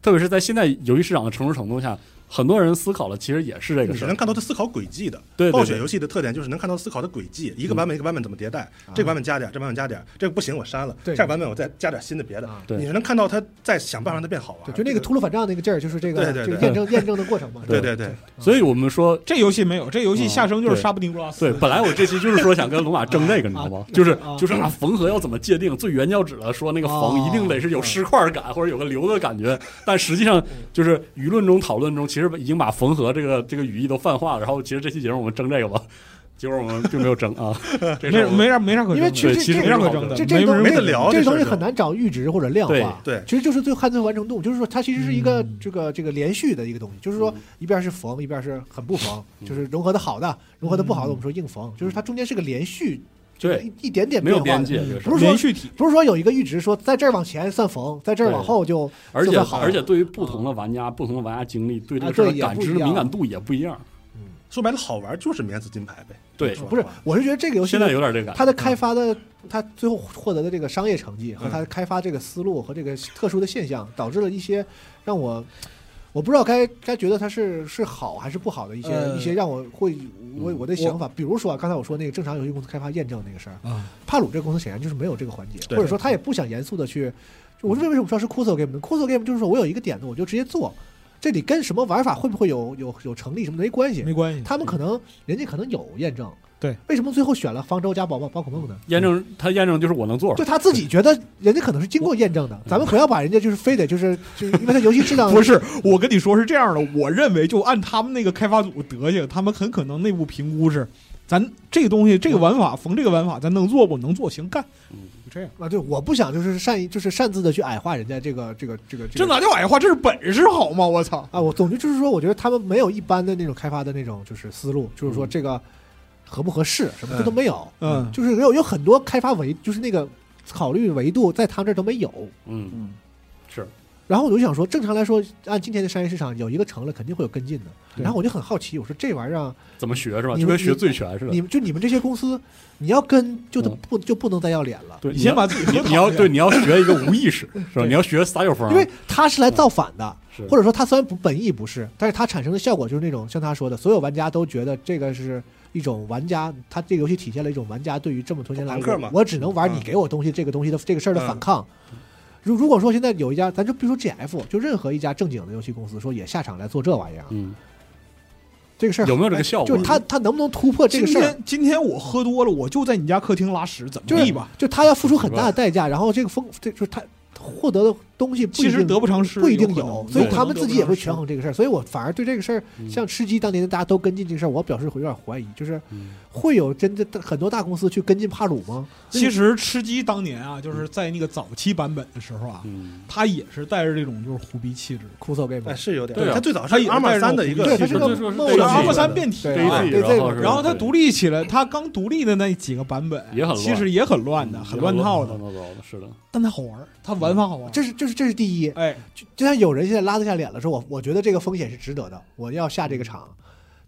[SPEAKER 2] 特别是在现在游戏市场的成熟程度下，很多人思考的其实也是这个
[SPEAKER 4] 你
[SPEAKER 2] 事
[SPEAKER 4] 是
[SPEAKER 2] 儿，
[SPEAKER 4] 能看到它思考轨迹的。
[SPEAKER 2] 对对
[SPEAKER 4] 暴雪
[SPEAKER 2] 对
[SPEAKER 4] 游戏的特点就是能看到思考的轨迹，一个版本一个版本怎么迭代，这个版本加点儿，这版本加点儿，这个不行我删了，
[SPEAKER 1] 对
[SPEAKER 4] 下个版本我再加点儿新的别的
[SPEAKER 1] 啊。
[SPEAKER 2] 对
[SPEAKER 4] 你是能看到它在想办法让它变好玩
[SPEAKER 1] 对，
[SPEAKER 4] 儿。
[SPEAKER 1] 就那个
[SPEAKER 4] 这
[SPEAKER 1] 秃噜反账那个劲儿，就是这个
[SPEAKER 4] 对对
[SPEAKER 1] 这个
[SPEAKER 4] 对
[SPEAKER 1] 验 证验证的过程嘛。
[SPEAKER 4] 对
[SPEAKER 1] 吧
[SPEAKER 4] 对对，
[SPEAKER 2] 所以我们说
[SPEAKER 3] 这游戏没有，这游戏下生就是沙布丁格拉 斯。
[SPEAKER 2] 对，本来我这期就是说想跟龙马争这个，你知道吗？就是
[SPEAKER 1] 啊
[SPEAKER 2] 就是啊，缝合要怎么界定？最原教旨的说那个缝
[SPEAKER 1] 哦
[SPEAKER 2] 一定得是有湿块感或者有个流的感觉，但实际上就是舆论中讨论中，其实已经把缝合这个这个语义都泛化了。然后其实这期节目我们争这个吧，结果我们并没有争啊，这事儿
[SPEAKER 3] 没
[SPEAKER 2] 我们
[SPEAKER 3] 没啥没啥可
[SPEAKER 1] 因为
[SPEAKER 3] 争
[SPEAKER 1] 其实
[SPEAKER 2] 对其实
[SPEAKER 1] 这
[SPEAKER 3] 没啥可争的，
[SPEAKER 1] 这这东
[SPEAKER 3] 没
[SPEAKER 1] 西
[SPEAKER 4] 没得聊
[SPEAKER 1] 这
[SPEAKER 4] 这事儿
[SPEAKER 1] 东西
[SPEAKER 4] 就
[SPEAKER 1] 很难找阈值或者量化。
[SPEAKER 4] 对对
[SPEAKER 1] 其实就是最看最完成度，就是说它其实是一个
[SPEAKER 3] 嗯
[SPEAKER 1] 这个这个连续的一个东西，就是说
[SPEAKER 2] 嗯
[SPEAKER 1] 一边是缝，一边是很不缝，
[SPEAKER 2] 嗯
[SPEAKER 1] 就是融合的好的，融合的不好的
[SPEAKER 3] 嗯
[SPEAKER 1] 我们说硬缝，就是它中间是个连续，
[SPEAKER 2] 对
[SPEAKER 1] 一一点 点变
[SPEAKER 2] 没有
[SPEAKER 1] 化
[SPEAKER 2] 边
[SPEAKER 1] 的。嗯
[SPEAKER 2] 界这个事
[SPEAKER 1] 不
[SPEAKER 2] 儿。
[SPEAKER 1] 是说
[SPEAKER 3] 连续体，
[SPEAKER 1] 不是说有一个阈值说在这儿往前算缝，在这儿往
[SPEAKER 2] 对
[SPEAKER 1] 后就
[SPEAKER 2] 而且
[SPEAKER 1] 就算好了嗯
[SPEAKER 2] 而且对于不同的玩家、不同的玩家经历，对这
[SPEAKER 1] 啊
[SPEAKER 2] 个事儿
[SPEAKER 1] 对
[SPEAKER 2] 的
[SPEAKER 1] 也
[SPEAKER 2] 感
[SPEAKER 1] 不
[SPEAKER 2] 知
[SPEAKER 1] 一样
[SPEAKER 2] 敏感度也不一样。
[SPEAKER 4] 说白了，好玩就是免死金牌呗。
[SPEAKER 2] 对，
[SPEAKER 4] 说
[SPEAKER 1] 不是
[SPEAKER 4] 实话，
[SPEAKER 1] 我是觉得这个游戏
[SPEAKER 2] 现在有点这个感觉。
[SPEAKER 1] 它的开发的，它最后获得的这个商业成绩和它开发这个思路和这个特殊的现象，导致了一些让我我不知道该该觉得它是是好还是不好的一些、
[SPEAKER 3] 呃
[SPEAKER 1] 一些让我会我
[SPEAKER 2] 嗯
[SPEAKER 1] 我的想法。比如说啊，刚才我说那个正常游戏公司开发验证那个事儿，
[SPEAKER 3] 啊
[SPEAKER 1] 帕鲁这个公司显然就是没有这个环节，
[SPEAKER 4] 对
[SPEAKER 1] 或者说他也不想严肃的去。我为为什么说是 Kuso Game 呢？Kuso Game 就是说我有一个点子，我就直接做，这里跟什么玩法会不会有有有成立什么没关系。
[SPEAKER 3] 没关系。
[SPEAKER 1] 他们可能人家可能有验证，
[SPEAKER 3] 嗯对，
[SPEAKER 1] 为什么最后选了方舟加宝宝宝可梦呢？
[SPEAKER 2] 验证他验证就是我能做
[SPEAKER 1] 就，他自己觉得人家可能是经过验证的，咱们不要把人家就是非得就是就是因为他游戏质量
[SPEAKER 3] 嗯不是，我跟你说是这样的，我认为就按他们那个开发组德行，他们很可能内部评估是，咱这个东西这个玩法缝这个玩法，咱能做不能做行干，
[SPEAKER 2] 嗯
[SPEAKER 3] 就这样，
[SPEAKER 1] 啊，对，我不想就是善意就是擅自的去矮化人家这个这个这个个
[SPEAKER 3] 这哪叫矮化，这是本事好吗？我操！
[SPEAKER 1] 啊，我总之就是说，我觉得他们没有一般的那种开发的那种就是思路，就是说这个合不合适什么这都没有，
[SPEAKER 3] 嗯
[SPEAKER 1] 就是有有很多开发维就是那个考虑维度在他们这儿都没有。
[SPEAKER 2] 嗯，
[SPEAKER 3] 嗯，
[SPEAKER 1] 然后我就想说，正常来说，按今天的商业市场，有一个成了肯定会有跟进的。
[SPEAKER 3] 对
[SPEAKER 1] 然后我就很好奇，我说这玩意儿啊，
[SPEAKER 2] 怎么学是吧？
[SPEAKER 1] 你
[SPEAKER 2] 就跟
[SPEAKER 1] 们
[SPEAKER 2] 学醉拳似的
[SPEAKER 1] 你。们就你们这些公司，你要跟就得
[SPEAKER 2] 嗯
[SPEAKER 1] 不就不能再要脸了，
[SPEAKER 2] 对，
[SPEAKER 3] 你先把自己
[SPEAKER 2] 你
[SPEAKER 3] 喝
[SPEAKER 2] 你 要
[SPEAKER 3] 躺下
[SPEAKER 2] 对你要学一个无意识是吧？
[SPEAKER 1] 对
[SPEAKER 2] 你要学撒酒疯，
[SPEAKER 1] 因为他是来造反的。
[SPEAKER 2] 是
[SPEAKER 1] 或者说他虽然不本意不是，但是他产生的效果就是那种像他说的，所有玩家都觉得这个是一种玩家，他这个游戏体现了一种玩家对于这么多年来
[SPEAKER 4] 朋克嘛
[SPEAKER 1] 我我只能玩
[SPEAKER 4] 嗯
[SPEAKER 1] 你给我东西、这个东西的这个事儿的
[SPEAKER 4] 嗯
[SPEAKER 1] 反抗。如如果说现在有一家，咱就比如说 GF，就任何一家正经的游戏公司说也下场来做这玩意儿，
[SPEAKER 2] 嗯，
[SPEAKER 1] 这个事儿
[SPEAKER 2] 有没有这个效
[SPEAKER 1] 哎就
[SPEAKER 2] 果？
[SPEAKER 1] 是他他能不能突破这
[SPEAKER 3] 今
[SPEAKER 1] 个事儿？
[SPEAKER 3] 天今天我喝多了，我就在你家客厅拉屎，怎么
[SPEAKER 1] 就是
[SPEAKER 3] 地吧？
[SPEAKER 1] 就他要付出很大的代价，然后这个风这就是他获得的东西不一
[SPEAKER 3] 其实
[SPEAKER 1] 定
[SPEAKER 3] 得不偿失，
[SPEAKER 1] 不一定
[SPEAKER 3] 可
[SPEAKER 1] 有
[SPEAKER 3] 能，
[SPEAKER 1] 所以
[SPEAKER 3] 可能
[SPEAKER 1] 他们
[SPEAKER 3] 得
[SPEAKER 1] 自
[SPEAKER 3] 不
[SPEAKER 1] 己也
[SPEAKER 3] 偿
[SPEAKER 1] 会
[SPEAKER 3] 失
[SPEAKER 1] 权衡这个事儿。所以我反而对这个事儿，
[SPEAKER 2] 嗯
[SPEAKER 1] 像吃鸡当年大家都跟进这个事儿，我表示有点怀疑，就是
[SPEAKER 2] 嗯
[SPEAKER 1] 会有真的很多大公司去跟进帕鲁吗？
[SPEAKER 3] 其实吃鸡当年啊，就是在那个早期版本的时候啊，
[SPEAKER 2] 嗯，
[SPEAKER 3] 它也是带着这种就是胡逼气质。
[SPEAKER 1] 酷搜 game，
[SPEAKER 4] 哎，是有点。
[SPEAKER 2] 对啊
[SPEAKER 4] 他最早是
[SPEAKER 3] 它也是
[SPEAKER 4] 阿玛
[SPEAKER 3] 带着
[SPEAKER 4] 三的一个
[SPEAKER 1] 对，
[SPEAKER 4] 系
[SPEAKER 1] 它
[SPEAKER 4] 列，
[SPEAKER 1] 是
[SPEAKER 2] 这
[SPEAKER 1] 个
[SPEAKER 2] 就是
[SPEAKER 1] 梦想系
[SPEAKER 2] 这个
[SPEAKER 1] 列
[SPEAKER 2] 阿玛
[SPEAKER 3] 三
[SPEAKER 1] 的
[SPEAKER 3] 变体
[SPEAKER 1] 对
[SPEAKER 2] 这一
[SPEAKER 1] 啊
[SPEAKER 2] 季
[SPEAKER 1] 对
[SPEAKER 2] 然
[SPEAKER 1] 这
[SPEAKER 2] 后
[SPEAKER 1] 个
[SPEAKER 2] 是
[SPEAKER 3] 然后它
[SPEAKER 2] 对
[SPEAKER 3] 独立起来，它刚独立的那几个版本
[SPEAKER 2] 也很乱
[SPEAKER 3] 其实也很乱
[SPEAKER 2] 嗯
[SPEAKER 3] 的，很乱套的
[SPEAKER 2] 乱，糟糟的，是的，
[SPEAKER 3] 但它好玩儿，它玩法好玩儿。
[SPEAKER 1] 这是就是这是第一，
[SPEAKER 3] 哎，
[SPEAKER 1] 就就像有人现在拉得下脸了，说我我觉得这个风险是值得的，我要下这个场，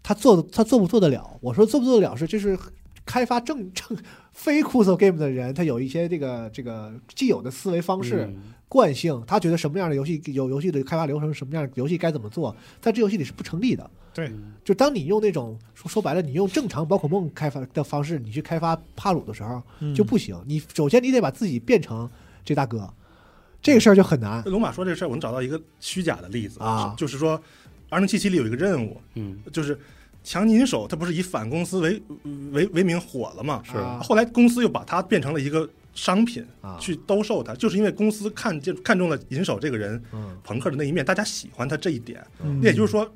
[SPEAKER 1] 他做他做不做得了？我说做不做得了是就是开发正正非酷搜 game 的人，他有一些这个这个既有的思维方式，
[SPEAKER 2] 嗯
[SPEAKER 1] 惯性，他觉得什么样的游戏有游戏的开发流程，什么样的游戏该怎么做，在这游戏里是不成立的。
[SPEAKER 3] 对
[SPEAKER 2] 嗯
[SPEAKER 1] 就当你用那种说说白了，你用正常宝可梦开发的方式，你去开发帕鲁的时候
[SPEAKER 3] 嗯
[SPEAKER 1] 就不行。你首先你得把自己变成这大哥，这个事儿就很难。
[SPEAKER 4] 龙马说这事儿，我能找到一个虚假的例子
[SPEAKER 1] 啊
[SPEAKER 4] 就是说，二零七七里有一个任务，
[SPEAKER 2] 嗯，
[SPEAKER 4] 就是强尼银手，它不是以反公司为为为名火了吗？
[SPEAKER 2] 是
[SPEAKER 1] 啊
[SPEAKER 4] 后来公司又把它变成了一个商品
[SPEAKER 1] 啊，
[SPEAKER 4] 去兜售它，就是因为公司看见看中了银手这个人
[SPEAKER 1] 嗯，
[SPEAKER 4] 朋克的那一面，大家喜欢他这一点。
[SPEAKER 3] 嗯
[SPEAKER 4] 那也就是说，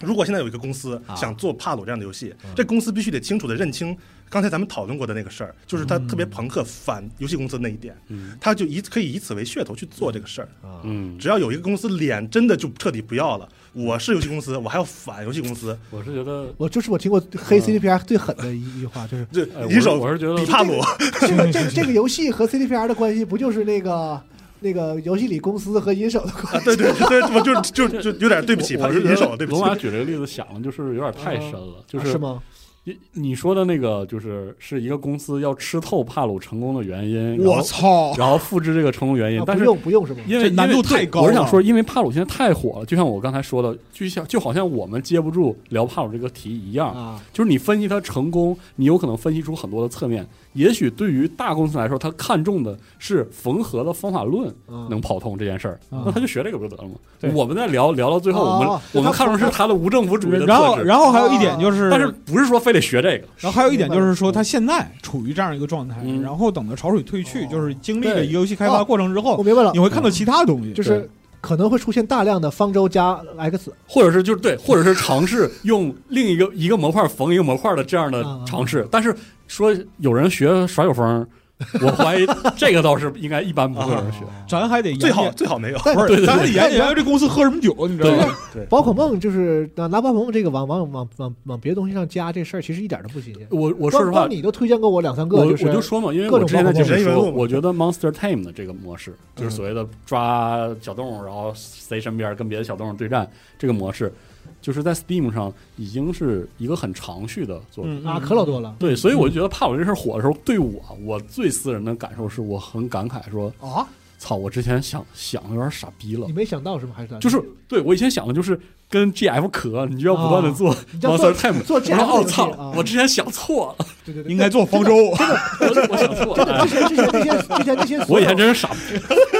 [SPEAKER 4] 如果现在有一个公司
[SPEAKER 1] 啊
[SPEAKER 4] 想做帕鲁这样的游戏
[SPEAKER 1] 嗯，
[SPEAKER 4] 这公司必须得清楚的认清刚才咱们讨论过的那个事儿，就是他
[SPEAKER 3] 嗯
[SPEAKER 4] 特别朋克反游戏公司那一点，
[SPEAKER 2] 嗯
[SPEAKER 4] 他就以可以以此为噱头去做这个事儿。
[SPEAKER 1] 啊，
[SPEAKER 2] 嗯，
[SPEAKER 4] 只要有一个公司脸真的就彻底不要了，我是游戏公司，我还要反游戏公司，
[SPEAKER 2] 我是觉得，
[SPEAKER 1] 我就是我听过黑
[SPEAKER 2] 嗯
[SPEAKER 1] CDPR 最狠 的一句话，就是
[SPEAKER 4] 就
[SPEAKER 2] 哎，我
[SPEAKER 4] 银
[SPEAKER 2] 是
[SPEAKER 4] 手
[SPEAKER 2] 我是觉得
[SPEAKER 4] 比帕鲁，
[SPEAKER 1] 这个这个这个游戏和 CDPR 的关系不就是那个那个游戏里公司和银手的关系？
[SPEAKER 4] 啊对对对，我就就就有点对不起，
[SPEAKER 2] 我
[SPEAKER 4] 帕
[SPEAKER 2] 我是觉
[SPEAKER 4] 银
[SPEAKER 2] 得
[SPEAKER 4] 手，对不
[SPEAKER 2] 龙马
[SPEAKER 4] 起，
[SPEAKER 2] 举这个例子想的就是有点太深了，就
[SPEAKER 1] 啊
[SPEAKER 2] 是
[SPEAKER 1] 吗？
[SPEAKER 2] 你你说的那个就是是一个公司要吃透帕鲁成功的原因，然
[SPEAKER 3] 我
[SPEAKER 2] 后
[SPEAKER 3] 操，
[SPEAKER 2] 然后复制这个成功原因
[SPEAKER 1] 啊，
[SPEAKER 2] 但
[SPEAKER 1] 不
[SPEAKER 2] 是
[SPEAKER 1] 用不用是吗？
[SPEAKER 2] 因为
[SPEAKER 3] 这难度太高了
[SPEAKER 2] 我是想说，因为帕鲁现在太火了，就像我刚才说的，就像就好像我们接不住聊帕鲁这个题一样，
[SPEAKER 1] 啊，
[SPEAKER 2] 就是你分析它成功，你有可能分析出很多的侧面。也许对于大公司来说，它看重的是缝合的方法论
[SPEAKER 1] 嗯
[SPEAKER 2] 能跑通这件事儿，
[SPEAKER 3] 嗯
[SPEAKER 2] 那他就学这个不就得了吗？
[SPEAKER 3] 啊对
[SPEAKER 2] 我们在聊聊到最后，我们、
[SPEAKER 1] 哦
[SPEAKER 2] 我们看重是他的无政府主义的
[SPEAKER 3] 然后
[SPEAKER 2] 特质
[SPEAKER 3] 然后还有一点就是，
[SPEAKER 2] 但是不是说非得学这个？
[SPEAKER 3] 然后还有一点就是说，它现在处于这样一个状态，
[SPEAKER 2] 嗯
[SPEAKER 3] 然后等着潮水退去，
[SPEAKER 1] 哦
[SPEAKER 3] 就是经历了
[SPEAKER 2] 对
[SPEAKER 3] 一个游戏开发过程之
[SPEAKER 1] 我
[SPEAKER 3] 后，
[SPEAKER 1] 明白了
[SPEAKER 3] 你，会看到其他东西
[SPEAKER 1] 就。
[SPEAKER 2] 对
[SPEAKER 1] 是可能会出现大量的方舟加 X
[SPEAKER 2] 或者是就是对，或者是尝试用另一个一个模块缝一个模块的这样的
[SPEAKER 1] 啊
[SPEAKER 2] 尝试。但是说有人学耍酒疯，我怀 疑这个倒是应该一般不会有人
[SPEAKER 1] 啊
[SPEAKER 2] 学。
[SPEAKER 3] 咱还得研
[SPEAKER 4] 最好
[SPEAKER 3] 究
[SPEAKER 4] 最好没有。
[SPEAKER 1] 但
[SPEAKER 3] 不
[SPEAKER 2] 对
[SPEAKER 3] 是，
[SPEAKER 2] 对
[SPEAKER 3] 咱得
[SPEAKER 2] 对
[SPEAKER 3] 研究研究这公司喝什么酒，你知道吗？
[SPEAKER 1] 宝可梦就是拿拿宝可梦这个往往往往往别的东西上加这事儿，其实一点都不新鲜。
[SPEAKER 2] 我我
[SPEAKER 1] 我
[SPEAKER 2] 说实话，
[SPEAKER 1] 你都推荐过我两三个，
[SPEAKER 2] 我
[SPEAKER 1] 就
[SPEAKER 2] 我
[SPEAKER 1] 是
[SPEAKER 2] 就说嘛，因为
[SPEAKER 1] 各
[SPEAKER 2] 我
[SPEAKER 1] 种
[SPEAKER 2] 之前在
[SPEAKER 1] 方
[SPEAKER 2] 节
[SPEAKER 1] 法
[SPEAKER 2] 目里
[SPEAKER 4] 论
[SPEAKER 2] 说，
[SPEAKER 4] 人为
[SPEAKER 2] 我觉得 Monster Time 的这个模式，就
[SPEAKER 1] 嗯
[SPEAKER 2] 是所谓的抓小动物，然后塞身边跟别的小动物对战这个模式，就是在 Steam 上已经是一个很长续的作品。
[SPEAKER 3] 嗯
[SPEAKER 1] 啊，可老多了
[SPEAKER 2] 对，所以我就觉得帕鲁这事儿火的时候，对我我最私人的感受是我很感慨说，
[SPEAKER 1] 啊！
[SPEAKER 2] 操，我之前想想的有点傻逼了
[SPEAKER 1] 你。没想到是吗？还是咋地
[SPEAKER 2] 嗯就是对我以前想的就是跟 GF 壳，你就要不断的做
[SPEAKER 1] 啊你叫做
[SPEAKER 2] Monster Time。
[SPEAKER 1] 做
[SPEAKER 2] 我
[SPEAKER 1] 这
[SPEAKER 2] 说
[SPEAKER 1] 样的
[SPEAKER 2] 哦
[SPEAKER 1] 游戏
[SPEAKER 2] 操
[SPEAKER 1] 啊，，
[SPEAKER 2] 我之前想错了，
[SPEAKER 1] 对对对，
[SPEAKER 3] 应该做方舟。
[SPEAKER 2] 我
[SPEAKER 1] 啊
[SPEAKER 2] 我想错
[SPEAKER 1] 这
[SPEAKER 2] 了。
[SPEAKER 1] 些这些这些这些这些所有
[SPEAKER 2] 我以前真是傻逼，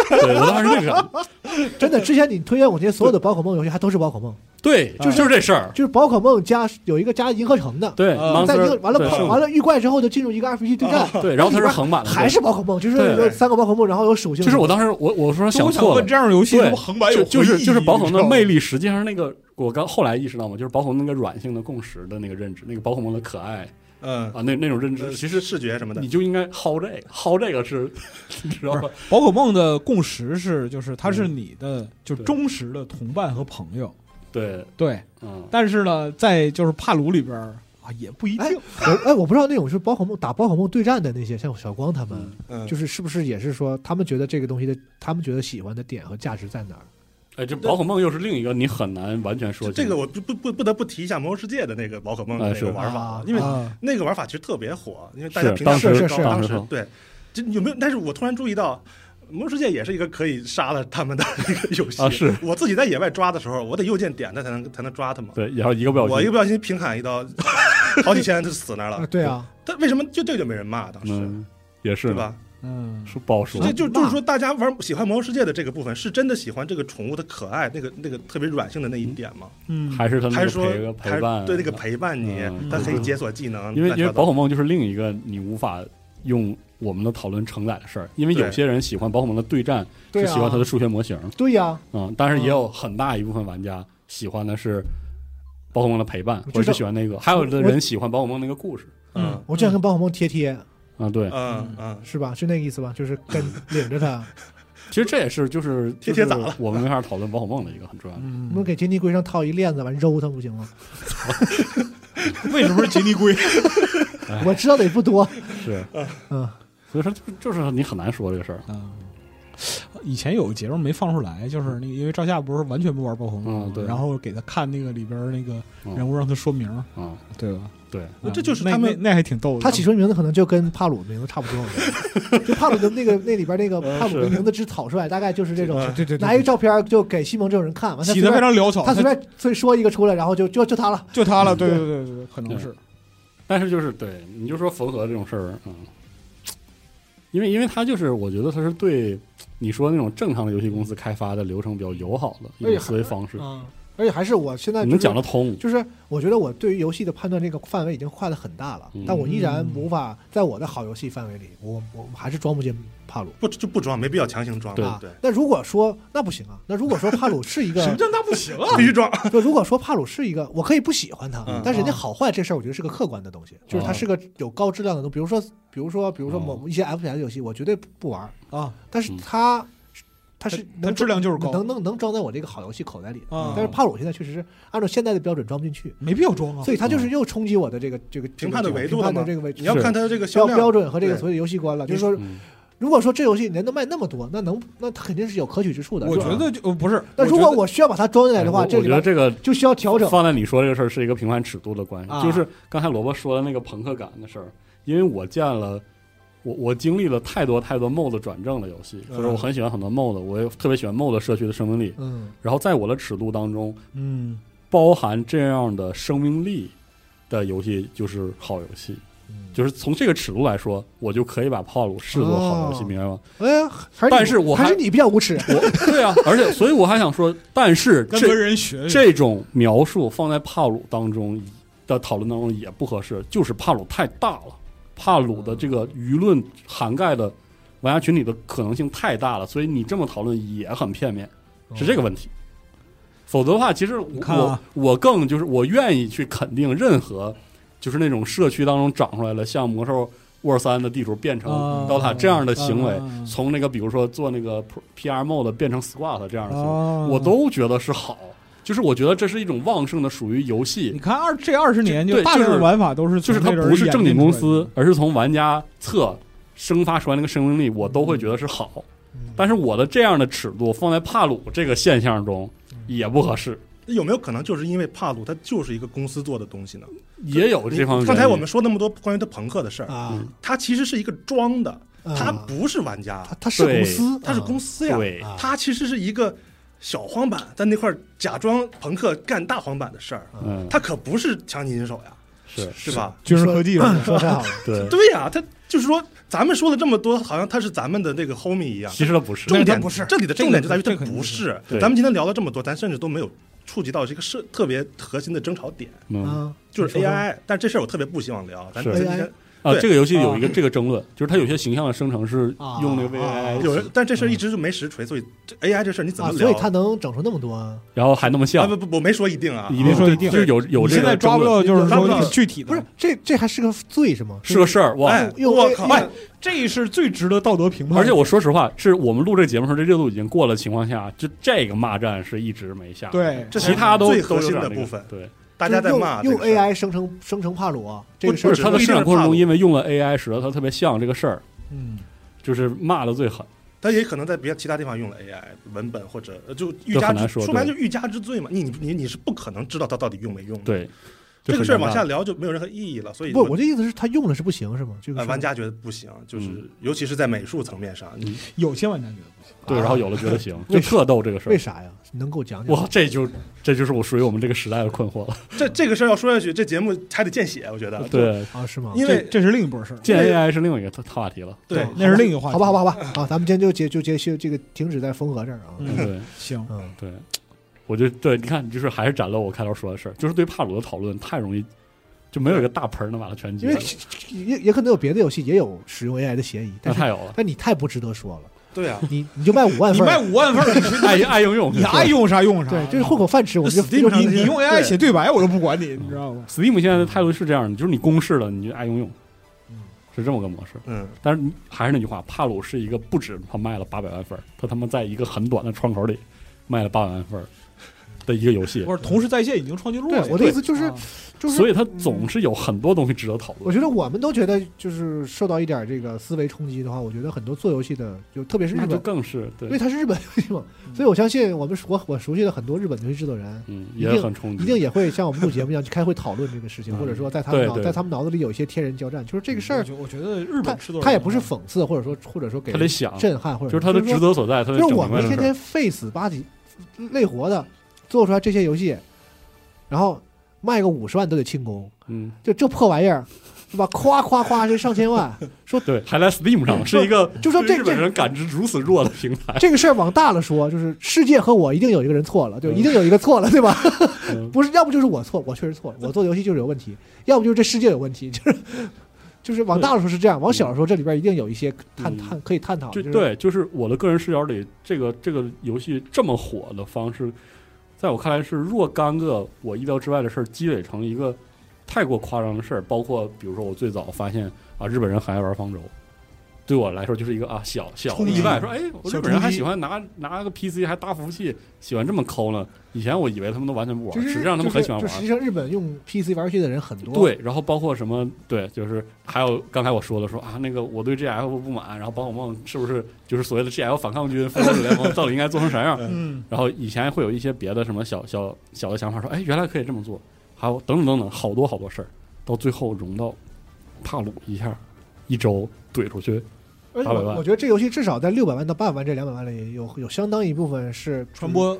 [SPEAKER 2] 对我当时那个，
[SPEAKER 1] 真的，之前你推荐我这些所有的宝可梦游戏，还都是宝可梦，
[SPEAKER 2] 对，就
[SPEAKER 1] 就是
[SPEAKER 2] 是这事儿。
[SPEAKER 1] 就是宝可梦加有一个加银河城的，
[SPEAKER 2] 对，
[SPEAKER 3] 啊
[SPEAKER 1] 在银
[SPEAKER 2] Monster-
[SPEAKER 1] 河完了
[SPEAKER 2] 对
[SPEAKER 1] 跑完了遇怪之后就进入一个 RPG 对 战，
[SPEAKER 2] 对，然后它是横版的，
[SPEAKER 1] 还是宝可梦，就是
[SPEAKER 2] 对
[SPEAKER 1] 有三个宝可梦，然后有属性，
[SPEAKER 2] 就是我当时我我说
[SPEAKER 3] 就我
[SPEAKER 2] 想
[SPEAKER 3] 想
[SPEAKER 2] 错
[SPEAKER 3] 问，
[SPEAKER 2] 了，
[SPEAKER 3] 这样的游戏
[SPEAKER 2] 对
[SPEAKER 3] 它不横版有
[SPEAKER 2] 就就是
[SPEAKER 3] 回忆
[SPEAKER 2] 就是宝可梦
[SPEAKER 3] 你知道
[SPEAKER 2] 的
[SPEAKER 3] 吗
[SPEAKER 2] 魅力，实际上是那个我刚后来意识到嘛，就是宝可梦那个软性的共识的那个认知，那个宝可梦的可爱
[SPEAKER 4] 嗯，
[SPEAKER 2] 啊，那那种认
[SPEAKER 4] 呃
[SPEAKER 2] 知，其实
[SPEAKER 4] 视觉什么的
[SPEAKER 2] 你，就应该薅这个，薅这个是， 你知道吧？
[SPEAKER 3] 宝可梦的共识是，就是它是你的就是忠实的同伴和朋友。
[SPEAKER 2] 对，
[SPEAKER 3] 对，
[SPEAKER 2] 嗯，
[SPEAKER 3] 但是呢，在就是帕鲁里边儿啊，也不一
[SPEAKER 1] 哎
[SPEAKER 3] 定。
[SPEAKER 1] 我哎，我不知道那种是宝可梦打宝可梦对战的那些，像小光他们，
[SPEAKER 4] 嗯，
[SPEAKER 1] 就是是不是也是说他们觉得这个东西的，他们觉得喜欢的点和价值在哪儿？
[SPEAKER 2] 哎，这宝可梦又是另一个你很难完全说
[SPEAKER 4] 这个我不不不不得不提一下《魔兽世界》的那个宝可梦的
[SPEAKER 2] 哎
[SPEAKER 4] 那个
[SPEAKER 2] 是
[SPEAKER 4] 玩法
[SPEAKER 1] 啊，
[SPEAKER 4] 因为
[SPEAKER 3] 啊
[SPEAKER 4] 那个玩法其实特别火，因为大家
[SPEAKER 2] 是
[SPEAKER 4] 评价
[SPEAKER 2] 当
[SPEAKER 4] 特别
[SPEAKER 1] 时
[SPEAKER 4] 高
[SPEAKER 1] 是
[SPEAKER 4] 当
[SPEAKER 2] 当时
[SPEAKER 4] 时
[SPEAKER 2] 很
[SPEAKER 4] 对，就有没有？但是我突然注意到，《魔兽世界》也是一个可以杀了他们的 一个游戏
[SPEAKER 2] 啊是
[SPEAKER 4] 我自己在野外抓的时候，我得右键点它才能才能抓它嘛。
[SPEAKER 2] 对，然后一个不小
[SPEAKER 4] 我一
[SPEAKER 2] 心
[SPEAKER 4] 个，不小心平砍一刀， 好几千就死那儿了。
[SPEAKER 1] 对啊，
[SPEAKER 4] 但为什么就这个就没人骂当时，
[SPEAKER 2] 嗯，也是呢
[SPEAKER 4] 对吧？
[SPEAKER 3] 嗯，
[SPEAKER 2] 是啊不好说
[SPEAKER 4] 这，就就是说，大家玩喜欢《魔兽世界》的这个部分，是真的喜欢这个宠物的可爱，那个那个特别软性的那一点吗？
[SPEAKER 3] 嗯，
[SPEAKER 2] 还是他那
[SPEAKER 4] 还
[SPEAKER 2] 个
[SPEAKER 4] 是说
[SPEAKER 2] 陪个陪
[SPEAKER 4] 还是
[SPEAKER 2] 伴，啊
[SPEAKER 4] 对那个陪伴你，
[SPEAKER 2] 嗯
[SPEAKER 4] 它可以
[SPEAKER 2] 嗯
[SPEAKER 4] 解锁技能，
[SPEAKER 2] 因为
[SPEAKER 4] 乱
[SPEAKER 2] 因
[SPEAKER 4] 七
[SPEAKER 2] 为
[SPEAKER 4] 八糟
[SPEAKER 2] 宝可梦就是另一个你无法用我们的讨论承载的事儿，因为有
[SPEAKER 4] 对
[SPEAKER 2] 些人喜欢宝可梦的对战，
[SPEAKER 1] 对
[SPEAKER 2] 是
[SPEAKER 1] 啊
[SPEAKER 2] 喜欢它的数学模型，
[SPEAKER 1] 对呀、
[SPEAKER 2] 嗯，但是也有很大一部分玩家喜欢的是宝可梦的陪伴，
[SPEAKER 1] 我
[SPEAKER 2] 或者
[SPEAKER 1] 知道
[SPEAKER 2] 是喜欢那个，还有的人喜欢宝可梦那个故事
[SPEAKER 4] 嗯
[SPEAKER 1] 我就想跟宝可梦贴贴，
[SPEAKER 2] 啊，对，
[SPEAKER 4] 嗯嗯，
[SPEAKER 1] 是吧？是那个意思吧？就是跟 领着他，
[SPEAKER 2] 嗯其实这也是就是
[SPEAKER 4] 贴贴咋了，
[SPEAKER 2] 就是我们没法讨论宝可梦的一个很重要的。
[SPEAKER 1] 我们给杰尼龟上套一链子，完揉他不行吗？
[SPEAKER 3] 嗯为什么是杰尼 龟？
[SPEAKER 1] 我知道的也不多，
[SPEAKER 2] 是，
[SPEAKER 1] 嗯，
[SPEAKER 2] 所以说就就是你很难说这个事儿。
[SPEAKER 3] 嗯，以前有个节目没放出来，就是那个，因为赵夏不是完全不玩暴风吗
[SPEAKER 2] 嗯对
[SPEAKER 3] 然后给他看那个里边儿那个
[SPEAKER 2] 嗯
[SPEAKER 3] 人物，让他说名儿，
[SPEAKER 2] 啊，
[SPEAKER 3] 对吧？
[SPEAKER 2] 对，
[SPEAKER 1] 哦
[SPEAKER 4] 那这就是
[SPEAKER 3] 那
[SPEAKER 4] 他们
[SPEAKER 3] 那那还挺逗的。
[SPEAKER 1] 他起初名字可能就跟帕鲁的名字差不多，我觉得就帕鲁的那个那里边那个
[SPEAKER 2] 嗯
[SPEAKER 1] 帕鲁的
[SPEAKER 2] 是
[SPEAKER 1] 名字之草率，大概就是这种，
[SPEAKER 3] 对对对
[SPEAKER 1] 拿一个照片就给西蒙这种人看，完他
[SPEAKER 3] 起
[SPEAKER 1] 随
[SPEAKER 3] 的非
[SPEAKER 1] 便
[SPEAKER 3] 常潦草，
[SPEAKER 1] 他随便嗯随说一个出来，然后就就就他了，
[SPEAKER 3] 就他了，对对对对对，可能是
[SPEAKER 2] 但是就是对，你就说缝合这种事儿，嗯，因为因为它就是我觉得它是对你说那种正常的游戏公司开发的流程比较友好的一
[SPEAKER 1] 哎
[SPEAKER 2] 种
[SPEAKER 1] 呀
[SPEAKER 2] 思维方式，
[SPEAKER 1] 嗯，而且还是我现在就
[SPEAKER 2] 你能
[SPEAKER 1] 是
[SPEAKER 2] 讲得通。
[SPEAKER 1] 就是我觉得我对于游戏的判断这个范围已经跨得很大了
[SPEAKER 2] 嗯，
[SPEAKER 1] 但我依然无法在我的好游戏范围里，我我还是装不进帕鲁。
[SPEAKER 4] 不就不装，没必要强行装嘛
[SPEAKER 1] 啊
[SPEAKER 4] 对，，
[SPEAKER 1] 那如果说那不行啊，那如果说帕鲁是一
[SPEAKER 3] 什
[SPEAKER 1] 个
[SPEAKER 3] 么，叫那不行啊？
[SPEAKER 4] 必 须装。
[SPEAKER 1] 就如果说帕鲁是一个，我可以不喜欢他
[SPEAKER 4] 嗯，
[SPEAKER 1] 但是人家好坏这事儿，我觉得是个客观的东西，就是它是个有高质量的东西。比如说，比如说，比如说某一些 FPS 游戏，我绝对不不玩儿，
[SPEAKER 3] 啊
[SPEAKER 1] 但是
[SPEAKER 2] 嗯
[SPEAKER 1] 它它是
[SPEAKER 3] 它
[SPEAKER 1] 能
[SPEAKER 3] 质量就是高
[SPEAKER 1] 能能能装在我这个好游戏口袋里的。
[SPEAKER 3] 啊！
[SPEAKER 1] 但是帕鲁现在确实是按照现在的标准装不进去，
[SPEAKER 3] 没必要装啊，
[SPEAKER 1] 所以它就是又冲击我的这个这个
[SPEAKER 4] 评判的
[SPEAKER 1] 这个
[SPEAKER 4] 维度
[SPEAKER 1] 评判
[SPEAKER 4] 了
[SPEAKER 1] 的
[SPEAKER 4] 嘛
[SPEAKER 1] 这个维
[SPEAKER 4] 你要
[SPEAKER 2] 是
[SPEAKER 4] 看它这个销
[SPEAKER 1] 标
[SPEAKER 4] 量
[SPEAKER 1] 标准和这个
[SPEAKER 4] 对
[SPEAKER 1] 所谓的游戏观了。就是说，
[SPEAKER 2] 嗯，
[SPEAKER 1] 如果说这游戏人能卖那么多，那能那它肯定是有可取之处的。
[SPEAKER 3] 我
[SPEAKER 1] 是吧
[SPEAKER 3] 觉得就呃不是。
[SPEAKER 1] 那如果
[SPEAKER 3] 觉得
[SPEAKER 1] 我需要把它装进来的话，
[SPEAKER 2] 哎我
[SPEAKER 1] 这
[SPEAKER 2] 我
[SPEAKER 1] 里
[SPEAKER 2] 觉得
[SPEAKER 1] 边
[SPEAKER 2] 这个
[SPEAKER 1] 就需要调整。
[SPEAKER 2] 放在你说这个事儿是一个评判尺度的关系，
[SPEAKER 3] 啊
[SPEAKER 2] 就是刚才萝卜说的那个朋克感的事儿，因为我见了。我我经历了太多太多 MOD 转正的游戏，
[SPEAKER 4] 嗯
[SPEAKER 2] 就是我很喜欢很多 MOD，我也特别喜欢 MOD 社区的生命力。
[SPEAKER 1] 嗯，
[SPEAKER 2] 然后在我的尺度当中，
[SPEAKER 3] 嗯，
[SPEAKER 2] 包含这样的生命力的游戏就是好游戏，
[SPEAKER 1] 嗯
[SPEAKER 2] 就是从这个尺度来说，我就可以把帕鲁视作好游戏，
[SPEAKER 1] 哦
[SPEAKER 2] 明白吗？
[SPEAKER 1] 哎呀，还是
[SPEAKER 2] 但
[SPEAKER 1] 你
[SPEAKER 2] 是我
[SPEAKER 1] 还
[SPEAKER 2] 还
[SPEAKER 1] 是你比较无耻。
[SPEAKER 2] 我对啊，而且所以我还想说，但是
[SPEAKER 3] 跟别
[SPEAKER 2] 这
[SPEAKER 3] 人学
[SPEAKER 2] 这种描述放在帕鲁当中的讨论当中也不合适，就是帕鲁太大了，帕鲁的这个舆论涵盖的玩家群体的可能性太大了，所以你这么讨论也很片面，是这个问题。否则的话，其实我、
[SPEAKER 3] 哦看啊
[SPEAKER 2] 我我更就是我愿意去肯定任何就是那种社区当中长出来的，像魔兽 War 三的地图变成
[SPEAKER 3] 啊
[SPEAKER 2] DOTA 这样的行为，
[SPEAKER 3] 啊
[SPEAKER 2] 从那个比如说做那个 P- PR mode 变成 squat 这样的行为，
[SPEAKER 3] 啊
[SPEAKER 2] 我都觉得是好。就是我觉得这是一种旺盛的属于游
[SPEAKER 3] 你
[SPEAKER 2] 戏，
[SPEAKER 3] 看二这二十年就
[SPEAKER 2] 对
[SPEAKER 3] 大量
[SPEAKER 2] 就
[SPEAKER 3] 的
[SPEAKER 2] 是
[SPEAKER 3] 玩法都是
[SPEAKER 2] 就
[SPEAKER 3] 从
[SPEAKER 2] 是它
[SPEAKER 3] 那阵儿
[SPEAKER 2] 不是正经公
[SPEAKER 3] 演变出来
[SPEAKER 2] 司
[SPEAKER 3] 的，
[SPEAKER 2] 而是从玩家侧生发出来那个生命力，我都会觉得是好。但是我的这样的尺度放在帕鲁这个现象中也不合适，
[SPEAKER 4] 有没有可能就是因为帕鲁它就是一个公司做的东西呢？
[SPEAKER 2] 也有这方面原因。
[SPEAKER 4] 刚才我们说那么多关于它朋克的事儿，
[SPEAKER 3] 嗯
[SPEAKER 1] 啊，
[SPEAKER 4] 它其实是一个装的，它
[SPEAKER 1] 啊
[SPEAKER 4] 不是玩家
[SPEAKER 1] 它，它是公
[SPEAKER 2] 对
[SPEAKER 1] 司，
[SPEAKER 4] 它是
[SPEAKER 1] 啊
[SPEAKER 4] 公司呀，
[SPEAKER 2] 对，
[SPEAKER 1] 啊
[SPEAKER 4] 它其实是一个小荒版，在那块儿假装朋克干大荒版的事儿，
[SPEAKER 2] 嗯，
[SPEAKER 4] 它可不是强尼银手呀，
[SPEAKER 2] 是
[SPEAKER 4] 是吧？
[SPEAKER 3] 军事科技了
[SPEAKER 1] 说太好了，
[SPEAKER 2] 对，
[SPEAKER 4] 对呀、它就是说咱们说了这么多，好像他是咱们的那个 homie 一样。
[SPEAKER 2] 其实它不是，
[SPEAKER 4] 啊重
[SPEAKER 3] 但
[SPEAKER 4] 点
[SPEAKER 3] 它不是
[SPEAKER 4] 这里的重点就在于
[SPEAKER 3] 这
[SPEAKER 4] 它
[SPEAKER 3] 个肯定
[SPEAKER 4] 不
[SPEAKER 3] 不是
[SPEAKER 4] 是。
[SPEAKER 2] 对
[SPEAKER 4] 咱们今天聊了这么多，咱甚至都没有触及到这个是特别核心的争吵点，
[SPEAKER 2] 嗯
[SPEAKER 1] 啊，
[SPEAKER 4] 就是
[SPEAKER 1] 你说说
[SPEAKER 4] AI。但这事儿我特别不希望聊。咱
[SPEAKER 2] 是
[SPEAKER 4] 今天
[SPEAKER 2] 啊，
[SPEAKER 4] 对
[SPEAKER 2] 这个游戏有一个这个争论，就是它有些形象的生成是
[SPEAKER 1] 啊
[SPEAKER 2] 用那个 VI，
[SPEAKER 4] 有人，但这事儿一直就没实锤，所以这 AI 这事儿你怎么
[SPEAKER 1] 啊，
[SPEAKER 4] 聊？
[SPEAKER 1] 所以他能整出那么多啊，
[SPEAKER 2] 然后还那么
[SPEAKER 4] 啊
[SPEAKER 2] 像
[SPEAKER 4] 不，不，我没说一定啊，
[SPEAKER 2] 一定
[SPEAKER 3] 说一定
[SPEAKER 2] 就是有有
[SPEAKER 3] 你
[SPEAKER 2] 这
[SPEAKER 3] 现
[SPEAKER 2] 个
[SPEAKER 3] 在抓
[SPEAKER 2] 争
[SPEAKER 3] 不
[SPEAKER 2] 论
[SPEAKER 3] 到，就是
[SPEAKER 4] 抓
[SPEAKER 3] 说
[SPEAKER 4] 不到
[SPEAKER 3] 那个具体的，
[SPEAKER 1] 不是这这还是个罪是吗？
[SPEAKER 2] 是个事儿哇
[SPEAKER 4] 哎！
[SPEAKER 1] 用
[SPEAKER 4] 我
[SPEAKER 1] AI
[SPEAKER 4] 靠！
[SPEAKER 3] 哎这是最值得道德评判。
[SPEAKER 2] 而且我说实话，是我们录这节目的时候，这热度已经过了情况下，就这个骂战是一直没下。，
[SPEAKER 3] 对，
[SPEAKER 4] 这才
[SPEAKER 2] 其他都
[SPEAKER 4] 最
[SPEAKER 2] 都
[SPEAKER 4] 核
[SPEAKER 2] 有
[SPEAKER 4] 心
[SPEAKER 2] 点
[SPEAKER 4] 的
[SPEAKER 2] 那个
[SPEAKER 4] 部分，
[SPEAKER 2] 对，
[SPEAKER 4] 大家在
[SPEAKER 1] 用
[SPEAKER 4] 骂这
[SPEAKER 1] 用
[SPEAKER 4] 个事儿
[SPEAKER 1] AI 生成生成帕鲁，啊这个事
[SPEAKER 2] 不
[SPEAKER 1] 儿
[SPEAKER 2] 是它的
[SPEAKER 4] 不是
[SPEAKER 2] 生产
[SPEAKER 4] 不是
[SPEAKER 2] 过程
[SPEAKER 4] 怕
[SPEAKER 2] 中，
[SPEAKER 4] 我
[SPEAKER 2] 因为用了 AI，使得它特别像这个事儿，
[SPEAKER 3] 嗯，
[SPEAKER 2] 就是骂的最狠。
[SPEAKER 4] 他也可能在别其他地方用了 AI 文本或者呃就欲
[SPEAKER 2] 这
[SPEAKER 4] 加
[SPEAKER 2] 很难
[SPEAKER 4] 之
[SPEAKER 2] 说
[SPEAKER 4] 说白了就欲加之罪嘛，你你你你是不可能知道他到底用没用的。，
[SPEAKER 2] 对，就
[SPEAKER 4] 这个
[SPEAKER 2] 很
[SPEAKER 4] 事儿
[SPEAKER 2] 尴
[SPEAKER 4] 往
[SPEAKER 2] 尬
[SPEAKER 4] 下聊就没有任何意义了。所以
[SPEAKER 1] 不，我的意思是，他用了是不行是吗？这个
[SPEAKER 4] 呃
[SPEAKER 1] 事儿
[SPEAKER 4] 玩家觉得不行，就是
[SPEAKER 2] 嗯
[SPEAKER 4] 尤其是在美术层面上，你
[SPEAKER 3] 有些玩家觉得不行。
[SPEAKER 4] 啊
[SPEAKER 2] 对，然后有了觉得 行，
[SPEAKER 1] 为
[SPEAKER 2] 就
[SPEAKER 1] 啥
[SPEAKER 2] 特逗这个事
[SPEAKER 1] 为
[SPEAKER 2] 儿。
[SPEAKER 1] 啥呀？能给我讲讲吗？
[SPEAKER 2] 哇，这就这就是我属于我们这个时代的困惑了。
[SPEAKER 4] 这这个事儿要说下去，这节目还得见血，我觉得。，
[SPEAKER 2] 对，
[SPEAKER 1] 啊，是吗？
[SPEAKER 4] 因
[SPEAKER 3] 这
[SPEAKER 4] 为
[SPEAKER 3] 这是另一拨事儿，
[SPEAKER 2] 见
[SPEAKER 4] 因为
[SPEAKER 2] AI 是另一个话话题了。
[SPEAKER 4] 对，
[SPEAKER 3] 那是另一个话
[SPEAKER 1] 好
[SPEAKER 3] 题。
[SPEAKER 1] 吧，好吧，，好吧，啊，咱们今天就结就结就这个停止在风和这儿啊。
[SPEAKER 3] 嗯
[SPEAKER 2] 对
[SPEAKER 3] 行，
[SPEAKER 1] 嗯，
[SPEAKER 2] 对，我就对，你看，就是还是展露我开头说的事儿，就是对帕鲁的讨论太容易，就没有一个大盆儿能把它全
[SPEAKER 1] 因
[SPEAKER 2] 接
[SPEAKER 1] 为
[SPEAKER 2] 了。
[SPEAKER 1] 也也可能有别的游戏也有使用 AI 的嫌疑，
[SPEAKER 2] 那
[SPEAKER 1] 但是
[SPEAKER 2] 太有了，
[SPEAKER 1] 但你太不值得说了，
[SPEAKER 4] 对啊，
[SPEAKER 1] 你你就卖五万
[SPEAKER 3] 你
[SPEAKER 1] 份
[SPEAKER 3] 卖
[SPEAKER 1] 儿，
[SPEAKER 3] 五万份儿，
[SPEAKER 2] 爱爱应用，
[SPEAKER 3] 你爱用啥用啥，
[SPEAKER 1] 对，就是混口饭吃，我们就
[SPEAKER 4] 这 Steam 上
[SPEAKER 1] 就
[SPEAKER 3] 你
[SPEAKER 4] 那些
[SPEAKER 3] 你用 AI
[SPEAKER 4] 对
[SPEAKER 3] 写对白，我都不管你，你知道吗？
[SPEAKER 2] Steam 现在的态度是这样的，就是你公示了，你就爱用用
[SPEAKER 3] 嗯，
[SPEAKER 2] 是这么个模式。
[SPEAKER 4] 嗯，
[SPEAKER 2] 但是你还是那句话，帕鲁是一个不止他卖了八百万份儿，他他妈在一个很短的窗口里卖了八百万份儿的一个游戏，
[SPEAKER 3] 不是，同时在线已经创纪录了。
[SPEAKER 1] 对我的意思就是
[SPEAKER 3] 啊
[SPEAKER 1] 就是
[SPEAKER 2] 所以它总是有很多东西值得讨
[SPEAKER 1] 我
[SPEAKER 2] 论。
[SPEAKER 1] 觉得我们都觉得，就是受到一点这个思维冲击的话，我觉得很多做游戏的，就特别是日
[SPEAKER 2] 那就
[SPEAKER 1] 本，
[SPEAKER 2] 更是
[SPEAKER 1] 因为
[SPEAKER 2] 对，
[SPEAKER 1] 它是日本游戏嘛，所以我相信我们我我熟悉的很多日本游戏制作人，
[SPEAKER 2] 嗯，
[SPEAKER 1] 一
[SPEAKER 2] 也
[SPEAKER 1] 定
[SPEAKER 2] 很冲击，
[SPEAKER 1] 一定也会像我们录节目一样去开会讨论这个事情，
[SPEAKER 2] 嗯
[SPEAKER 1] 或者说在他们
[SPEAKER 2] 对
[SPEAKER 1] 脑
[SPEAKER 2] 对
[SPEAKER 1] 在他们脑子里有一些天人交战，就是这个事儿
[SPEAKER 3] 我，觉我觉得嗯日
[SPEAKER 1] 他
[SPEAKER 3] 本制作人啊
[SPEAKER 1] 他也不是讽刺，或者说或者说给
[SPEAKER 2] 他得想，啊就
[SPEAKER 1] 震撼，或者
[SPEAKER 2] 是他的职
[SPEAKER 1] 说
[SPEAKER 2] 责所在，他得
[SPEAKER 1] 就是
[SPEAKER 2] 整
[SPEAKER 1] 我
[SPEAKER 2] 明白
[SPEAKER 1] 们
[SPEAKER 2] 这
[SPEAKER 1] 天
[SPEAKER 2] 事儿
[SPEAKER 1] 天费死巴几累活的做出来这些游戏，然后卖个五十万都得庆功，
[SPEAKER 2] 嗯，
[SPEAKER 1] 就这破玩意儿是吧？夸夸夸，这上千 万，
[SPEAKER 2] 对，还来 Steam 上是一个
[SPEAKER 1] 就说这
[SPEAKER 2] 日本人感知如此弱的平台，
[SPEAKER 1] 这个事儿往大了说，就是世界和我一定有一个人错了，就
[SPEAKER 2] 嗯
[SPEAKER 1] 一定有一个错了，对吧？
[SPEAKER 2] 嗯
[SPEAKER 1] 不是，要不就是我错，我确实错了，我做游戏就是有问题；要不就是这世界有问题， 就是就是往大了说是这样，往小了说这里边一定有一些探
[SPEAKER 2] 嗯
[SPEAKER 1] 探可以探讨。
[SPEAKER 2] 就
[SPEAKER 1] 就是，
[SPEAKER 2] 对，就是我的个人视角里，这个这个游戏这么火的方式，在我看来是若干个我意料之外的事儿积累成一个太过夸张的事儿，包括比如说我最早发现啊，日本人很爱玩方舟。对我来说就是一个啊小小的
[SPEAKER 3] 冲击
[SPEAKER 2] 意外，说哎，我
[SPEAKER 3] 小
[SPEAKER 2] 日本人还
[SPEAKER 3] 冲击
[SPEAKER 2] 喜欢拿拿个 PC 还搭服务器，喜欢这么抠呢。以前我以为他们都完全不玩，
[SPEAKER 1] 就是
[SPEAKER 2] 实际上他们很喜欢
[SPEAKER 1] 就
[SPEAKER 2] 玩
[SPEAKER 1] 是。实际上，日本用 PC 玩游戏的人很多。，
[SPEAKER 2] 对，然后包括什么？对，就是还有刚才我说的说啊，那个我对 GF 不满，然后宝可梦是不是就是所谓的 GF 反抗军、复仇者联盟到底应该做成啥样？
[SPEAKER 3] 嗯，
[SPEAKER 2] 然后以前会有一些别的什么小小小的想法，说哎，原来可以这么做，还有等等等等，好多好多事儿，到最后融到帕鲁一下，一周怼出去，
[SPEAKER 1] 而且
[SPEAKER 2] 800
[SPEAKER 1] 哎我
[SPEAKER 2] 万
[SPEAKER 1] 我觉得这游戏至少在六百万到八百万这两百万里，有有相当一部分是
[SPEAKER 3] 传播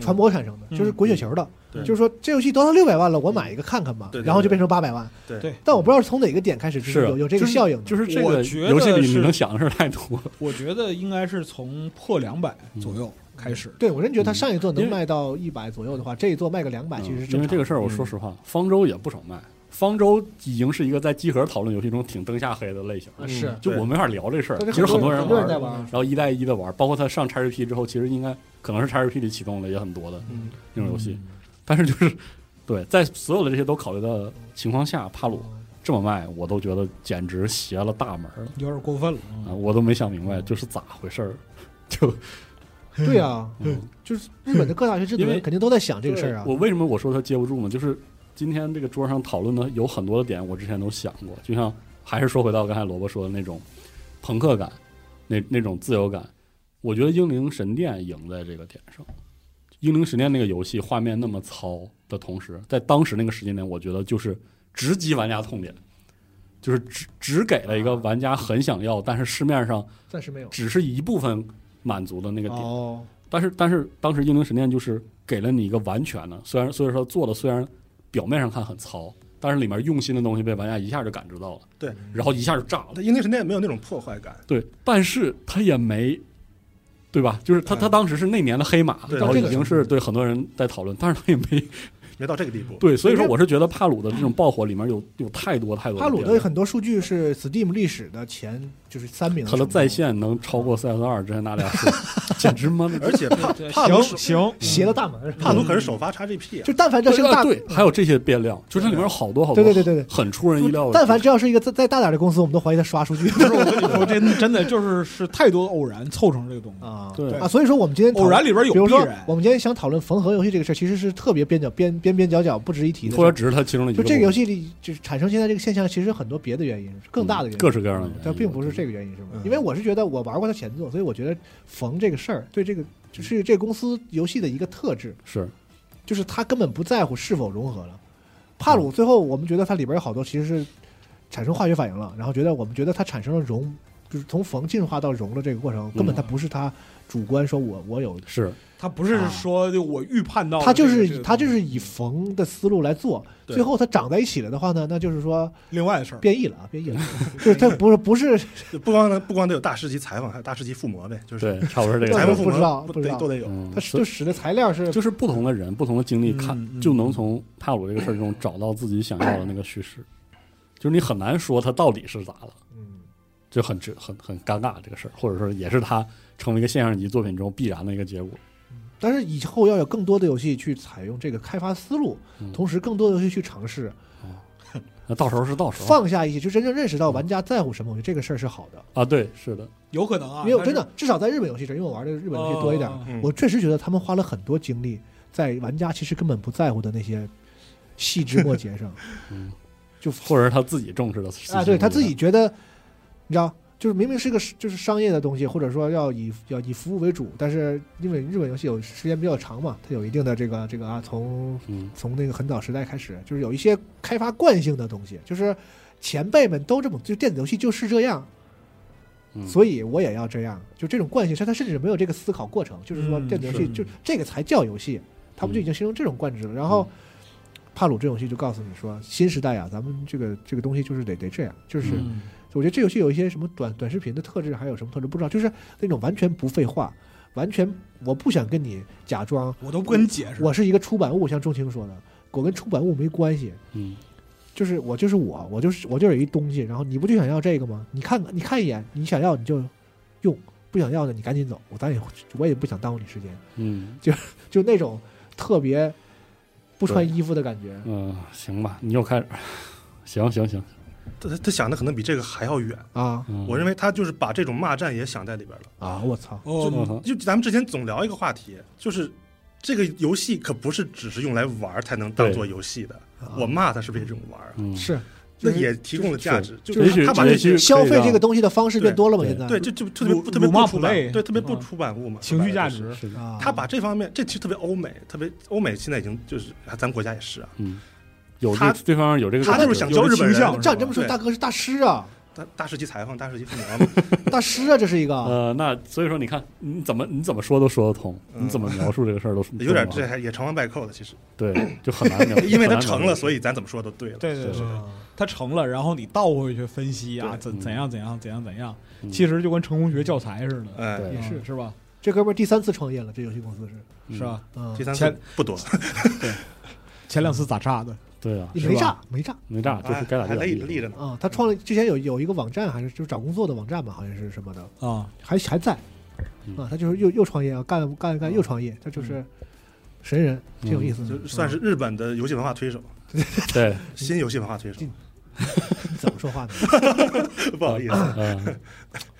[SPEAKER 1] 传播产生的，
[SPEAKER 3] 嗯
[SPEAKER 1] 就是滚雪球的。
[SPEAKER 4] 对
[SPEAKER 1] 就是说，这游戏都到六百万了，我买一个看看吧
[SPEAKER 4] 对，对
[SPEAKER 1] 然后就
[SPEAKER 4] 对
[SPEAKER 1] 变成八百万。
[SPEAKER 4] 对
[SPEAKER 3] 对
[SPEAKER 1] 但我不知道是从哪个点开始，就是有有这个
[SPEAKER 2] 就是
[SPEAKER 1] 效应的。
[SPEAKER 2] 就是这
[SPEAKER 3] 我
[SPEAKER 2] 个
[SPEAKER 3] 觉
[SPEAKER 2] 游戏
[SPEAKER 3] 得
[SPEAKER 2] 里你
[SPEAKER 3] 是
[SPEAKER 2] 能想的事儿太多 了。
[SPEAKER 3] 我觉得应该是从破两百
[SPEAKER 1] 嗯
[SPEAKER 3] 左右开始。
[SPEAKER 1] 对，我真觉得他上一座能
[SPEAKER 2] 嗯因为嗯
[SPEAKER 1] 卖到一百左右的话，这一座卖个两百，其实是
[SPEAKER 2] 因
[SPEAKER 1] 正
[SPEAKER 2] 为
[SPEAKER 1] 常嗯
[SPEAKER 2] 这个事儿，我说实话，方舟也不少卖。方舟已经是一个在集合讨论游戏中挺灯下黑的类型了，
[SPEAKER 1] 啊是，
[SPEAKER 2] 就我没法聊这事儿。
[SPEAKER 1] 但
[SPEAKER 2] 嗯其
[SPEAKER 1] 是
[SPEAKER 2] 实很多人
[SPEAKER 1] 很
[SPEAKER 2] 玩
[SPEAKER 1] 多
[SPEAKER 2] 儿
[SPEAKER 1] 人，在玩
[SPEAKER 2] 然，后一代一的玩儿，包括它上 XGP 之后，其实应该可能是 XGP 里启动了也很多的
[SPEAKER 4] 嗯
[SPEAKER 2] 那种游戏。但是就是对，在所有的这些都考虑的情况下，帕鲁这么卖，我都觉得简直邪了大门了
[SPEAKER 3] 有点过分了，
[SPEAKER 2] 啊！我都没想明白这是咋回事儿。就
[SPEAKER 1] 对啊，
[SPEAKER 2] 嗯
[SPEAKER 1] 就是日本的各大学制作
[SPEAKER 2] 因
[SPEAKER 1] 人
[SPEAKER 2] 为
[SPEAKER 1] 肯定都在想这个事儿啊
[SPEAKER 2] 对。我为什么我说他接不住呢？就是今天这个桌上讨论的有很多的点，我之前都想过，就像还是说回到刚才萝卜说的那种朋克感，那那种自由感，我觉得《英灵神殿》赢在这个点上。《英灵神殿》那个游戏画面那么糙的同时，在当时那个时间点，我觉得就是直击玩家痛点，就是只只给了一个玩家很想要，但是市面上
[SPEAKER 1] 暂时没有。
[SPEAKER 2] 只是一部分满足的那个点。
[SPEAKER 1] 哦，
[SPEAKER 2] 但是但是当时英灵神殿就是给了你一个完全的，虽然所以说做的虽然表面上看很糙，但是里面用心的东西被玩家一下就感知到了，
[SPEAKER 4] 对，
[SPEAKER 2] 然后一下就炸了，
[SPEAKER 4] 它英灵神殿没有那种破坏感，
[SPEAKER 2] 对，但是他也没，对吧？就是
[SPEAKER 1] 嗯
[SPEAKER 2] 他他当时是那年的黑马，
[SPEAKER 4] 对
[SPEAKER 2] 然后
[SPEAKER 1] 到这
[SPEAKER 2] 已
[SPEAKER 1] 个
[SPEAKER 2] 经是对很多人在讨论，但是他也没
[SPEAKER 4] 没到这个地步。
[SPEAKER 2] 对，所以说
[SPEAKER 1] 因为
[SPEAKER 2] 我是觉得帕鲁的这种爆火里面有有太多太多
[SPEAKER 1] 帕鲁
[SPEAKER 2] 的变
[SPEAKER 1] 的
[SPEAKER 2] 量
[SPEAKER 1] 很多数据是 Steam 历史的前就是三名，
[SPEAKER 2] 他的在线能超过 CS 二之前那 俩数，简直妈的
[SPEAKER 4] 而且帕帕
[SPEAKER 3] 行
[SPEAKER 4] 鲁
[SPEAKER 3] 行，
[SPEAKER 1] 邪了大门，
[SPEAKER 4] 帕鲁可是首发 XGP 啊，
[SPEAKER 1] 就但凡这是个
[SPEAKER 2] 啊
[SPEAKER 1] 大
[SPEAKER 2] 对，还有这些变量，就是它里面有好多好多，
[SPEAKER 1] 对对对对
[SPEAKER 2] 很出人意料的地方。
[SPEAKER 1] 但凡只要是一个再再大点的公司，我们都怀疑他刷数据
[SPEAKER 3] 不是我跟你说，真真的就是是太多的偶然凑成这个东 西。
[SPEAKER 1] 啊
[SPEAKER 2] 对
[SPEAKER 1] 啊，所以说我们今天讨
[SPEAKER 3] 偶然里边有
[SPEAKER 1] 比如
[SPEAKER 3] 必
[SPEAKER 1] 说
[SPEAKER 3] 然，
[SPEAKER 1] 我们今天想讨论缝合游戏这个事儿，其实是特别边角边边边角角不值一提的事
[SPEAKER 2] 或
[SPEAKER 1] 儿，
[SPEAKER 2] 者只是它其中的一
[SPEAKER 1] 就
[SPEAKER 2] 个，
[SPEAKER 1] 这个游戏里就是产生现在这个现象，其实有很多别的原因，更大的原因，嗯
[SPEAKER 2] 嗯各式各样的原因
[SPEAKER 1] 但并不是这个原因，是吗？
[SPEAKER 3] 嗯
[SPEAKER 1] 因为我是觉得我玩过它前作，所以我觉得缝这个事儿对这个就是这个公司游戏的一个特质，
[SPEAKER 2] 是
[SPEAKER 1] 就是他根本不在乎是否融合了。帕
[SPEAKER 3] 嗯
[SPEAKER 1] 鲁最后我们觉得它里边有好多其实是产生化学反应了，然后觉得我们觉得它产生了融，就是从缝进化到融的这个过程，
[SPEAKER 3] 嗯
[SPEAKER 1] 根本它不是它主观说我我有，
[SPEAKER 2] 是，
[SPEAKER 3] 他不是说就我预判到
[SPEAKER 1] 啊
[SPEAKER 3] 了
[SPEAKER 1] 它就
[SPEAKER 3] 这个
[SPEAKER 1] 是
[SPEAKER 3] 这个
[SPEAKER 1] 它就是以缝的思路来做，
[SPEAKER 4] 对
[SPEAKER 1] 最后它长在一起了的话呢，那就是说
[SPEAKER 3] 另外的事儿。
[SPEAKER 1] 变异了 啊，变异了，就是它不是不是
[SPEAKER 4] 就不光不光得有大师级采访，还有大师级附魔呗，就是
[SPEAKER 2] 对，差不 多是这个
[SPEAKER 4] 采
[SPEAKER 1] 咱们
[SPEAKER 4] 访
[SPEAKER 2] 样子。
[SPEAKER 4] 附
[SPEAKER 1] 不知道
[SPEAKER 4] 魔不
[SPEAKER 1] 不知
[SPEAKER 4] 得
[SPEAKER 1] 道
[SPEAKER 4] 都得有。
[SPEAKER 2] 嗯，
[SPEAKER 1] 它
[SPEAKER 2] 所
[SPEAKER 1] 就使的材料是
[SPEAKER 2] 就是不同的人、不同的经历
[SPEAKER 3] 嗯
[SPEAKER 2] 看，
[SPEAKER 3] 嗯
[SPEAKER 2] 就能从帕鲁这个事儿中找到自己想要的那个叙事，就是你很难说它到底是咋了，
[SPEAKER 1] 嗯
[SPEAKER 2] 就很直很很尴尬这个事儿，或者说也是它成为一个现象级作品中必然的一个结果。
[SPEAKER 1] 但是以后要有更多的游戏去采用这个开发思路，
[SPEAKER 2] 嗯
[SPEAKER 1] 同时更多的游戏去尝试，
[SPEAKER 3] 哦
[SPEAKER 2] 那到时候是到时候
[SPEAKER 1] 放下一些，就真正认识到玩家在乎什么。我
[SPEAKER 3] 嗯
[SPEAKER 1] 觉得这个事儿是好的，
[SPEAKER 2] 啊，对，是的，
[SPEAKER 3] 有可能啊，
[SPEAKER 1] 因为我
[SPEAKER 3] 但
[SPEAKER 1] 真
[SPEAKER 3] 是
[SPEAKER 1] 的至少在日本游戏这儿，因为我玩的日本游戏多一点，
[SPEAKER 3] 哦
[SPEAKER 4] 嗯
[SPEAKER 1] 我确实觉得他们花了很多精力在玩家其实根本不在乎的那些细枝末节 上
[SPEAKER 2] 嗯，
[SPEAKER 1] 就
[SPEAKER 2] 或者是他自己重视的事情
[SPEAKER 1] 啊，对他自己觉得，你知道，就是明明是个就是商业的东西，或者说要以要以服务为主，但是因为日本游戏有时间比较长嘛，它有一定的这个这个啊，从
[SPEAKER 2] 嗯
[SPEAKER 1] 从那个很早时代开始，就是有一些开发惯性的东西，就是前辈们都这么，就电子游戏就是这样，
[SPEAKER 2] 嗯
[SPEAKER 1] 所以我也要这样，就这种惯性，他他甚至没有这个思考过程，就是说
[SPEAKER 3] 嗯
[SPEAKER 1] 电子游戏
[SPEAKER 3] 是
[SPEAKER 1] 就这个才叫游戏，他们就已经形成这种惯制了。然后帕鲁这种游戏就告诉你说，新时代啊，咱们这个这个东西就是得得这样，就是
[SPEAKER 2] 嗯
[SPEAKER 1] 我觉得这游戏有一些什么短短视频的特质，还有什么特质不知道，就是那种完全不废话，完全我不想跟你假装
[SPEAKER 3] 我都不跟你解释。
[SPEAKER 1] 我是一个出版物，像钟情说的，我跟出版物没关系，
[SPEAKER 2] 嗯
[SPEAKER 1] 就是我就是我，我就是我就是有一东西，然后你不就想要这个吗？你看你看一眼，你想要你就用，不想要的你赶紧走，我咱也我也不想耽误你时间，
[SPEAKER 2] 嗯。
[SPEAKER 1] 就那种特别不穿衣服的感觉。
[SPEAKER 2] 嗯，行吧，你又开始，行行行，
[SPEAKER 4] 他他想的可能比这个还要远，
[SPEAKER 1] 啊
[SPEAKER 2] 嗯、
[SPEAKER 4] 我认为他就是把这种骂战也想在里边了。
[SPEAKER 1] 啊！我操，
[SPEAKER 3] 哦
[SPEAKER 2] 嗯哼
[SPEAKER 4] 就咱们之前总聊一个话题，就是这个游戏可不是只是用来玩儿才能当做游戏的。
[SPEAKER 1] 啊
[SPEAKER 4] 我骂它是为这种玩儿啊，
[SPEAKER 2] 嗯
[SPEAKER 1] 是
[SPEAKER 4] 那
[SPEAKER 1] 就是
[SPEAKER 4] 也提供了价值。就
[SPEAKER 2] 也许
[SPEAKER 4] 他把
[SPEAKER 2] 也许
[SPEAKER 4] 这些
[SPEAKER 2] 可以
[SPEAKER 1] 消费这
[SPEAKER 2] 让
[SPEAKER 1] 个东西的方式变多了嘛？
[SPEAKER 2] 对
[SPEAKER 1] 现在
[SPEAKER 4] 对，就就特别不特别
[SPEAKER 3] 辱骂
[SPEAKER 4] 不出版
[SPEAKER 3] play，，
[SPEAKER 4] 对特别不
[SPEAKER 3] 嗯
[SPEAKER 4] 出版物嘛，
[SPEAKER 3] 情绪价
[SPEAKER 4] 说白了就是。
[SPEAKER 3] 值，
[SPEAKER 2] 是的，
[SPEAKER 1] 啊，
[SPEAKER 4] 他把这方面，这其实特别欧美，特别欧美现在已经就是，啊咱们国家也是啊，
[SPEAKER 2] 嗯，有
[SPEAKER 4] 他
[SPEAKER 2] 这对方有这个感
[SPEAKER 4] 他
[SPEAKER 2] 觉，
[SPEAKER 4] 就是想教日
[SPEAKER 3] 有
[SPEAKER 4] 本
[SPEAKER 3] 这倾向
[SPEAKER 4] 人，
[SPEAKER 1] 照你这么说，
[SPEAKER 4] 对
[SPEAKER 1] 大哥是大师啊，
[SPEAKER 4] 大大师级裁缝，大师级 父母嘛，
[SPEAKER 1] 大师啊，这是一个。
[SPEAKER 2] 呃，那所以说你看你怎么你怎么说都说得通，
[SPEAKER 4] 嗯
[SPEAKER 2] 你怎么描述这个 事儿都是
[SPEAKER 4] 有点
[SPEAKER 2] 都
[SPEAKER 4] 这
[SPEAKER 2] 能
[SPEAKER 4] 还也成王败寇的，其实，
[SPEAKER 2] 啊对，就很难描
[SPEAKER 4] ，因为他成了，
[SPEAKER 2] 以
[SPEAKER 4] 所以咱怎么说都对了。
[SPEAKER 3] 对对
[SPEAKER 2] 是
[SPEAKER 3] 对，
[SPEAKER 1] 嗯
[SPEAKER 3] 他成了，然后你倒回去分析啊，
[SPEAKER 4] 对
[SPEAKER 3] 怎
[SPEAKER 2] 嗯
[SPEAKER 3] 怎样怎样怎样怎样，
[SPEAKER 2] 嗯
[SPEAKER 3] 其实就跟成功学教材似的，
[SPEAKER 4] 哎，
[SPEAKER 2] 对
[SPEAKER 1] 也是
[SPEAKER 3] 嗯是吧？
[SPEAKER 1] 这哥们儿第三次创业了，这游戏公司是，
[SPEAKER 2] 嗯
[SPEAKER 3] 是吧？
[SPEAKER 1] 嗯
[SPEAKER 4] 第，三次
[SPEAKER 3] 前
[SPEAKER 4] 不多，
[SPEAKER 1] 啊
[SPEAKER 3] 前两次咋炸的？
[SPEAKER 2] 对啊，
[SPEAKER 1] 没
[SPEAKER 3] 是
[SPEAKER 1] 炸
[SPEAKER 3] 吧
[SPEAKER 1] 没炸
[SPEAKER 2] 没 炸，就是该咋
[SPEAKER 4] 哎还
[SPEAKER 2] 地咋
[SPEAKER 4] 立
[SPEAKER 2] 地
[SPEAKER 4] 立着呢。
[SPEAKER 1] 啊，他创了之前有有一个网站，还是就是找工作的网站吧，好像是什么的，
[SPEAKER 3] 啊，
[SPEAKER 1] 还还在
[SPEAKER 2] 嗯
[SPEAKER 1] 啊，他就是又又创业啊，干干干又创业，他就是神人，挺有意思的，嗯
[SPEAKER 4] 就算是日本的游戏文化推手，
[SPEAKER 2] 对，
[SPEAKER 4] 新游戏文化推手
[SPEAKER 1] 嗯，你怎么说话呢？
[SPEAKER 4] 不好意思，
[SPEAKER 2] 嗯，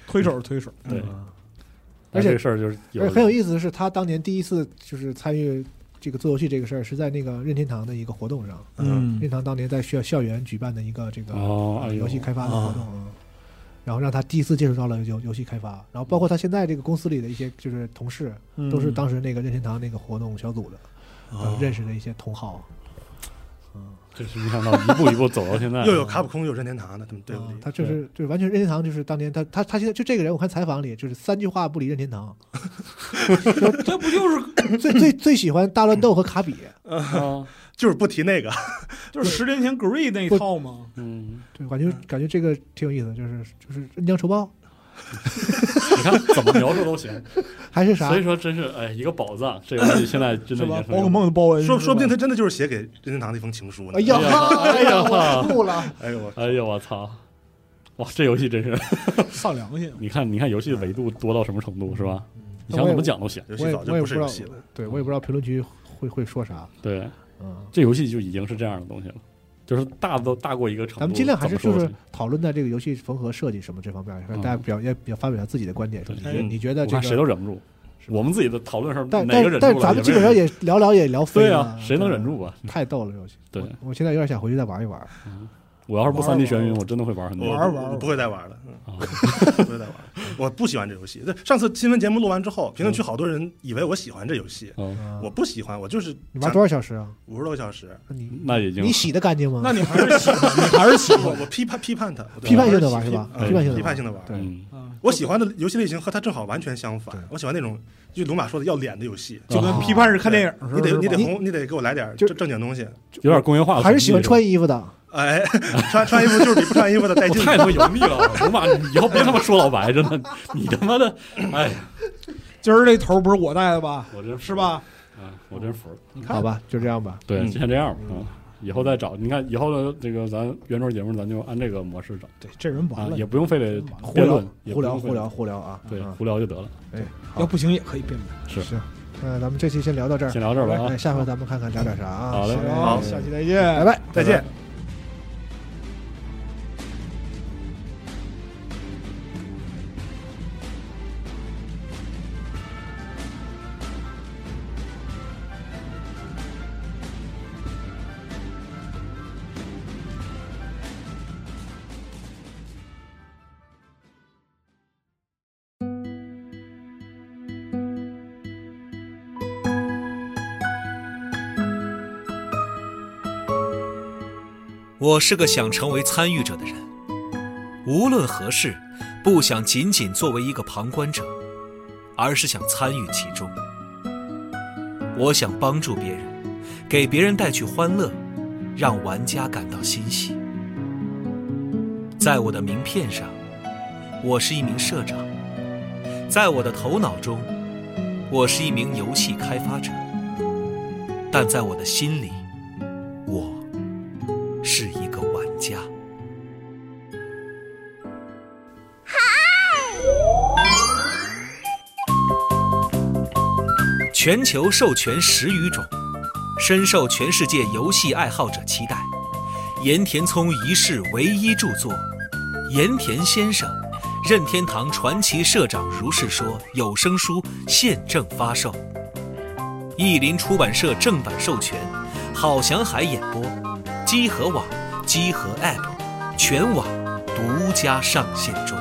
[SPEAKER 3] 推手推手，
[SPEAKER 4] 嗯
[SPEAKER 2] 对，
[SPEAKER 1] 啊
[SPEAKER 2] 但
[SPEAKER 1] 而且
[SPEAKER 2] 这个事儿就是
[SPEAKER 1] 而且很有
[SPEAKER 2] 有
[SPEAKER 1] 意思的是，他当年第一次就是参与这个做游戏这个事儿，是在那个任天堂的一个活动上，
[SPEAKER 4] 嗯，
[SPEAKER 1] 任天堂当年在学校园举办的一个这个
[SPEAKER 2] 哦，哎
[SPEAKER 1] 呃
[SPEAKER 2] 呦
[SPEAKER 1] 游戏开发的活动。嗯然后让他第一次接触到了游游戏开发，然后包括他现在这个公司里的一些就是同事，
[SPEAKER 3] 嗯
[SPEAKER 1] 都是当时那个任天堂那个活动小组的，呃
[SPEAKER 4] 哦
[SPEAKER 1] 认识的一些同好。
[SPEAKER 2] 真是没想到一步一步走到现在
[SPEAKER 1] 啊
[SPEAKER 4] ，又有卡普空，又有任天堂的，他们对不对？
[SPEAKER 1] 他就是就是完全任天堂，就是当年他他他现在就这个人，我看采访里就是三句话不离任天 堂，
[SPEAKER 3] 这不就是
[SPEAKER 1] 最最最喜欢大乱斗和卡比，
[SPEAKER 2] 啊，
[SPEAKER 4] 就是不提那个，
[SPEAKER 3] 就是十年前 Green 那一套吗？
[SPEAKER 2] 嗯，
[SPEAKER 1] 对，感觉感觉这个挺有意思的，就是就是恩将仇报
[SPEAKER 2] 你看怎么描述都 行，
[SPEAKER 1] 还是啥
[SPEAKER 2] 所以说真是哎一个宝藏，这个东西现在真的
[SPEAKER 3] 是
[SPEAKER 2] 已经
[SPEAKER 3] 吧？
[SPEAKER 2] 是
[SPEAKER 3] 宝可梦的包恩，
[SPEAKER 4] 说
[SPEAKER 3] 是吧
[SPEAKER 4] 说不定他真的就是写给任天堂的一封情书呢。
[SPEAKER 1] 哎呀
[SPEAKER 2] 哎呀
[SPEAKER 1] 我吐了，
[SPEAKER 4] 哎呦我，
[SPEAKER 2] 哎呦我操！哇，这游戏真是，
[SPEAKER 3] 丧良心。
[SPEAKER 2] 你看，你看游戏的维度多到什么程
[SPEAKER 1] 嗯
[SPEAKER 2] 度，是吧？ 你想怎么讲都行。
[SPEAKER 4] 游
[SPEAKER 1] 我
[SPEAKER 4] 戏
[SPEAKER 1] 也
[SPEAKER 4] 早就
[SPEAKER 1] 我也不
[SPEAKER 4] 不是
[SPEAKER 1] 知道
[SPEAKER 4] 游戏了。，
[SPEAKER 1] 对我也不知道评论区会会说啥，
[SPEAKER 2] 对，
[SPEAKER 1] 嗯，
[SPEAKER 2] 这游戏就已经是这样的东西了，就是大都大过一个程度。
[SPEAKER 1] 咱们尽量还是
[SPEAKER 2] 怎么
[SPEAKER 1] 就
[SPEAKER 2] 说嗯
[SPEAKER 1] 是讨论在这个游戏缝合设计什么这方面，让大家表也表发表下自己的观点，说
[SPEAKER 2] 对
[SPEAKER 1] 你觉得你觉得
[SPEAKER 2] 嗯都行我
[SPEAKER 1] 这
[SPEAKER 2] 看谁
[SPEAKER 1] 个，
[SPEAKER 2] 都忍不住，我们自己的讨论上
[SPEAKER 1] 但
[SPEAKER 2] 哪个
[SPEAKER 1] 但
[SPEAKER 2] 忍
[SPEAKER 1] 但
[SPEAKER 2] 住了？
[SPEAKER 1] 是咱们基本
[SPEAKER 2] 也
[SPEAKER 1] 上
[SPEAKER 2] 没人
[SPEAKER 1] 也聊聊也聊飞
[SPEAKER 2] 对
[SPEAKER 1] 了
[SPEAKER 2] 啊，，谁能
[SPEAKER 1] 对
[SPEAKER 2] 忍住吧？
[SPEAKER 1] 太逗了这游戏，
[SPEAKER 2] 对
[SPEAKER 1] 我我现在有点想回去再玩一玩，
[SPEAKER 2] 我要是不
[SPEAKER 3] 玩儿
[SPEAKER 2] 三 D 眩
[SPEAKER 3] 玩
[SPEAKER 2] 晕，
[SPEAKER 3] 儿
[SPEAKER 2] 我真的会玩很
[SPEAKER 4] 我
[SPEAKER 2] 多。
[SPEAKER 3] 玩玩玩
[SPEAKER 4] 我不会再玩了，嗯，
[SPEAKER 2] 啊
[SPEAKER 4] 不会再玩了。我不喜欢这游戏。上次新闻节目录完之后，评论区好多人以为我喜欢这游戏，
[SPEAKER 2] 嗯，
[SPEAKER 1] 嗯
[SPEAKER 4] 我不喜欢，我就是
[SPEAKER 1] 你玩多少小时啊？
[SPEAKER 4] 五十多个小时，
[SPEAKER 1] 那你
[SPEAKER 2] 那已经
[SPEAKER 1] 你洗的干净吗？
[SPEAKER 3] 那你还是喜欢，你还是喜
[SPEAKER 4] 我
[SPEAKER 3] 欢
[SPEAKER 4] 我批判批判它，
[SPEAKER 1] 批判性的玩是吧？
[SPEAKER 4] 对
[SPEAKER 1] 批判性的
[SPEAKER 4] 批判
[SPEAKER 1] 玩
[SPEAKER 4] 性的玩。
[SPEAKER 1] 对
[SPEAKER 2] 嗯，
[SPEAKER 3] 啊，
[SPEAKER 4] 我喜欢的游戏类型和它正好完全相反
[SPEAKER 1] 对。
[SPEAKER 4] 我喜欢那种就龙马说的要脸的游戏，
[SPEAKER 3] 就跟批判是看电影似的，
[SPEAKER 4] 你
[SPEAKER 3] 是吧
[SPEAKER 4] 得你得红，你得给我来点
[SPEAKER 1] 哦就
[SPEAKER 4] 正正经东西。
[SPEAKER 2] 有点工业化的
[SPEAKER 1] 还是
[SPEAKER 2] 痕迹
[SPEAKER 1] 喜欢穿衣服的。
[SPEAKER 4] 哎，穿穿衣服就是比不穿衣服的带
[SPEAKER 2] 我
[SPEAKER 4] 劲。
[SPEAKER 2] 太他妈油腻了，我妈，你以后别他妈说老白，真的，你他妈的，哎，
[SPEAKER 3] 今儿这头不是我带的吧？
[SPEAKER 2] 我真服
[SPEAKER 3] 是？吧？
[SPEAKER 2] 啊，我真服了。
[SPEAKER 1] 好吧，就这样吧。
[SPEAKER 2] 对，
[SPEAKER 4] 嗯
[SPEAKER 2] 就先这样吧。啊以后再找，你看以后的这个咱圆桌节目，咱就按这个模式找
[SPEAKER 3] 对，这人
[SPEAKER 2] 啊
[SPEAKER 3] 完，了，
[SPEAKER 2] 也不用非得
[SPEAKER 3] 真完了
[SPEAKER 1] 胡
[SPEAKER 2] 辩
[SPEAKER 1] 聊
[SPEAKER 2] 论，，也
[SPEAKER 1] 胡
[SPEAKER 2] 不
[SPEAKER 1] 聊，
[SPEAKER 2] 用非
[SPEAKER 1] 胡
[SPEAKER 2] 得
[SPEAKER 1] 聊，，胡聊啊！
[SPEAKER 2] 对，
[SPEAKER 1] 嗯
[SPEAKER 2] 胡聊就得了。
[SPEAKER 1] 哎，好
[SPEAKER 3] 要不行也可以辩论。
[SPEAKER 2] 是
[SPEAKER 1] 行，那咱们这期先聊到这儿，
[SPEAKER 2] 先聊这儿吧啊
[SPEAKER 1] 哎，下回咱们看看聊点啥啊？
[SPEAKER 2] 好嘞
[SPEAKER 1] 行
[SPEAKER 4] 好
[SPEAKER 3] 下期再
[SPEAKER 1] 拜
[SPEAKER 3] 见。
[SPEAKER 1] 拜。
[SPEAKER 4] 再见。
[SPEAKER 5] 我是个想成为参与者的人，无论何事，不想仅仅作为一个旁观者，而是想参与其中。我想帮助别人，给别人带去欢乐，让玩家感到欣喜。在我的名片上，我是一名社长；在我的头脑中，我是一名游戏开发者；但在我的心里，我。是一个玩家。全球授权十余种，深受全世界游戏爱好者期待。盐田聪一世唯一著作《盐田先生》，任天堂传奇社长如是说有声书现正发售，译林出版社正版授权，郝祥海演播。积禾网、积禾 App 全网独家上线中。